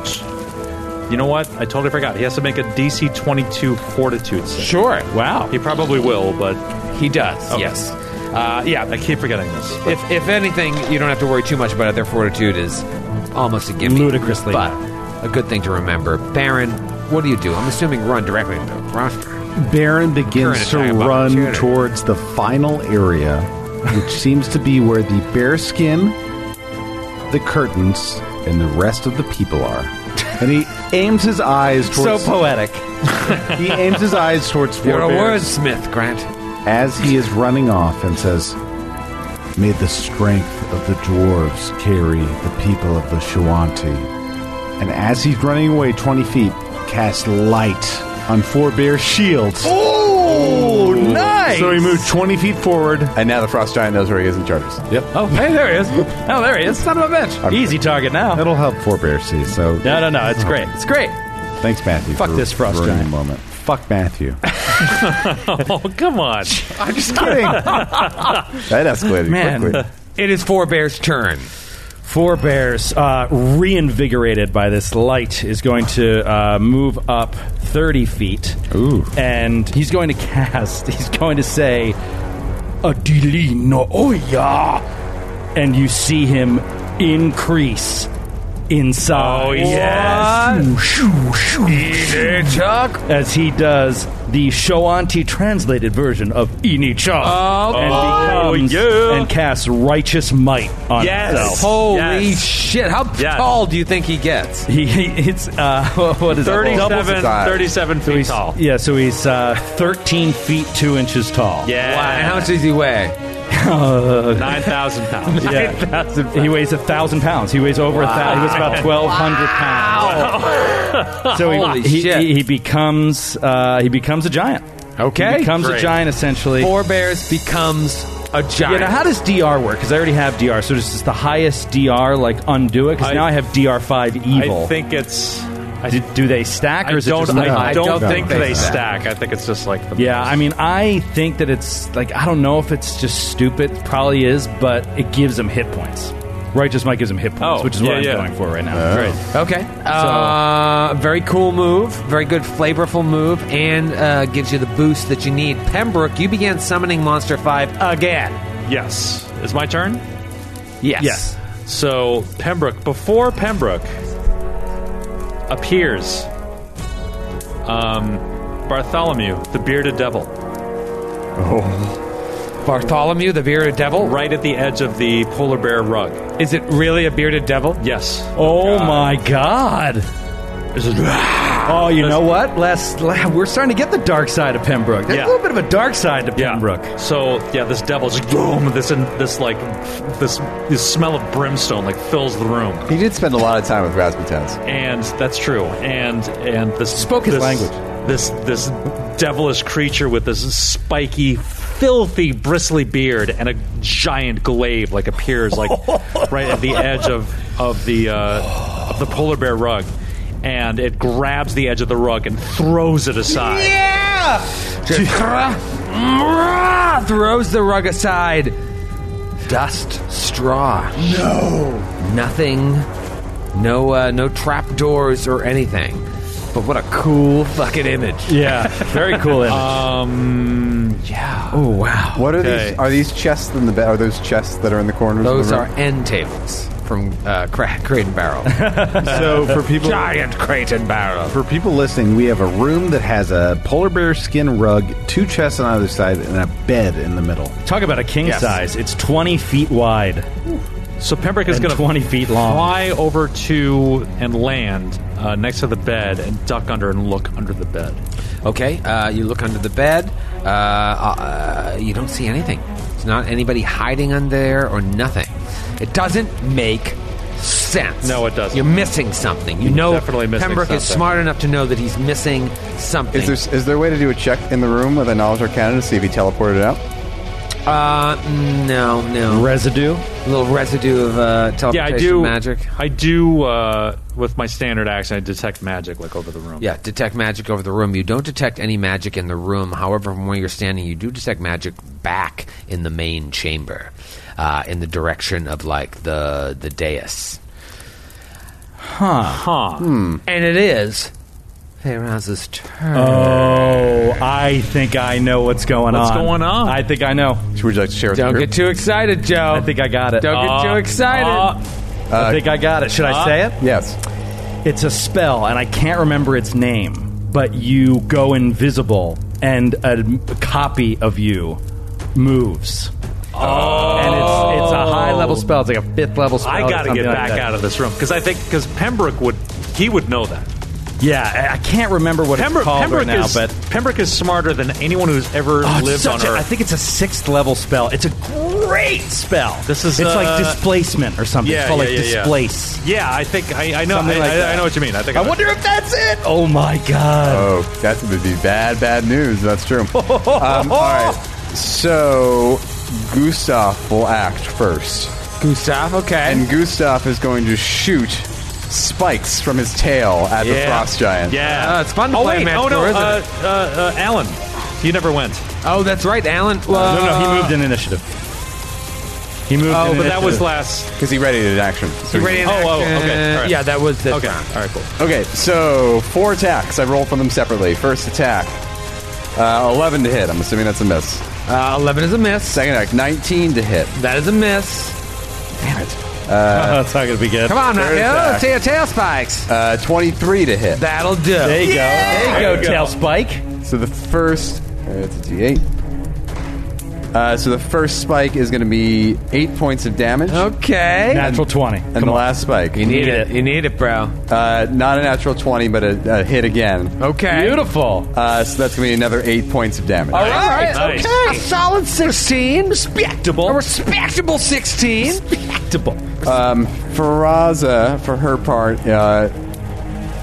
[SPEAKER 4] You know what? I totally forgot. He has to make a DC 22 Fortitude. Save.
[SPEAKER 3] Sure.
[SPEAKER 7] wow.
[SPEAKER 4] He probably will, but
[SPEAKER 3] He does.
[SPEAKER 4] Okay.
[SPEAKER 3] Yes. Uh, yeah.
[SPEAKER 4] I keep forgetting this. but-
[SPEAKER 3] If, if anything, you don't have to worry too much about it. Their fortitude is almost a given.
[SPEAKER 7] Ludicrously.
[SPEAKER 3] But a good thing to remember. Baron, what do you do? I'm assuming run directly into the roster.
[SPEAKER 2] Baron begins
[SPEAKER 3] Current
[SPEAKER 2] to
[SPEAKER 3] attack of
[SPEAKER 2] run
[SPEAKER 3] opportunity.
[SPEAKER 2] towards the final area, which seems to be where the bear skin, the curtains, and the rest of the people are. And he aims his eyes
[SPEAKER 7] so
[SPEAKER 2] towards.
[SPEAKER 7] poetic.
[SPEAKER 2] he aims his eyes towards four
[SPEAKER 3] You're a
[SPEAKER 2] bears
[SPEAKER 3] wordsmith, Grant.
[SPEAKER 2] as he is running off and says, "May the strength of the dwarves carry the people of the Shawanti." And as he's running away twenty feet, cast light on four bear shields.
[SPEAKER 6] Oh, nice!
[SPEAKER 2] So he moved 20 feet forward.
[SPEAKER 6] And now the frost giant knows where he is and charges.
[SPEAKER 2] Yep.
[SPEAKER 7] Oh, hey, there he is. Oh, there he is. Son of a bitch. Easy target now.
[SPEAKER 2] Uh,
[SPEAKER 7] Oh.
[SPEAKER 2] It'll help four bear see. So
[SPEAKER 7] No, no, no. It's great. It's great.
[SPEAKER 2] thanks, Matthew.
[SPEAKER 7] Fuck
[SPEAKER 2] for
[SPEAKER 7] this frost
[SPEAKER 2] ruining
[SPEAKER 7] giant.
[SPEAKER 2] the moment. Fuck Matthew.
[SPEAKER 4] oh, come on.
[SPEAKER 2] I'm just kidding.
[SPEAKER 6] That escalated
[SPEAKER 7] Man.
[SPEAKER 6] quickly.
[SPEAKER 3] It is Four Bear's turn.
[SPEAKER 7] Four bears, uh, reinvigorated by this light, is going to uh, move up 30 feet. Ooh. And he's going to cast, he's going to say, Adili no oya. And you see him increase in size. Oh, Chuck. As he does the Shoanti translated version of Inichok.
[SPEAKER 13] Oh, boy.
[SPEAKER 7] and becomes
[SPEAKER 13] Yeah.
[SPEAKER 7] and casts righteous might on himself.
[SPEAKER 3] Holy
[SPEAKER 7] Yes.
[SPEAKER 3] shit. How
[SPEAKER 7] Yes.
[SPEAKER 3] tall do you think he gets?
[SPEAKER 7] He, he it's uh what is that?
[SPEAKER 4] 37,
[SPEAKER 7] Double-
[SPEAKER 4] 37 feet
[SPEAKER 7] So he's-
[SPEAKER 4] tall.
[SPEAKER 7] Yeah, so he's uh, 13 feet 2 inches tall.
[SPEAKER 4] Yeah. Wow, and how much
[SPEAKER 3] does he weigh?
[SPEAKER 4] 9,000 pounds.
[SPEAKER 7] Yeah. He weighs a thousand pounds. He weighs over a thousand. He weighs about twelve hundred pounds. So he,
[SPEAKER 3] Holy
[SPEAKER 7] he,
[SPEAKER 3] shit.
[SPEAKER 7] he, he becomes uh, he becomes a giant.
[SPEAKER 3] Okay.
[SPEAKER 7] he becomes a
[SPEAKER 3] Great.
[SPEAKER 7] giant essentially.
[SPEAKER 3] Four bears becomes a
[SPEAKER 7] Yeah,
[SPEAKER 3] giant.
[SPEAKER 7] now how does DR work? Because I already have DR, so does the highest DR like undo it? Because
[SPEAKER 4] I-
[SPEAKER 7] now I have DR five evil.
[SPEAKER 4] I think it's. I,
[SPEAKER 7] do, do they stack or
[SPEAKER 4] I
[SPEAKER 7] is it
[SPEAKER 4] don't,
[SPEAKER 7] just
[SPEAKER 4] I
[SPEAKER 7] not?
[SPEAKER 4] don't, think they stack. I think it's just like the.
[SPEAKER 7] Yeah, I mean, I think that it's like I don't know if it's just stupid. Probably is, but it gives him hit points. Righteous Mike gives him hit points,
[SPEAKER 3] Oh,
[SPEAKER 7] which is what
[SPEAKER 3] yeah,
[SPEAKER 7] I'm
[SPEAKER 3] yeah.
[SPEAKER 7] going for right now.
[SPEAKER 3] Right. Okay. Uh, very cool move. Very good, flavorful move, and uh, gives you the boost that you need. Pembroke, you began summoning Monster 5 again.
[SPEAKER 4] Yes. Is my turn?
[SPEAKER 3] Yes.
[SPEAKER 4] Yes. So Pembroke, before Pembroke appears, um, Bartholomew, the bearded devil,
[SPEAKER 3] Bartholomew, the bearded devil.
[SPEAKER 4] right at the edge of the polar bear rug.
[SPEAKER 3] Is it really a bearded devil?
[SPEAKER 4] Yes.
[SPEAKER 7] Oh my god!
[SPEAKER 4] This is-
[SPEAKER 7] Oh, you know what? Last, la we're starting to get the dark side of Pembroke. There's
[SPEAKER 4] Yeah.
[SPEAKER 7] a little bit of a dark side to Pembroke.
[SPEAKER 4] So yeah, this devil just boom. This and this like this this smell of brimstone like fills the room.
[SPEAKER 6] He did spend a lot of time with Rasputin.
[SPEAKER 4] and that's true. And and this
[SPEAKER 7] Spoke his
[SPEAKER 4] this-
[SPEAKER 7] language.
[SPEAKER 4] This this devilish creature with this spiky, filthy, bristly beard and a giant glaive like appears like right at the edge of of the uh, of the polar bear rug, and it grabs the edge of the rug and throws it aside.
[SPEAKER 3] Yeah! Throws the rug aside. Dust, straw. No. Nothing. No, uh, no trap doors or anything. But what a cool fucking image.
[SPEAKER 7] Yeah, very cool image.
[SPEAKER 4] Uh, Um, yeah.
[SPEAKER 3] Oh wow.
[SPEAKER 6] What are
[SPEAKER 4] Okay.
[SPEAKER 6] these? Are these chests in the bed? Are those chests that are in the corners?
[SPEAKER 3] Those
[SPEAKER 6] of the
[SPEAKER 3] are
[SPEAKER 6] room?
[SPEAKER 3] end tables from uh, Cra- Crate and Barrel.
[SPEAKER 2] So for people
[SPEAKER 3] Giant Crate and Barrel.
[SPEAKER 2] for people listening, we have a room that has a polar bear skin rug, two chests on either side, and a bed in the middle.
[SPEAKER 7] Talk about a king
[SPEAKER 2] Yes.
[SPEAKER 7] size. It's 20 feet wide
[SPEAKER 4] So Pembroke is
[SPEAKER 7] and
[SPEAKER 4] going to
[SPEAKER 7] 20 feet long.
[SPEAKER 4] fly over to and land uh, next to the bed and duck under and look under the bed.
[SPEAKER 3] Okay, uh, you look under the bed. Uh, uh, you don't see anything. It's not anybody hiding under there or nothing. It doesn't make sense.
[SPEAKER 4] No, it doesn't.
[SPEAKER 3] You're missing something. You
[SPEAKER 4] You're
[SPEAKER 3] know,
[SPEAKER 4] definitely missing
[SPEAKER 3] Pembroke is
[SPEAKER 4] something.
[SPEAKER 3] smart enough to know that he's missing something.
[SPEAKER 6] Is there is there a way to do a check in the room with a knowledge arcana to see if he teleported out?
[SPEAKER 3] uh, no, no.
[SPEAKER 7] Residue.
[SPEAKER 3] A little residue of uh, teleportation
[SPEAKER 4] Yeah, I do
[SPEAKER 3] magic.
[SPEAKER 4] I do uh, with my standard action. I detect magic like over the room.
[SPEAKER 3] Yeah, detect magic over the room. You don't detect any magic in the room. However, from where you're standing, you do detect magic back in the main chamber, uh, in the direction of like the the dais.
[SPEAKER 4] Huh.
[SPEAKER 3] And it is Feyraz's turn.
[SPEAKER 7] Oh, I think I know what's going
[SPEAKER 4] What's
[SPEAKER 7] on.
[SPEAKER 4] going on?
[SPEAKER 7] I think I know.
[SPEAKER 6] Would you like to share? With the
[SPEAKER 3] Don't
[SPEAKER 6] group?
[SPEAKER 3] get too excited, Joe.
[SPEAKER 7] I think I got it. Uh,
[SPEAKER 3] Don't get too excited.
[SPEAKER 7] I think I got it. Should
[SPEAKER 4] Uh,
[SPEAKER 7] I say it?
[SPEAKER 6] yes.
[SPEAKER 7] It's a spell, and I can't remember its name, but you go invisible, and a m- copy of you moves. Oh. And it's, it's a high level spell. It's like a fifth level spell.
[SPEAKER 4] I
[SPEAKER 7] or
[SPEAKER 4] got to
[SPEAKER 7] something
[SPEAKER 4] get
[SPEAKER 7] like
[SPEAKER 4] back
[SPEAKER 7] that.
[SPEAKER 4] out of this room because I think because Pembroke would he would know that.
[SPEAKER 7] Yeah, I I can't remember what
[SPEAKER 4] Pembroke,
[SPEAKER 7] it's called
[SPEAKER 4] Pembroke
[SPEAKER 7] right now,
[SPEAKER 4] is
[SPEAKER 7] but.
[SPEAKER 4] Pembroke is smarter than anyone who's ever
[SPEAKER 7] Oh, it's
[SPEAKER 4] lived on
[SPEAKER 7] such a-
[SPEAKER 4] Earth.
[SPEAKER 7] I think it's a sixth level spell. It's a great spell.
[SPEAKER 4] This is,
[SPEAKER 7] it's
[SPEAKER 4] uh,
[SPEAKER 7] like displacement or something.
[SPEAKER 4] Yeah,
[SPEAKER 7] it's called
[SPEAKER 4] yeah,
[SPEAKER 7] like
[SPEAKER 4] yeah, yeah.
[SPEAKER 7] displace.
[SPEAKER 4] yeah, I think I, I know. I,
[SPEAKER 7] Something like
[SPEAKER 4] I-
[SPEAKER 7] that.
[SPEAKER 4] I know what you mean. I think.
[SPEAKER 7] I
[SPEAKER 4] know.
[SPEAKER 7] wonder if that's it. Oh my
[SPEAKER 4] Uh,
[SPEAKER 7] god!
[SPEAKER 6] Oh, that would be bad, bad news. That's true. um, all right. So Gustav will act first,
[SPEAKER 3] Gustav, okay.
[SPEAKER 6] and Gustav is going to shoot spikes from his tail at the
[SPEAKER 4] Yeah.
[SPEAKER 6] frost giant.
[SPEAKER 4] Yeah,
[SPEAKER 3] Uh, it's fun to
[SPEAKER 4] Oh
[SPEAKER 3] play
[SPEAKER 4] wait,
[SPEAKER 3] Match
[SPEAKER 4] oh no,
[SPEAKER 3] Four,
[SPEAKER 4] uh,
[SPEAKER 3] isn't
[SPEAKER 4] uh, uh, Alan, you never went.
[SPEAKER 3] oh, that's right, Alan.
[SPEAKER 7] no, no,
[SPEAKER 3] Uh,
[SPEAKER 7] he moved in initiative. He moved.
[SPEAKER 4] Oh, but that was last.
[SPEAKER 6] Because he readied an action. So
[SPEAKER 4] He readied an
[SPEAKER 6] Oh,
[SPEAKER 4] action.
[SPEAKER 6] oh, okay. All right.
[SPEAKER 4] Yeah, that was the
[SPEAKER 6] Okay.
[SPEAKER 4] All right, cool.
[SPEAKER 6] Okay, so four attacks. I roll for them separately. First attack, uh, 11 to hit. I'm assuming that's a miss.
[SPEAKER 4] Uh, 11 is a miss.
[SPEAKER 6] Second attack, 19 to hit.
[SPEAKER 4] That is a miss. Damn it.
[SPEAKER 6] Uh,
[SPEAKER 7] that's not going to be good.
[SPEAKER 4] Come on, now.
[SPEAKER 6] Third
[SPEAKER 4] Yeah,
[SPEAKER 6] attack,
[SPEAKER 4] see your tail spikes.
[SPEAKER 6] uh, 23 to hit.
[SPEAKER 4] That'll do.
[SPEAKER 7] There you go. There you go,
[SPEAKER 6] There you
[SPEAKER 7] tail
[SPEAKER 6] go.
[SPEAKER 7] spike.
[SPEAKER 6] So the first, uh, it's a d8. Uh, so the first spike is going to be eight points of damage.
[SPEAKER 4] Okay.
[SPEAKER 7] Natural 20.
[SPEAKER 6] And the last spike.
[SPEAKER 4] You need it. You need it, bro.
[SPEAKER 6] Uh, not a natural 20, but a, a hit again.
[SPEAKER 4] Okay.
[SPEAKER 7] Beautiful.
[SPEAKER 6] Uh, so that's going to be another eight points of damage.
[SPEAKER 4] All right.
[SPEAKER 7] Nice.
[SPEAKER 4] Okay. A solid 16. Respectable. A respectable 16.
[SPEAKER 7] Respectable.
[SPEAKER 6] Um, Faraza, for her part, uh,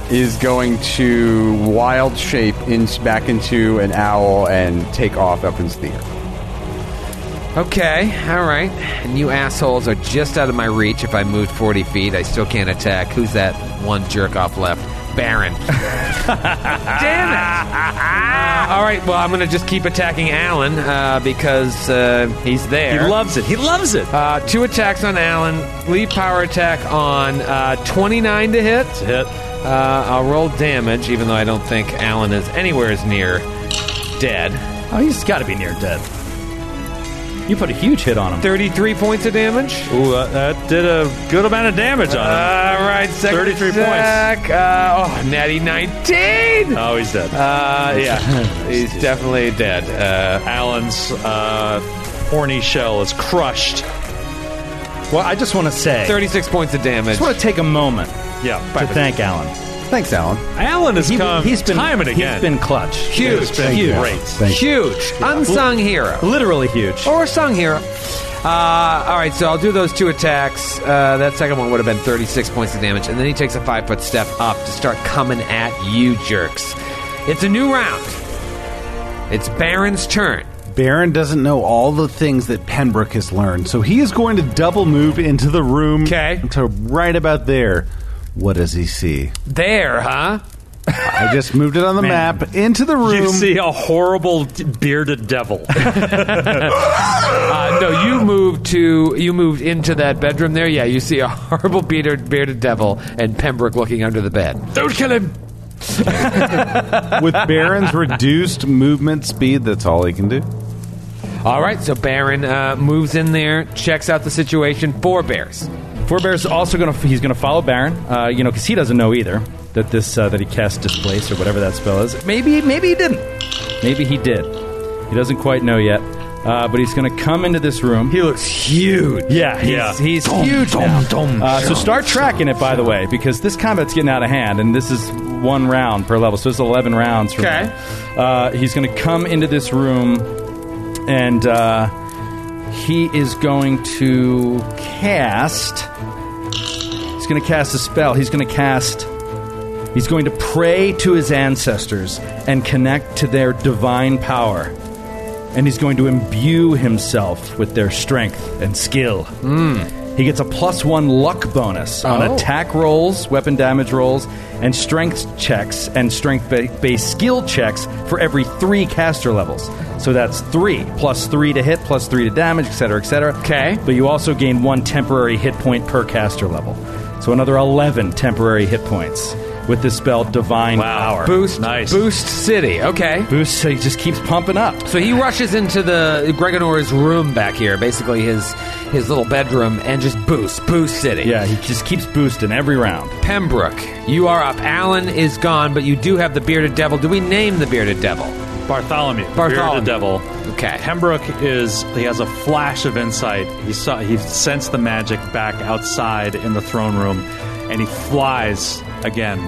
[SPEAKER 6] is going to wild shape in, back into an owl and take off up into the air.
[SPEAKER 3] Okay, all right. And you assholes are just out of my reach. If I moved 40 feet, I still can't attack. Who's that one jerk off left? Baron. Damn it! Uh, all right, well, I'm going to just keep attacking Alan uh, because uh, he's there.
[SPEAKER 7] He loves it. He loves it.
[SPEAKER 3] Uh, two attacks on Alan. Lead power attack on uh, 29 to hit.
[SPEAKER 7] hit.
[SPEAKER 3] Uh, I'll roll damage, even though I don't think Alan is anywhere as near dead.
[SPEAKER 7] Oh, he's got to be near dead. You put a huge hit on him.
[SPEAKER 3] 33 points of damage.
[SPEAKER 7] Ooh, uh, that did a good amount of damage on him.
[SPEAKER 3] All right, second
[SPEAKER 7] 33
[SPEAKER 3] attack. points. Uh, oh, natty 19!
[SPEAKER 7] oh, he's dead.
[SPEAKER 3] Uh, yeah, he's definitely dead. Uh,
[SPEAKER 5] Alan's uh, horny shell is crushed.
[SPEAKER 14] Well, I just want to say,
[SPEAKER 3] 36 points of damage.
[SPEAKER 7] just want to take a moment
[SPEAKER 5] Yeah.
[SPEAKER 7] to thank Alan.
[SPEAKER 6] Thanks, Alan.
[SPEAKER 5] Alan has come
[SPEAKER 7] he's been
[SPEAKER 5] time and again.
[SPEAKER 7] He's been clutch.
[SPEAKER 3] Huge.
[SPEAKER 7] He's been
[SPEAKER 5] Huge.
[SPEAKER 7] great.
[SPEAKER 3] Huge. Unsung hero.
[SPEAKER 7] Literally huge.
[SPEAKER 3] Or sung hero. Uh, all right, so I'll do those two attacks. Uh, that second one would have been 36 points of damage, and then he takes a five foot step up to start coming at you jerks. It's a new round. It's Baron's turn.
[SPEAKER 2] Baron doesn't know all the things that Pembroke has learned, so he is going to double move into the room.
[SPEAKER 3] 'Kay.
[SPEAKER 2] To right about there. What does he see?
[SPEAKER 3] There, huh?
[SPEAKER 2] I just moved it on the map into the room.
[SPEAKER 5] You see a horrible d- bearded devil.
[SPEAKER 3] Uh, no, you moved to you moved into that bedroom there. Yeah, you see a horrible bearded, bearded devil and Pembroke looking under the bed. Don't kill him.
[SPEAKER 2] With Baron's reduced movement speed, that's all he can do.
[SPEAKER 3] All right, so Baron uh, moves in there, checks out the situation. Four bears.
[SPEAKER 7] Forebear's also going to he's going to follow Baron, uh, you know, because he doesn't know either that this uh, that he cast displace or whatever that spell is. Maybe maybe he didn't. Maybe he did. He doesn't quite know yet. Uh, but he's going to come into this room. He looks huge. Yeah, he's,
[SPEAKER 5] Yeah.
[SPEAKER 7] he's huge. now. Uh, so start tracking it, by the way, because this combat's getting out of hand, and this is one round per level, so it's eleven rounds. From
[SPEAKER 3] Okay.
[SPEAKER 7] now. Uh, he's going to come into this room, and uh, he is going to cast. He's going to cast a spell. He's going to cast. He's going to pray to his ancestors and connect to their divine power. And he's going to imbue himself with their strength and skill. He gets a plus one luck bonus on
[SPEAKER 3] Hmm. Oh.
[SPEAKER 7] attack rolls, weapon damage rolls, and strength checks and strength ba- based skill checks for every three caster levels. So that's three plus three to hit, plus three to damage, etc., etc.
[SPEAKER 3] Okay.
[SPEAKER 7] But you also gain one temporary hit point per caster level. So another 11 temporary hit points with this spell Divine Power.
[SPEAKER 3] Boost,
[SPEAKER 5] Nice.
[SPEAKER 3] boost city. Okay.
[SPEAKER 7] Boost, so he just keeps pumping up.
[SPEAKER 3] So he rushes into the Gregonor's room back here, basically his his little bedroom, and just boost, boost city.
[SPEAKER 7] Yeah, he just keeps boosting every round.
[SPEAKER 3] Pembroke, you are up. Alan is gone, but you do have the bearded devil. Do we name the bearded devil?
[SPEAKER 5] Bartholomew,
[SPEAKER 3] Bartholomew.
[SPEAKER 5] bearded devil.
[SPEAKER 3] Okay.
[SPEAKER 5] Pembroke is he has a flash of insight. He saw he sensed the magic back outside in the throne room, and he flies again,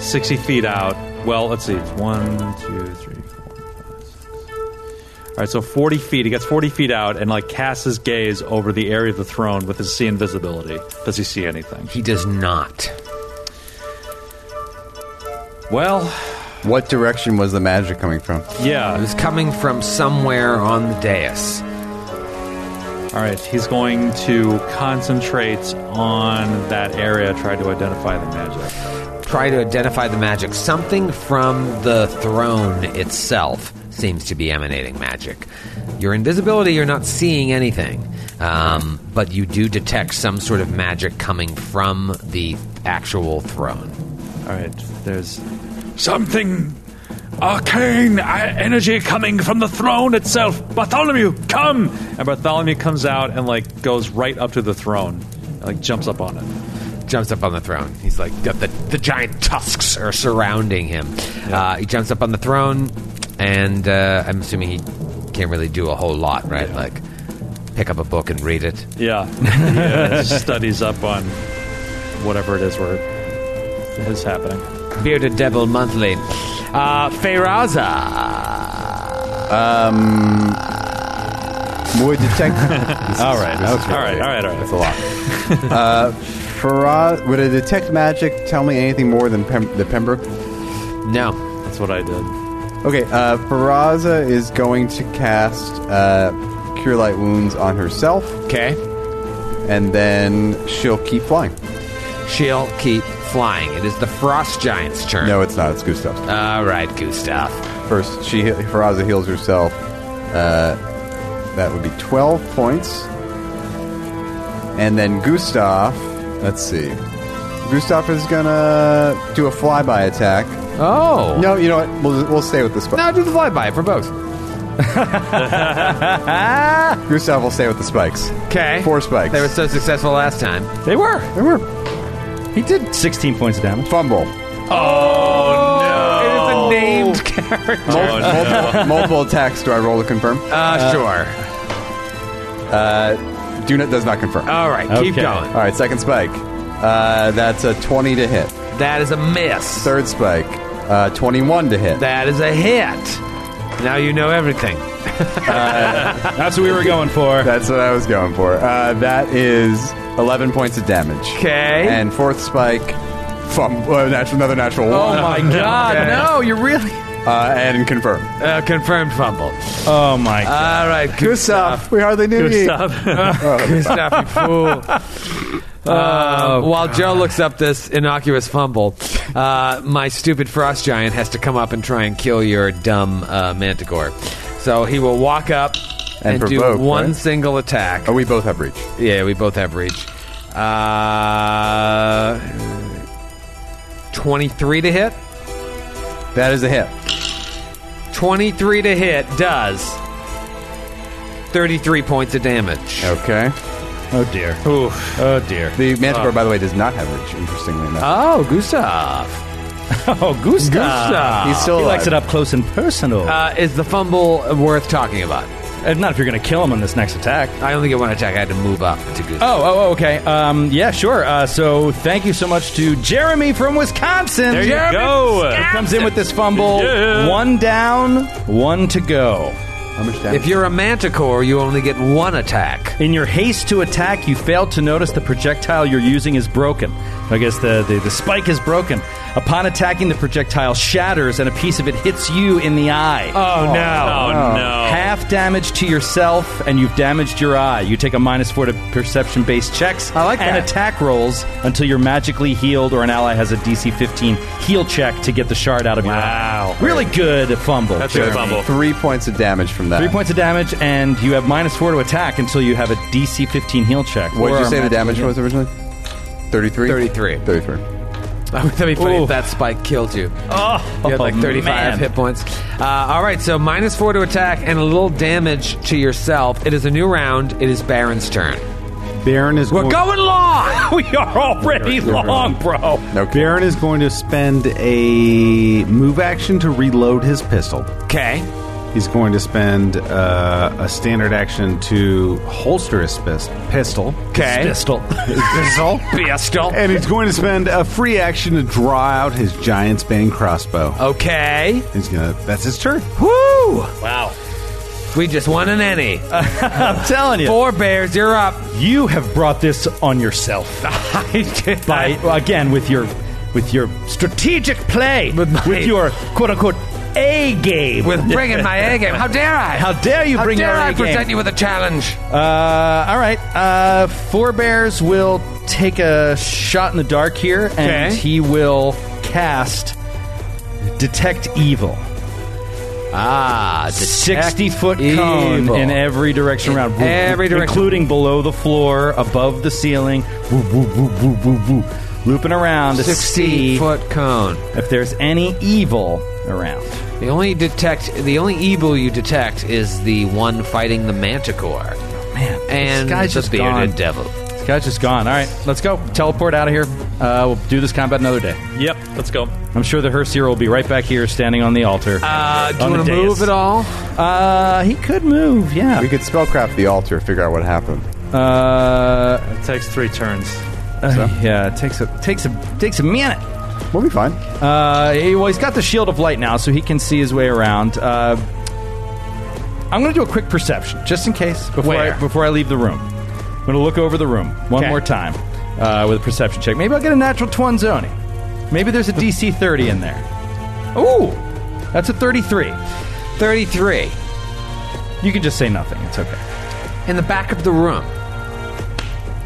[SPEAKER 5] sixty feet out. Well, let's see, one, two, three, four, five, six. All right, so forty feet. He gets forty feet out and like casts his gaze over the area of the throne with his see invisibility. Does he see anything?
[SPEAKER 3] He does not.
[SPEAKER 5] Well,
[SPEAKER 6] What direction was the magic coming from?
[SPEAKER 5] yeah.
[SPEAKER 3] It was coming from somewhere on the dais.
[SPEAKER 5] All right, he's going to concentrate on that area, try to identify the magic.
[SPEAKER 3] Try to identify the magic. Something from the throne itself seems to be emanating magic. Your invisibility, you're not seeing anything, um, but you do detect some sort of magic coming from the actual throne.
[SPEAKER 4] All right, there's
[SPEAKER 5] Something arcane uh, energy coming from the throne itself. Bartholomew, come!
[SPEAKER 4] and Bartholomew comes out and like goes right up to the throne, and, like jumps up on it,
[SPEAKER 3] jumps up on the throne. He's like got the the giant tusks are surrounding him. Uh, he jumps up on the throne, and uh, I'm assuming he can't really do a whole lot, right? Like pick up a book and read it.
[SPEAKER 4] Yeah, yeah studies up on whatever it is where it is happening.
[SPEAKER 3] Bearded Devil Monthly, uh, Feyraza.
[SPEAKER 6] Um, would detect.
[SPEAKER 4] All right, okay. All right, all right, all right.
[SPEAKER 6] That's a lot. uh, Farah, would a detect magic tell me anything more than Pem- the Pembroke?
[SPEAKER 3] No,
[SPEAKER 4] that's what I did.
[SPEAKER 6] Okay, uh, Faraza is going to cast uh, Cure Light Wounds on herself.
[SPEAKER 3] Okay.
[SPEAKER 6] And then she'll keep flying.
[SPEAKER 3] She'll keep flying. It is the Frost Giant's turn.
[SPEAKER 6] No, it's not. It's Gustav's.
[SPEAKER 3] All right, Gustav.
[SPEAKER 6] First, she Faraza heals herself. Uh, that would be 12 points. And then Gustav, let's see. Gustav is going to do a flyby attack.
[SPEAKER 3] Oh.
[SPEAKER 6] No, you know what? We'll, we'll stay with this. Sp-
[SPEAKER 3] no, do the flyby for both.
[SPEAKER 6] Gustav will stay with the spikes.
[SPEAKER 3] Okay.
[SPEAKER 6] Four spikes.
[SPEAKER 3] They were so successful last time.
[SPEAKER 7] They were.
[SPEAKER 6] They were.
[SPEAKER 7] He did 16 points of damage.
[SPEAKER 6] Fumble.
[SPEAKER 3] Oh, no. It is a named character.
[SPEAKER 6] Multiple, multiple, multiple attacks. Do I roll to confirm?
[SPEAKER 3] Uh, sure.
[SPEAKER 6] Uh, do not does not confirm.
[SPEAKER 3] All right, keep
[SPEAKER 7] Okay.
[SPEAKER 3] going.
[SPEAKER 6] All right, second spike. Uh, that's a 20 to hit.
[SPEAKER 3] That is a miss.
[SPEAKER 6] Third spike, uh, 21 to hit.
[SPEAKER 3] That is a hit. Now you know everything.
[SPEAKER 7] That's what we were going for.
[SPEAKER 6] That's what I was going for. Uh, that is 11 points of damage.
[SPEAKER 3] Okay.
[SPEAKER 6] And fourth spike, from uh, natural, another natural
[SPEAKER 3] oh
[SPEAKER 6] one.
[SPEAKER 3] my god,
[SPEAKER 6] Okay.
[SPEAKER 3] no, you're really.
[SPEAKER 6] Uh, and confirm.
[SPEAKER 3] Uh, confirmed fumble.
[SPEAKER 7] Oh my god.
[SPEAKER 3] All right,
[SPEAKER 6] Gustav, we hardly knew you.
[SPEAKER 3] Gustav, you fool. Uh, while Joe looks up this innocuous fumble, uh, my stupid frost giant has to come up and try and kill your dumb uh, manticore. So he will walk up
[SPEAKER 6] And
[SPEAKER 3] and,
[SPEAKER 6] provoke,
[SPEAKER 3] do one
[SPEAKER 6] right?
[SPEAKER 3] single attack.
[SPEAKER 6] Oh, we both have reach.
[SPEAKER 3] Yeah, we both have reach. Uh, 23 to hit?
[SPEAKER 6] That is a hit.
[SPEAKER 3] 23 to hit does 33 points of damage.
[SPEAKER 6] Okay.
[SPEAKER 7] Oh dear. Oh dear.
[SPEAKER 6] The manticore, by the way, does not have reach, interestingly enough.
[SPEAKER 3] Oh, Gustav.
[SPEAKER 7] Oh, Gustav.
[SPEAKER 3] Gustav.
[SPEAKER 6] He's still
[SPEAKER 7] He likes
[SPEAKER 6] alive.
[SPEAKER 7] it up close and personal.
[SPEAKER 3] Uh, is the fumble worth talking about?
[SPEAKER 7] Uh, not if you're going to kill him on this next attack.
[SPEAKER 3] I only get one attack. I had to move up to Gustav.
[SPEAKER 7] Oh, oh, oh, okay. Um, yeah, sure. Uh, so thank you so much to Jeremy from Wisconsin.
[SPEAKER 4] There you
[SPEAKER 7] Jeremy
[SPEAKER 4] go.
[SPEAKER 7] comes in with this fumble.
[SPEAKER 4] Yeah.
[SPEAKER 7] One down, one to go.
[SPEAKER 6] How much damage?
[SPEAKER 3] Uh, If you're a manticore, you only get one attack.
[SPEAKER 7] In your haste to attack, you failed to notice the projectile you're using is broken. I guess the, the, the spike is broken. Upon attacking, the projectile shatters and a piece of it hits you in the eye.
[SPEAKER 4] Oh no! Oh no!
[SPEAKER 7] Half damage to yourself, and you've damaged your eye. You take a minus four to perception based checks
[SPEAKER 6] I like
[SPEAKER 7] and
[SPEAKER 6] that.
[SPEAKER 7] attack rolls until you're magically healed or an ally has a DC 15 heal check to get the shard out of your eye.
[SPEAKER 4] Wow.
[SPEAKER 7] Really good fumble.
[SPEAKER 4] That's a good fumble.
[SPEAKER 6] Three points of damage from that.
[SPEAKER 7] Three points of damage, and you have minus four to attack until you have a DC 15 heal check.
[SPEAKER 6] What did
[SPEAKER 7] Or
[SPEAKER 6] you
[SPEAKER 7] a
[SPEAKER 6] say the
[SPEAKER 7] magical
[SPEAKER 6] damage
[SPEAKER 7] heal.
[SPEAKER 6] was originally? 33?
[SPEAKER 3] 33.
[SPEAKER 6] 33.
[SPEAKER 3] That would be funny
[SPEAKER 7] Ooh.
[SPEAKER 3] if that spike killed you.
[SPEAKER 7] Oh,
[SPEAKER 3] You had like 35
[SPEAKER 7] man.
[SPEAKER 3] hit points. Uh, all right, so minus four to attack and a little damage to yourself. It is a new round. It is Baron's turn.
[SPEAKER 2] Baron is
[SPEAKER 3] We're
[SPEAKER 2] going-
[SPEAKER 3] going long.
[SPEAKER 7] We are already long, bro.
[SPEAKER 6] No kidding.
[SPEAKER 2] Baron is going to spend a move action to reload his pistol.
[SPEAKER 3] Okay.
[SPEAKER 2] He's going to spend uh, a standard action to holster his pis- pistol.
[SPEAKER 3] Okay.
[SPEAKER 7] Pistol.
[SPEAKER 2] Pistol.
[SPEAKER 3] Pistol.
[SPEAKER 2] And he's going to spend a free action to draw out his giant's bane crossbow.
[SPEAKER 3] Okay.
[SPEAKER 2] He's gonna. That's his turn.
[SPEAKER 3] Woo!
[SPEAKER 7] Wow.
[SPEAKER 3] We just won an any.
[SPEAKER 7] I'm telling you.
[SPEAKER 3] Four bears, you're up.
[SPEAKER 7] You have brought this on yourself.
[SPEAKER 3] I did.
[SPEAKER 7] By again with your with your strategic play,
[SPEAKER 3] With my-
[SPEAKER 7] your quote unquote A game.
[SPEAKER 3] with bringing my A game. How dare I?
[SPEAKER 7] How dare you
[SPEAKER 3] How
[SPEAKER 7] bring
[SPEAKER 3] dare
[SPEAKER 7] your
[SPEAKER 3] I
[SPEAKER 7] A
[SPEAKER 3] present
[SPEAKER 7] game?
[SPEAKER 3] you with a challenge?
[SPEAKER 7] Uh, all right, uh, Four Bears will take a shot in the dark here, and
[SPEAKER 3] Okay.
[SPEAKER 7] he will cast Detect Evil.
[SPEAKER 3] Ah,
[SPEAKER 7] sixty foot cone
[SPEAKER 3] evil.
[SPEAKER 7] in every direction around,
[SPEAKER 3] In every direction.
[SPEAKER 7] including below the floor, above the ceiling, woo, woo, woo, woo, woo, woo, looping around to
[SPEAKER 3] 60
[SPEAKER 7] see
[SPEAKER 3] foot cone.
[SPEAKER 7] If there's any evil around,
[SPEAKER 3] the only detect the only evil you detect is the one fighting the manticore. Man, and
[SPEAKER 7] this guy's
[SPEAKER 3] the
[SPEAKER 7] just
[SPEAKER 3] bearded
[SPEAKER 7] gone.
[SPEAKER 3] devil.
[SPEAKER 7] This guy's just gone. All right, let's go. Teleport out of here. Uh, we'll do this combat another day.
[SPEAKER 5] Yep, let's go.
[SPEAKER 7] I'm sure the hearse hero will be right back here, standing on the altar.
[SPEAKER 3] Uh,
[SPEAKER 7] on the dais.
[SPEAKER 3] all?
[SPEAKER 7] Uh, he could move. Yeah,
[SPEAKER 6] we could spellcraft the altar, figure out what happened.
[SPEAKER 7] Uh,
[SPEAKER 5] it takes three turns.
[SPEAKER 7] yeah, it takes a takes a takes a minute.
[SPEAKER 6] We'll be fine.
[SPEAKER 7] Uh, he- well, he's got the shield of light now, so he can see his way around. Uh, I'm going to do a quick perception, just in case, before
[SPEAKER 3] Where?
[SPEAKER 7] I, before I leave the room. I'm going to look over the room one more time uh, with a perception check. Maybe I'll get a natural 20 zoning. Maybe there's a DC 30 in there. Ooh, that's a 33.
[SPEAKER 3] 33.
[SPEAKER 7] You can just say nothing. It's okay.
[SPEAKER 3] In the back of the room,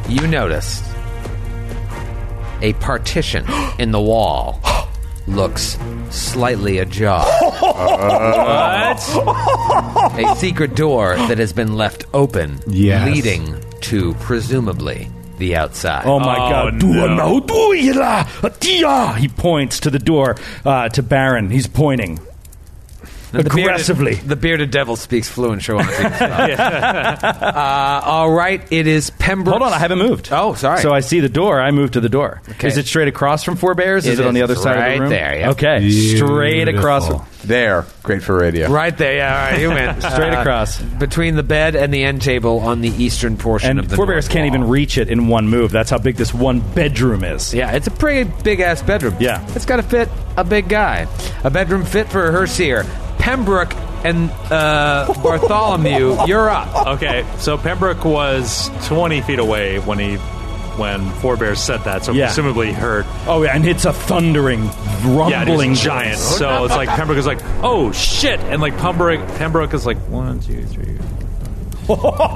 [SPEAKER 3] you noticed a partition in the wall looks slightly ajar. A secret door that has been left open,
[SPEAKER 2] Yes.
[SPEAKER 3] leading to presumably the outside.
[SPEAKER 7] Oh my god. Tia! He points to the door uh, to Baron. He's pointing.
[SPEAKER 3] Now, the bearded-
[SPEAKER 7] Aggressively.
[SPEAKER 3] the bearded devil speaks fluent Shawanti. uh, all right, it is Pembroke.
[SPEAKER 7] Hold on, I haven't moved.
[SPEAKER 3] Oh, sorry.
[SPEAKER 7] So I see the door. I move to the door.
[SPEAKER 3] Okay.
[SPEAKER 7] Is it straight across from Forebears? Is
[SPEAKER 3] It
[SPEAKER 7] it, on the
[SPEAKER 3] is.
[SPEAKER 7] other
[SPEAKER 3] It's
[SPEAKER 7] side of
[SPEAKER 3] right
[SPEAKER 7] the room?
[SPEAKER 3] there, yeah.
[SPEAKER 7] Okay. Straight across.
[SPEAKER 6] There. Great for radio.
[SPEAKER 3] Right there, yeah, all right, you went
[SPEAKER 7] Straight
[SPEAKER 3] Uh,
[SPEAKER 7] across.
[SPEAKER 3] between the bed and the end table on the eastern portion
[SPEAKER 7] And
[SPEAKER 3] of the
[SPEAKER 7] Forebears
[SPEAKER 3] north
[SPEAKER 7] can't
[SPEAKER 3] wall.
[SPEAKER 7] even reach it in one move. That's how big this one bedroom is.
[SPEAKER 3] Yeah, it's a pretty big ass bedroom.
[SPEAKER 7] Yeah.
[SPEAKER 3] it's got to fit a big guy. A bedroom fit for a Herseer. Pembroke and uh, Bartholomew, you're up.
[SPEAKER 5] Okay, so Pembroke was 20 feet away when he when Forebears said that, so
[SPEAKER 7] Yeah.
[SPEAKER 5] presumably he heard.
[SPEAKER 7] Oh, yeah, and it's a thundering,
[SPEAKER 5] Yeah, it
[SPEAKER 7] rumbling
[SPEAKER 5] was giant. So it's like Pembroke is like, oh shit, and like Pembroke Pembroke is like one, two, three.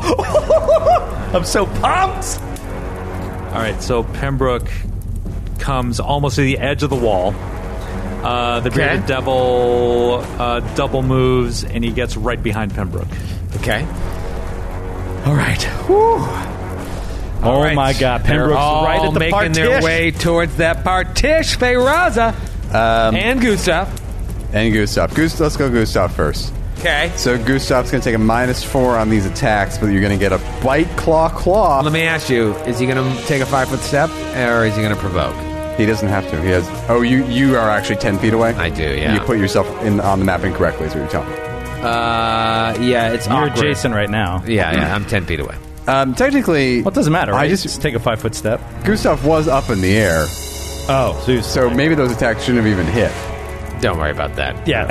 [SPEAKER 7] I'm so pumped.
[SPEAKER 5] All right, so Pembroke comes almost to the edge of the wall. Uh, the bearded
[SPEAKER 3] Okay.
[SPEAKER 5] devil uh, double moves, and he gets right behind Pembroke.
[SPEAKER 3] Okay.
[SPEAKER 7] All right. Whew. oh
[SPEAKER 3] right.
[SPEAKER 7] my God! Pembroke's
[SPEAKER 3] They're all
[SPEAKER 7] right at the
[SPEAKER 3] making their
[SPEAKER 7] partition.
[SPEAKER 3] way towards that partition. Feyraza
[SPEAKER 7] Um,
[SPEAKER 3] and Gustav.
[SPEAKER 6] And Gustav. Gustav. Let's go Gustav first.
[SPEAKER 3] Okay.
[SPEAKER 6] So Gustav's going to take a minus four on these attacks, but you're going to get a bite claw claw.
[SPEAKER 3] Let me ask you: Is he going to take a five foot step, or is he going to provoke?
[SPEAKER 6] He doesn't have to. He has. Oh, you you are actually ten feet away.
[SPEAKER 3] I do, yeah.
[SPEAKER 6] You put yourself in on the map incorrectly. Is what you're telling me.
[SPEAKER 3] Uh, yeah, it's
[SPEAKER 7] You're
[SPEAKER 3] awkward.
[SPEAKER 7] Jason right now.
[SPEAKER 3] Yeah, yeah, I'm ten feet away.
[SPEAKER 6] Um, technically,
[SPEAKER 7] Well, it doesn't matter. Right?
[SPEAKER 6] I just
[SPEAKER 7] just take a five foot step.
[SPEAKER 6] Gustav was up in the air,
[SPEAKER 7] Oh, so, he's-
[SPEAKER 6] so maybe those attacks shouldn't have even hit.
[SPEAKER 3] Don't worry about that.
[SPEAKER 7] yeah.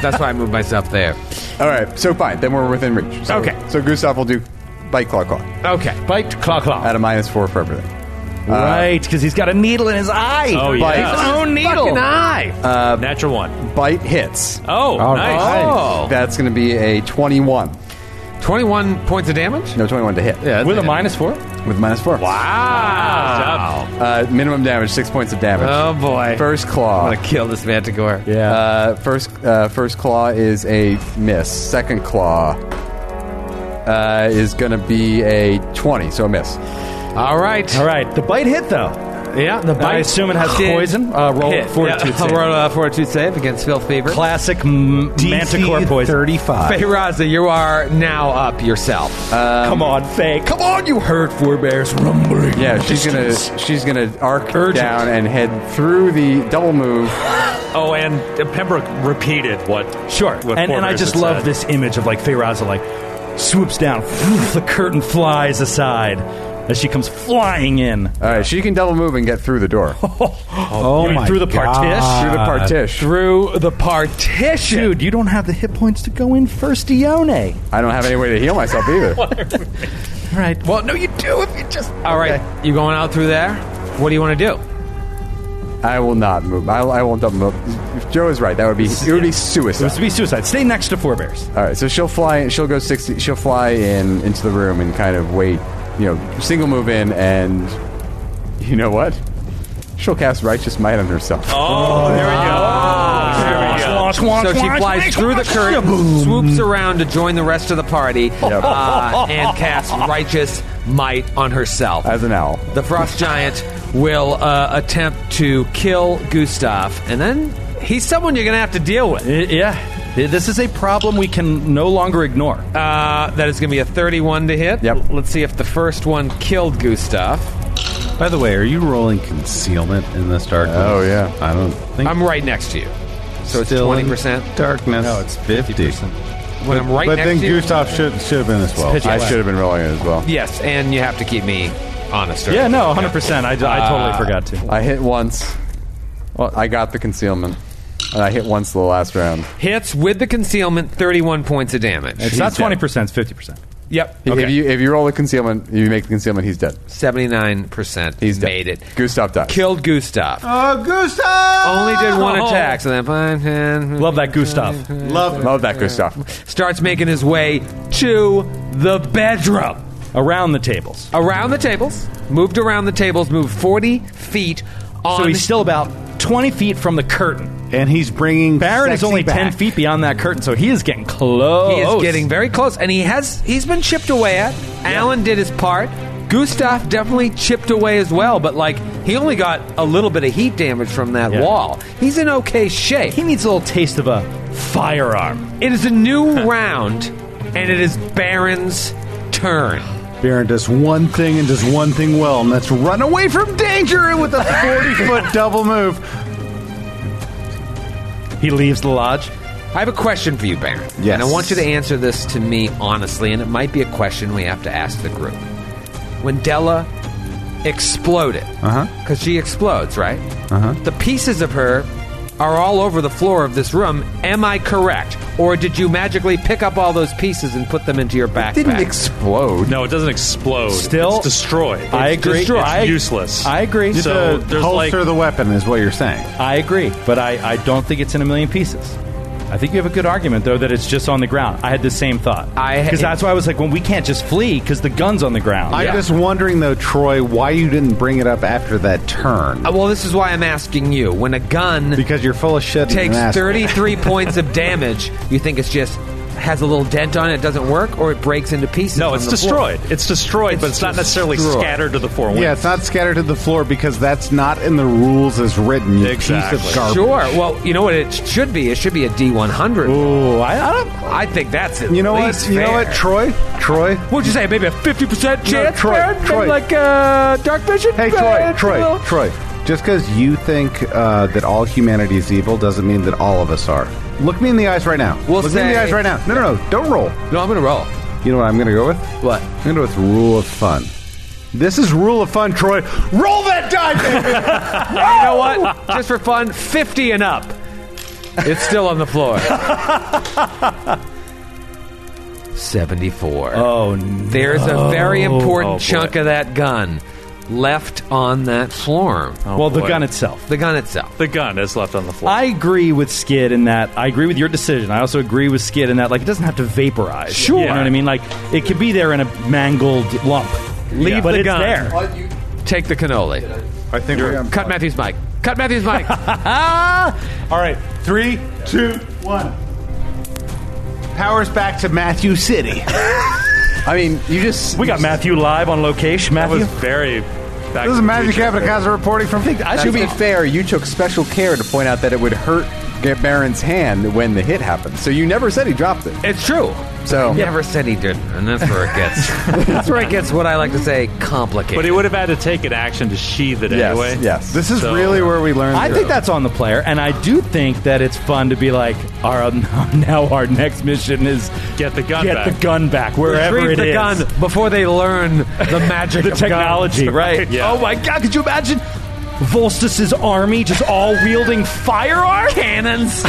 [SPEAKER 3] That's why I moved myself there.
[SPEAKER 6] All right, so fine. Then we're within reach. So,
[SPEAKER 3] Okay.
[SPEAKER 6] So Gustav will do bite claw claw
[SPEAKER 3] Okay. Uh,
[SPEAKER 7] Bite claw claw.
[SPEAKER 6] at a minus four for everything. Uh,
[SPEAKER 7] Right, because he's got a needle in his eye.
[SPEAKER 5] Oh,
[SPEAKER 7] Bite
[SPEAKER 5] yeah.
[SPEAKER 7] his own needle.
[SPEAKER 3] Fucking eye.
[SPEAKER 5] Natural one.
[SPEAKER 6] Bite hits.
[SPEAKER 5] Oh, nice.
[SPEAKER 3] Oh.
[SPEAKER 6] That's going to be a twenty-one.
[SPEAKER 3] Twenty-one points of damage.
[SPEAKER 6] No, twenty-one to hit.
[SPEAKER 3] Yeah.
[SPEAKER 7] With a minus four?
[SPEAKER 6] With minus four. Wow.
[SPEAKER 3] Ah. Wow.
[SPEAKER 6] Uh, minimum damage, six points of damage.
[SPEAKER 3] Oh boy.
[SPEAKER 6] First claw.
[SPEAKER 3] I'm gonna kill this manticore.
[SPEAKER 7] Yeah.
[SPEAKER 6] Uh, first, uh, first claw is a miss. Second claw uh, is going to be a twenty, so a miss.
[SPEAKER 3] All right.
[SPEAKER 7] All right, the bite hit though.
[SPEAKER 3] Yeah. The
[SPEAKER 7] I assume it has
[SPEAKER 3] did
[SPEAKER 7] poison. Uh, roll uh,
[SPEAKER 3] hit.
[SPEAKER 7] fortitude
[SPEAKER 3] Yeah.
[SPEAKER 7] save.
[SPEAKER 3] Roll a fortitude save against Phil Fever.
[SPEAKER 7] Classic m- manticore poison.
[SPEAKER 15] Thirty-five.
[SPEAKER 3] Feyraza, you are now up yourself.
[SPEAKER 7] Come on, Faye. Come on, you heard four bears rumbling.
[SPEAKER 6] Yeah, she's gonna she's gonna arc down and head through the double move.
[SPEAKER 5] Oh, and Pembroke repeated what?
[SPEAKER 7] Sure.
[SPEAKER 5] what
[SPEAKER 7] And, and I
[SPEAKER 5] Forebears
[SPEAKER 7] just
[SPEAKER 5] had
[SPEAKER 7] love
[SPEAKER 5] said.
[SPEAKER 7] this image of like Feyraza like swoops down, the curtain flies aside as she comes flying in.
[SPEAKER 6] All right, she can double move and get through the door,
[SPEAKER 7] Oh
[SPEAKER 16] my
[SPEAKER 7] through the
[SPEAKER 16] God.
[SPEAKER 7] partition.
[SPEAKER 6] through the partition.
[SPEAKER 7] Through the partition. Dude, you don't have the hit points to go in first, Ione.
[SPEAKER 6] I don't have any way to heal myself either.
[SPEAKER 7] All right. Well, no, you do if you just.
[SPEAKER 3] All right. You going out through there? What do you want to do?
[SPEAKER 6] I will not move. I, I won't double move. If Joe is right. That would be it would be
[SPEAKER 7] It was
[SPEAKER 6] suicide.
[SPEAKER 7] to be suicide. Stay next to four bears.
[SPEAKER 6] All right, so she'll fly. She'll go sixty. She'll fly in into the room and kind of wait. You know, single move in, and you know what? She'll cast righteous might on herself.
[SPEAKER 5] Oh, there we go. There we
[SPEAKER 3] so
[SPEAKER 5] go.
[SPEAKER 3] she flies through the curtain, swoops around to join the rest of the party, uh, and casts righteous might on herself as
[SPEAKER 6] an owl.
[SPEAKER 3] The frost giant will uh, attempt to kill Gustav, and then he's someone you're going to have to deal with.
[SPEAKER 7] yeah, this is a problem we can no longer ignore.
[SPEAKER 3] Uh, that is going to be a 31 to hit. Yep. Let's see if the first one killed Gustav.
[SPEAKER 9] By the way, are you rolling concealment in this darkness?
[SPEAKER 3] Oh,
[SPEAKER 9] yeah. I don't think
[SPEAKER 3] I'm right next to you, so it's
[SPEAKER 9] Still
[SPEAKER 3] twenty percent
[SPEAKER 9] darkness. No, it's fifty.
[SPEAKER 3] When I'm right
[SPEAKER 2] but
[SPEAKER 3] next
[SPEAKER 2] then
[SPEAKER 3] to you-
[SPEAKER 2] Gustav should should have been as well.
[SPEAKER 3] pitch black.
[SPEAKER 6] been rolling it as well.
[SPEAKER 3] Yes, and you have to keep me honest. or-
[SPEAKER 7] Yeah, no, 100%. I, I totally
[SPEAKER 3] Uh,
[SPEAKER 7] forgot to.
[SPEAKER 6] I hit once. Well, I got the concealment. And I hit once the last round.
[SPEAKER 3] Hits with the concealment, 31 points of damage.
[SPEAKER 7] It's not 20%, it's 50%.
[SPEAKER 3] Yep.
[SPEAKER 6] If you if you roll the concealment, you make the concealment. He's dead.
[SPEAKER 3] 79%.
[SPEAKER 6] He's dead.
[SPEAKER 3] made it.
[SPEAKER 6] Gustav died.
[SPEAKER 3] Killed Gustav.
[SPEAKER 2] Oh, Gustav!
[SPEAKER 3] Only did one attack, so then
[SPEAKER 7] Love that Gustav.
[SPEAKER 2] Love
[SPEAKER 6] Love that Gustav.
[SPEAKER 3] starts making his way to the bedroom.
[SPEAKER 7] Around the tables.
[SPEAKER 3] Around the tables, moved around the tables, moved 40 feet on.
[SPEAKER 7] So he's still about 20 feet from the curtain.
[SPEAKER 2] And he's bringing
[SPEAKER 7] Baron is
[SPEAKER 2] sexy
[SPEAKER 7] only
[SPEAKER 2] back.
[SPEAKER 7] 10 feet beyond that curtain, so he is getting close.
[SPEAKER 3] He is getting very close, and he has he's been chipped away at. Alan did his part. Gustav definitely chipped away as well, but like he only got a little bit of heat damage from that
[SPEAKER 7] Yeah.
[SPEAKER 3] wall. He's in okay shape.
[SPEAKER 7] He needs a little taste of a firearm.
[SPEAKER 3] It is a new round, and it is Baron's turn.
[SPEAKER 2] Baron does one thing and does one thing well, and that's run away from danger with a 40 foot double move.
[SPEAKER 7] He leaves the lodge.
[SPEAKER 3] I have a question for you, Baron.
[SPEAKER 2] Yes.
[SPEAKER 3] And I want you to answer this to me honestly, and it might be a question we have to ask the group. When Della exploded,
[SPEAKER 2] Uh huh.
[SPEAKER 3] because she explodes, right?
[SPEAKER 2] Uh-huh.
[SPEAKER 3] The pieces of her are all over the floor of this room. Am I correct? Or did you magically pick up all those pieces and put them into your backpack?
[SPEAKER 6] Didn't explode.
[SPEAKER 4] No, it doesn't explode.
[SPEAKER 7] Still-
[SPEAKER 4] it's destroyed.
[SPEAKER 7] I
[SPEAKER 4] It's
[SPEAKER 7] agree.
[SPEAKER 4] destroyed.
[SPEAKER 7] I-
[SPEAKER 4] it's useless.
[SPEAKER 7] I agree.
[SPEAKER 2] You
[SPEAKER 4] So
[SPEAKER 2] have to
[SPEAKER 4] there's like
[SPEAKER 2] holster the weapon, is what you're saying.
[SPEAKER 7] I agree, but I, I don't think it's in a million pieces. I think you have a good argument, though, that it's just on the ground. I had the same thought.
[SPEAKER 3] I-
[SPEAKER 7] Because that's why I was like, well, we can't just flee because the gun's on the ground.
[SPEAKER 2] I'm just wondering, though, Troy, why you didn't bring it up after that turn.
[SPEAKER 3] Uh, well, this is why I'm asking you. When a gun
[SPEAKER 2] Because you're full of shit. and
[SPEAKER 3] takes
[SPEAKER 2] an asshole.
[SPEAKER 3] 33 points of damage, you think it's just has a little dent on it, doesn't work, or it breaks into pieces?
[SPEAKER 4] no,
[SPEAKER 3] on
[SPEAKER 4] it's
[SPEAKER 3] the floor?
[SPEAKER 4] destroyed. It's destroyed, but it's not necessarily
[SPEAKER 3] destroyed.
[SPEAKER 4] scattered to the floor.
[SPEAKER 2] Yeah, it's not scattered to the floor because that's not in the rules as written. You piece
[SPEAKER 4] Exactly.
[SPEAKER 2] of garbage.
[SPEAKER 3] Sure. Well, you know what it should be? It should be a D100.
[SPEAKER 7] Ooh, I, I don't.
[SPEAKER 3] I think that's it.
[SPEAKER 2] You know what? You know what, Troy? Troy?
[SPEAKER 3] What'd you say? Maybe a 50% chance?
[SPEAKER 2] Troy,
[SPEAKER 3] Baron? Maybe
[SPEAKER 2] Troy.
[SPEAKER 3] Like uh, Dark Vision?
[SPEAKER 2] Hey, Troy,
[SPEAKER 3] Baron?
[SPEAKER 2] Troy,
[SPEAKER 3] Well,
[SPEAKER 2] Troy. Just because you think uh, that all humanity is evil doesn't mean that all of us are. Look me in the eyes right now.
[SPEAKER 3] We'll
[SPEAKER 2] Look me in the
[SPEAKER 3] say-
[SPEAKER 2] eyes right now. No, no, no. Don't roll.
[SPEAKER 3] No, I'm going to roll.
[SPEAKER 2] You know what I'm going to go with?
[SPEAKER 3] What?
[SPEAKER 2] I'm going to go with rule of fun. This is rule of fun, Troy. Roll that die, baby! Oh!
[SPEAKER 3] You know what? Just for fun, 50 and up. It's still on the floor. 74.
[SPEAKER 7] Oh, no.
[SPEAKER 3] There's a very important
[SPEAKER 7] Oh, boy.
[SPEAKER 3] chunk of that gun left on that floor.
[SPEAKER 2] Oh.
[SPEAKER 7] well, the
[SPEAKER 4] boy.
[SPEAKER 7] gun itself.
[SPEAKER 3] The gun itself.
[SPEAKER 4] The gun is left on the floor.
[SPEAKER 7] I agree with Skid in that. I agree with your decision. I also agree with Skid in that, like, it doesn't have to vaporize.
[SPEAKER 4] Sure.
[SPEAKER 7] You know what I mean? Like, it could be there in a mangled lump.
[SPEAKER 3] Leave
[SPEAKER 7] but
[SPEAKER 3] the
[SPEAKER 7] it's
[SPEAKER 3] gun.
[SPEAKER 7] there.
[SPEAKER 3] Take the cannoli.
[SPEAKER 2] I think we're going
[SPEAKER 3] Cut Matthew's mic. Cut Matthew's mic.
[SPEAKER 2] All right, three, two, one. Powers back to Matthew City.
[SPEAKER 6] I mean, you just
[SPEAKER 7] We got Matthew live on location.
[SPEAKER 4] that
[SPEAKER 7] Matthew,
[SPEAKER 4] was very.
[SPEAKER 2] This
[SPEAKER 4] Back to
[SPEAKER 2] is
[SPEAKER 4] the
[SPEAKER 2] Magic
[SPEAKER 4] future.
[SPEAKER 2] Capital Casa reporting from.
[SPEAKER 6] to be fair, you took special care to point out that it would hurt Ga- Baron's hand when the hit happened. So you never said he dropped it.
[SPEAKER 3] it's true.
[SPEAKER 6] So
[SPEAKER 3] Never said he didn't, and that's where it gets. that's where it gets what I like to say complicated.
[SPEAKER 4] But he would have had to take an action to sheathe it
[SPEAKER 6] yes,
[SPEAKER 4] anyway.
[SPEAKER 6] yes.
[SPEAKER 2] This is really where we learn.
[SPEAKER 7] I think that's on the player, and I do think that it's fun to be like, our, now our next mission is
[SPEAKER 4] Get the gun
[SPEAKER 7] get
[SPEAKER 4] back.
[SPEAKER 7] the gun back wherever
[SPEAKER 3] Retrieve
[SPEAKER 7] it
[SPEAKER 3] the
[SPEAKER 7] is.
[SPEAKER 3] gun before they learn the magic,
[SPEAKER 7] The
[SPEAKER 3] of
[SPEAKER 7] technology,
[SPEAKER 3] guns.
[SPEAKER 7] right?
[SPEAKER 4] Yeah.
[SPEAKER 7] Oh my god, could you imagine Volstis's army just all wielding firearms?
[SPEAKER 3] Cannons.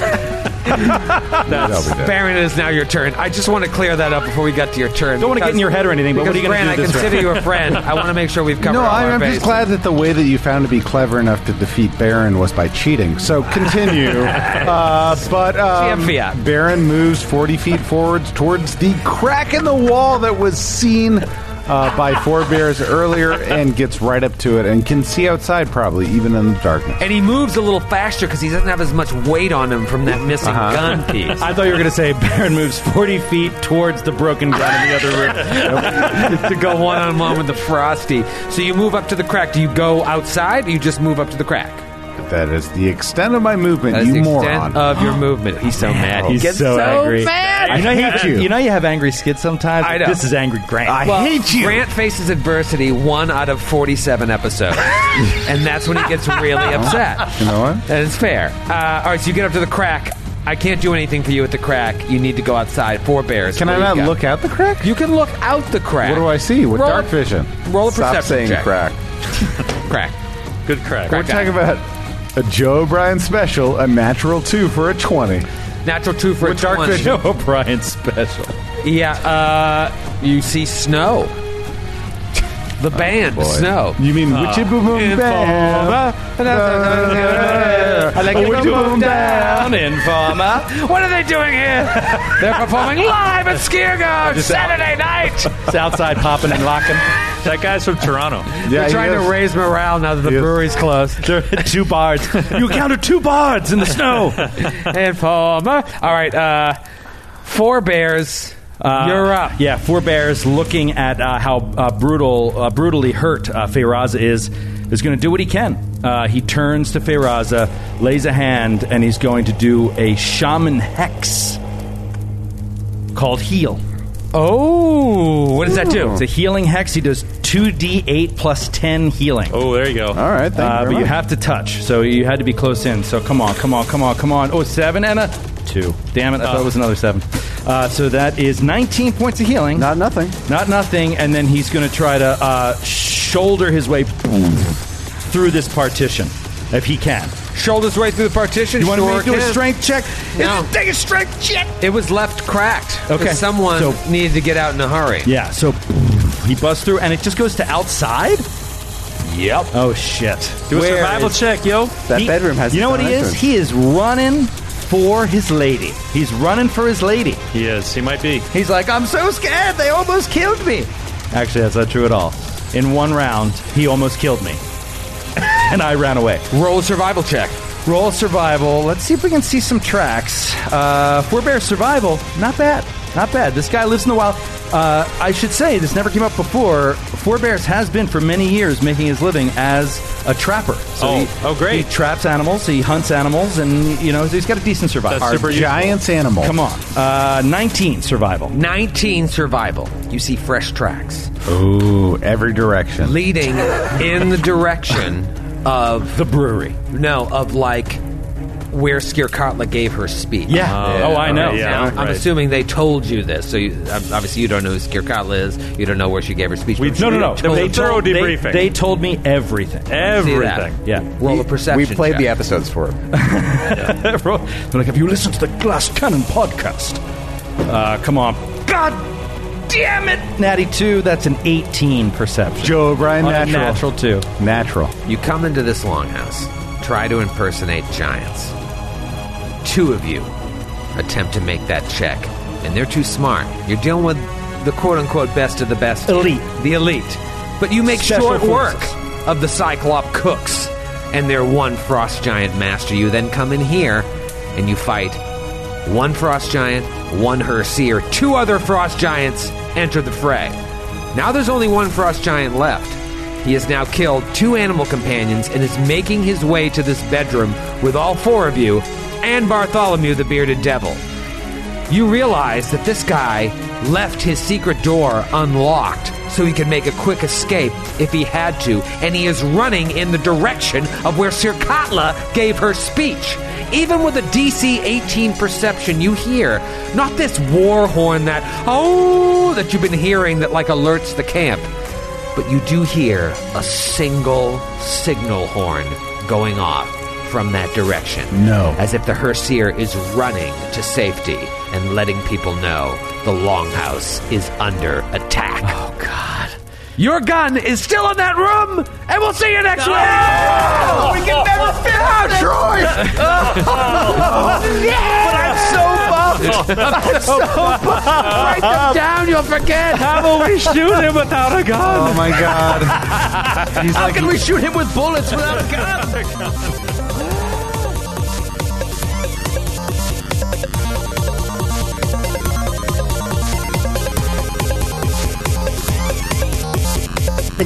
[SPEAKER 3] Baron, it is now your turn. I just want to clear that up before we get to your turn.
[SPEAKER 7] Don't want to get
[SPEAKER 3] because-
[SPEAKER 7] in your head or anything, but what are
[SPEAKER 3] because,
[SPEAKER 7] you going to
[SPEAKER 3] Fran,
[SPEAKER 7] do
[SPEAKER 3] I
[SPEAKER 7] this
[SPEAKER 3] consider
[SPEAKER 7] round?
[SPEAKER 3] you a friend. I want to make sure we've covered
[SPEAKER 2] No,
[SPEAKER 3] all
[SPEAKER 2] I'm,
[SPEAKER 3] our
[SPEAKER 2] I'm just
[SPEAKER 3] bases.
[SPEAKER 2] glad that the way that you found to be clever enough to defeat Baron was by cheating. So continue. uh, but um,
[SPEAKER 3] Fiat.
[SPEAKER 2] Baron moves 40 feet forwards towards the crack in the wall that was seen
[SPEAKER 6] uh, by four bears earlier and gets right up to it and can see outside probably even in the darkness.
[SPEAKER 3] And he moves a little faster because he doesn't have as much weight on him from that missing
[SPEAKER 6] Uh-huh.
[SPEAKER 3] gun piece.
[SPEAKER 7] I thought you were going to say Baron moves 40 feet towards the broken gun in the other room
[SPEAKER 3] to go one on one with the Frosty. So you move up to the crack. Do you go outside? Or you just move up to the crack.
[SPEAKER 6] That is the extent of my movement,
[SPEAKER 3] That is
[SPEAKER 6] you
[SPEAKER 3] the
[SPEAKER 6] moron.
[SPEAKER 3] extent of your movement. He's so mad. He
[SPEAKER 7] He's
[SPEAKER 3] gets
[SPEAKER 7] so,
[SPEAKER 3] so
[SPEAKER 7] angry.
[SPEAKER 3] mad.
[SPEAKER 7] You know,
[SPEAKER 3] I
[SPEAKER 7] you,
[SPEAKER 3] hate
[SPEAKER 7] you.
[SPEAKER 3] you.
[SPEAKER 7] know you have angry skids sometimes.
[SPEAKER 3] I know.
[SPEAKER 7] This is angry Grant.
[SPEAKER 3] Well, Grant faces adversity one out of 47 episodes. and that's when he gets really upset.
[SPEAKER 6] You know what?
[SPEAKER 3] And it's fair. Uh, all right, so you get up to the crack. I can't do anything for you at the crack. You need to go outside. Four bears.
[SPEAKER 6] Can I not look out the crack?
[SPEAKER 3] You can look out the crack.
[SPEAKER 6] What do I see with
[SPEAKER 3] Roll-
[SPEAKER 6] dark vision?
[SPEAKER 3] Roll a
[SPEAKER 6] Stop
[SPEAKER 3] perception
[SPEAKER 6] saying
[SPEAKER 3] check.
[SPEAKER 6] crack.
[SPEAKER 3] Crack. Good crack.
[SPEAKER 6] We're talking about a Joe O'Brien special, a natural two for a twenty.
[SPEAKER 3] Natural two for
[SPEAKER 6] With
[SPEAKER 3] a
[SPEAKER 6] dark
[SPEAKER 3] 20.
[SPEAKER 6] vision.
[SPEAKER 7] O'Brien special.
[SPEAKER 3] Yeah, uh, you see snow. The band,
[SPEAKER 6] Oh, boy.
[SPEAKER 3] Snow.
[SPEAKER 6] You mean
[SPEAKER 3] Uh,
[SPEAKER 6] Witchy Boom Boom Bam?
[SPEAKER 3] I like
[SPEAKER 6] Oh,
[SPEAKER 3] it
[SPEAKER 6] Witchy
[SPEAKER 3] boom
[SPEAKER 6] Boom
[SPEAKER 3] down,
[SPEAKER 6] Bam.
[SPEAKER 3] informer. What are they doing here? They're performing live at Skiergo
[SPEAKER 7] Just out.
[SPEAKER 3] Saturday night.
[SPEAKER 7] It's outside popping and locking. That guy's from Toronto.
[SPEAKER 3] They're trying to raise morale now that the brewery's closed.
[SPEAKER 7] two bards. You encountered two bards in the snow.
[SPEAKER 3] informer. All right, uh, four bears. uh, You're up.
[SPEAKER 7] Yeah, four bears looking at uh, how uh, brutal, uh, brutally hurt uh, Feyraza is, is going to do what he can. Uh, he turns to Feyraza, lays a hand, and he's going to do a shaman hex called Heal.
[SPEAKER 3] Oh, what does that do?
[SPEAKER 7] It's a healing hex. He does 2d8 plus 10 healing.
[SPEAKER 4] Oh, there you go.
[SPEAKER 6] All right, thank you
[SPEAKER 7] Uh,
[SPEAKER 6] very
[SPEAKER 7] but you
[SPEAKER 6] much.
[SPEAKER 7] have to touch, so you had to be close in. So come on, come on, come on, come on. Oh, seven and a two. Damn it, I thought it was another seven. Uh, so that is 19 points of healing.
[SPEAKER 6] Not nothing.
[SPEAKER 7] Not nothing, and then he's going to try to uh, shoulder his way through this partition if he can.
[SPEAKER 3] Shoulders right through the partition.
[SPEAKER 7] You want
[SPEAKER 3] sure
[SPEAKER 7] me to do a
[SPEAKER 3] can.
[SPEAKER 7] strength check?
[SPEAKER 3] No.
[SPEAKER 7] Take a strength check.
[SPEAKER 3] It was left cracked. 'cause
[SPEAKER 7] Okay.
[SPEAKER 3] Someone
[SPEAKER 7] So-
[SPEAKER 3] needed to get out in a hurry.
[SPEAKER 7] Yeah. So he busts through, and it just goes to outside.
[SPEAKER 4] Yep.
[SPEAKER 7] Oh shit!
[SPEAKER 4] Do a
[SPEAKER 3] Where
[SPEAKER 4] survival
[SPEAKER 3] is-
[SPEAKER 4] check, yo.
[SPEAKER 17] That
[SPEAKER 7] He-
[SPEAKER 17] bedroom has.
[SPEAKER 7] You know what
[SPEAKER 17] its
[SPEAKER 7] he
[SPEAKER 17] own
[SPEAKER 7] is?
[SPEAKER 17] entrance.
[SPEAKER 7] He is running for his lady. He's running for his lady.
[SPEAKER 4] He is. He might be.
[SPEAKER 7] He's like, I'm so scared. They almost killed me. Actually, that's not true at all. In one round, he almost killed me, and I ran away.
[SPEAKER 3] Roll a survival check.
[SPEAKER 7] Roll survival. Let's see if we can see some tracks. Uh, Four Bear survival. Not bad. Not bad. This guy lives in the wild. Uh, I should say this never came up before. Four Bears has been for many years making his living as a trapper. So
[SPEAKER 4] Oh,
[SPEAKER 7] he,
[SPEAKER 4] oh, great.
[SPEAKER 7] He traps animals. He hunts animals, and you know he's got a decent survival.
[SPEAKER 4] That's super useful.
[SPEAKER 6] Giants animal.
[SPEAKER 7] Come on, uh, nineteen survival.
[SPEAKER 3] 19 survival. You see fresh tracks
[SPEAKER 6] Ooh, every direction.
[SPEAKER 3] leading in the direction of
[SPEAKER 7] The brewery.
[SPEAKER 3] no of like where Skirkatla gave her speech.
[SPEAKER 7] Yeah. oh, I know.
[SPEAKER 4] Yeah.
[SPEAKER 3] I'm assuming they told you this. So you, ob- obviously you don't know who Skirkatla is. You don't know where she gave her speech.
[SPEAKER 4] We-
[SPEAKER 3] but
[SPEAKER 4] no,
[SPEAKER 3] she
[SPEAKER 4] no, no.
[SPEAKER 3] told
[SPEAKER 4] They
[SPEAKER 3] you.
[SPEAKER 4] told- Thorough
[SPEAKER 7] They-
[SPEAKER 4] debriefing.
[SPEAKER 7] They, told me everything.
[SPEAKER 3] See that?
[SPEAKER 4] Everything.
[SPEAKER 7] Yeah.
[SPEAKER 3] Roll a perception.
[SPEAKER 17] We played
[SPEAKER 3] check.
[SPEAKER 17] the episodes for him.
[SPEAKER 7] They're like, have you listened to the Glass Cannon podcast? Uh, come on. God damn it! Natty 2, that's an 18 perception.
[SPEAKER 6] Joe O'Brien,
[SPEAKER 7] On a
[SPEAKER 6] natural.
[SPEAKER 7] natural 2.
[SPEAKER 6] Natural.
[SPEAKER 3] You come into this longhouse, try to impersonate giants. Two of you attempt to make that check, and they're too smart. You're dealing with the quote unquote best of the best
[SPEAKER 7] Elite.
[SPEAKER 3] The elite. But you make
[SPEAKER 7] Special
[SPEAKER 3] short
[SPEAKER 7] forces.
[SPEAKER 3] work of the Cyclop Cooks and their one frost giant master. You then come in here and you fight one frost giant, one Herseer, two other frost giants enter the fray. Now there's only one frost giant left. He has now killed two animal companions and is making his way to this bedroom with all four of you and Bartholomew the bearded devil. You realize that this guy left his secret door unlocked so he could make a quick escape if he had to, and he is running in the direction of where Sirkatla gave her speech. Even with a DC 18 perception, you hear not this war horn that, oh, that you've been hearing that like alerts the camp, but you do hear a single signal horn going off from that direction.
[SPEAKER 6] No.
[SPEAKER 3] As if the Herseer is running to safety and letting people know the Longhouse is under attack. Oh, God. Your gun is still in that room, and we'll see you next Oh, week! We can never finish! Troy! but I'm so bummed!
[SPEAKER 5] so
[SPEAKER 3] Write them down, you'll forget.
[SPEAKER 5] How will we shoot him
[SPEAKER 3] without a
[SPEAKER 6] gun? Oh my god.
[SPEAKER 5] How can we shoot him with bullets without a
[SPEAKER 18] The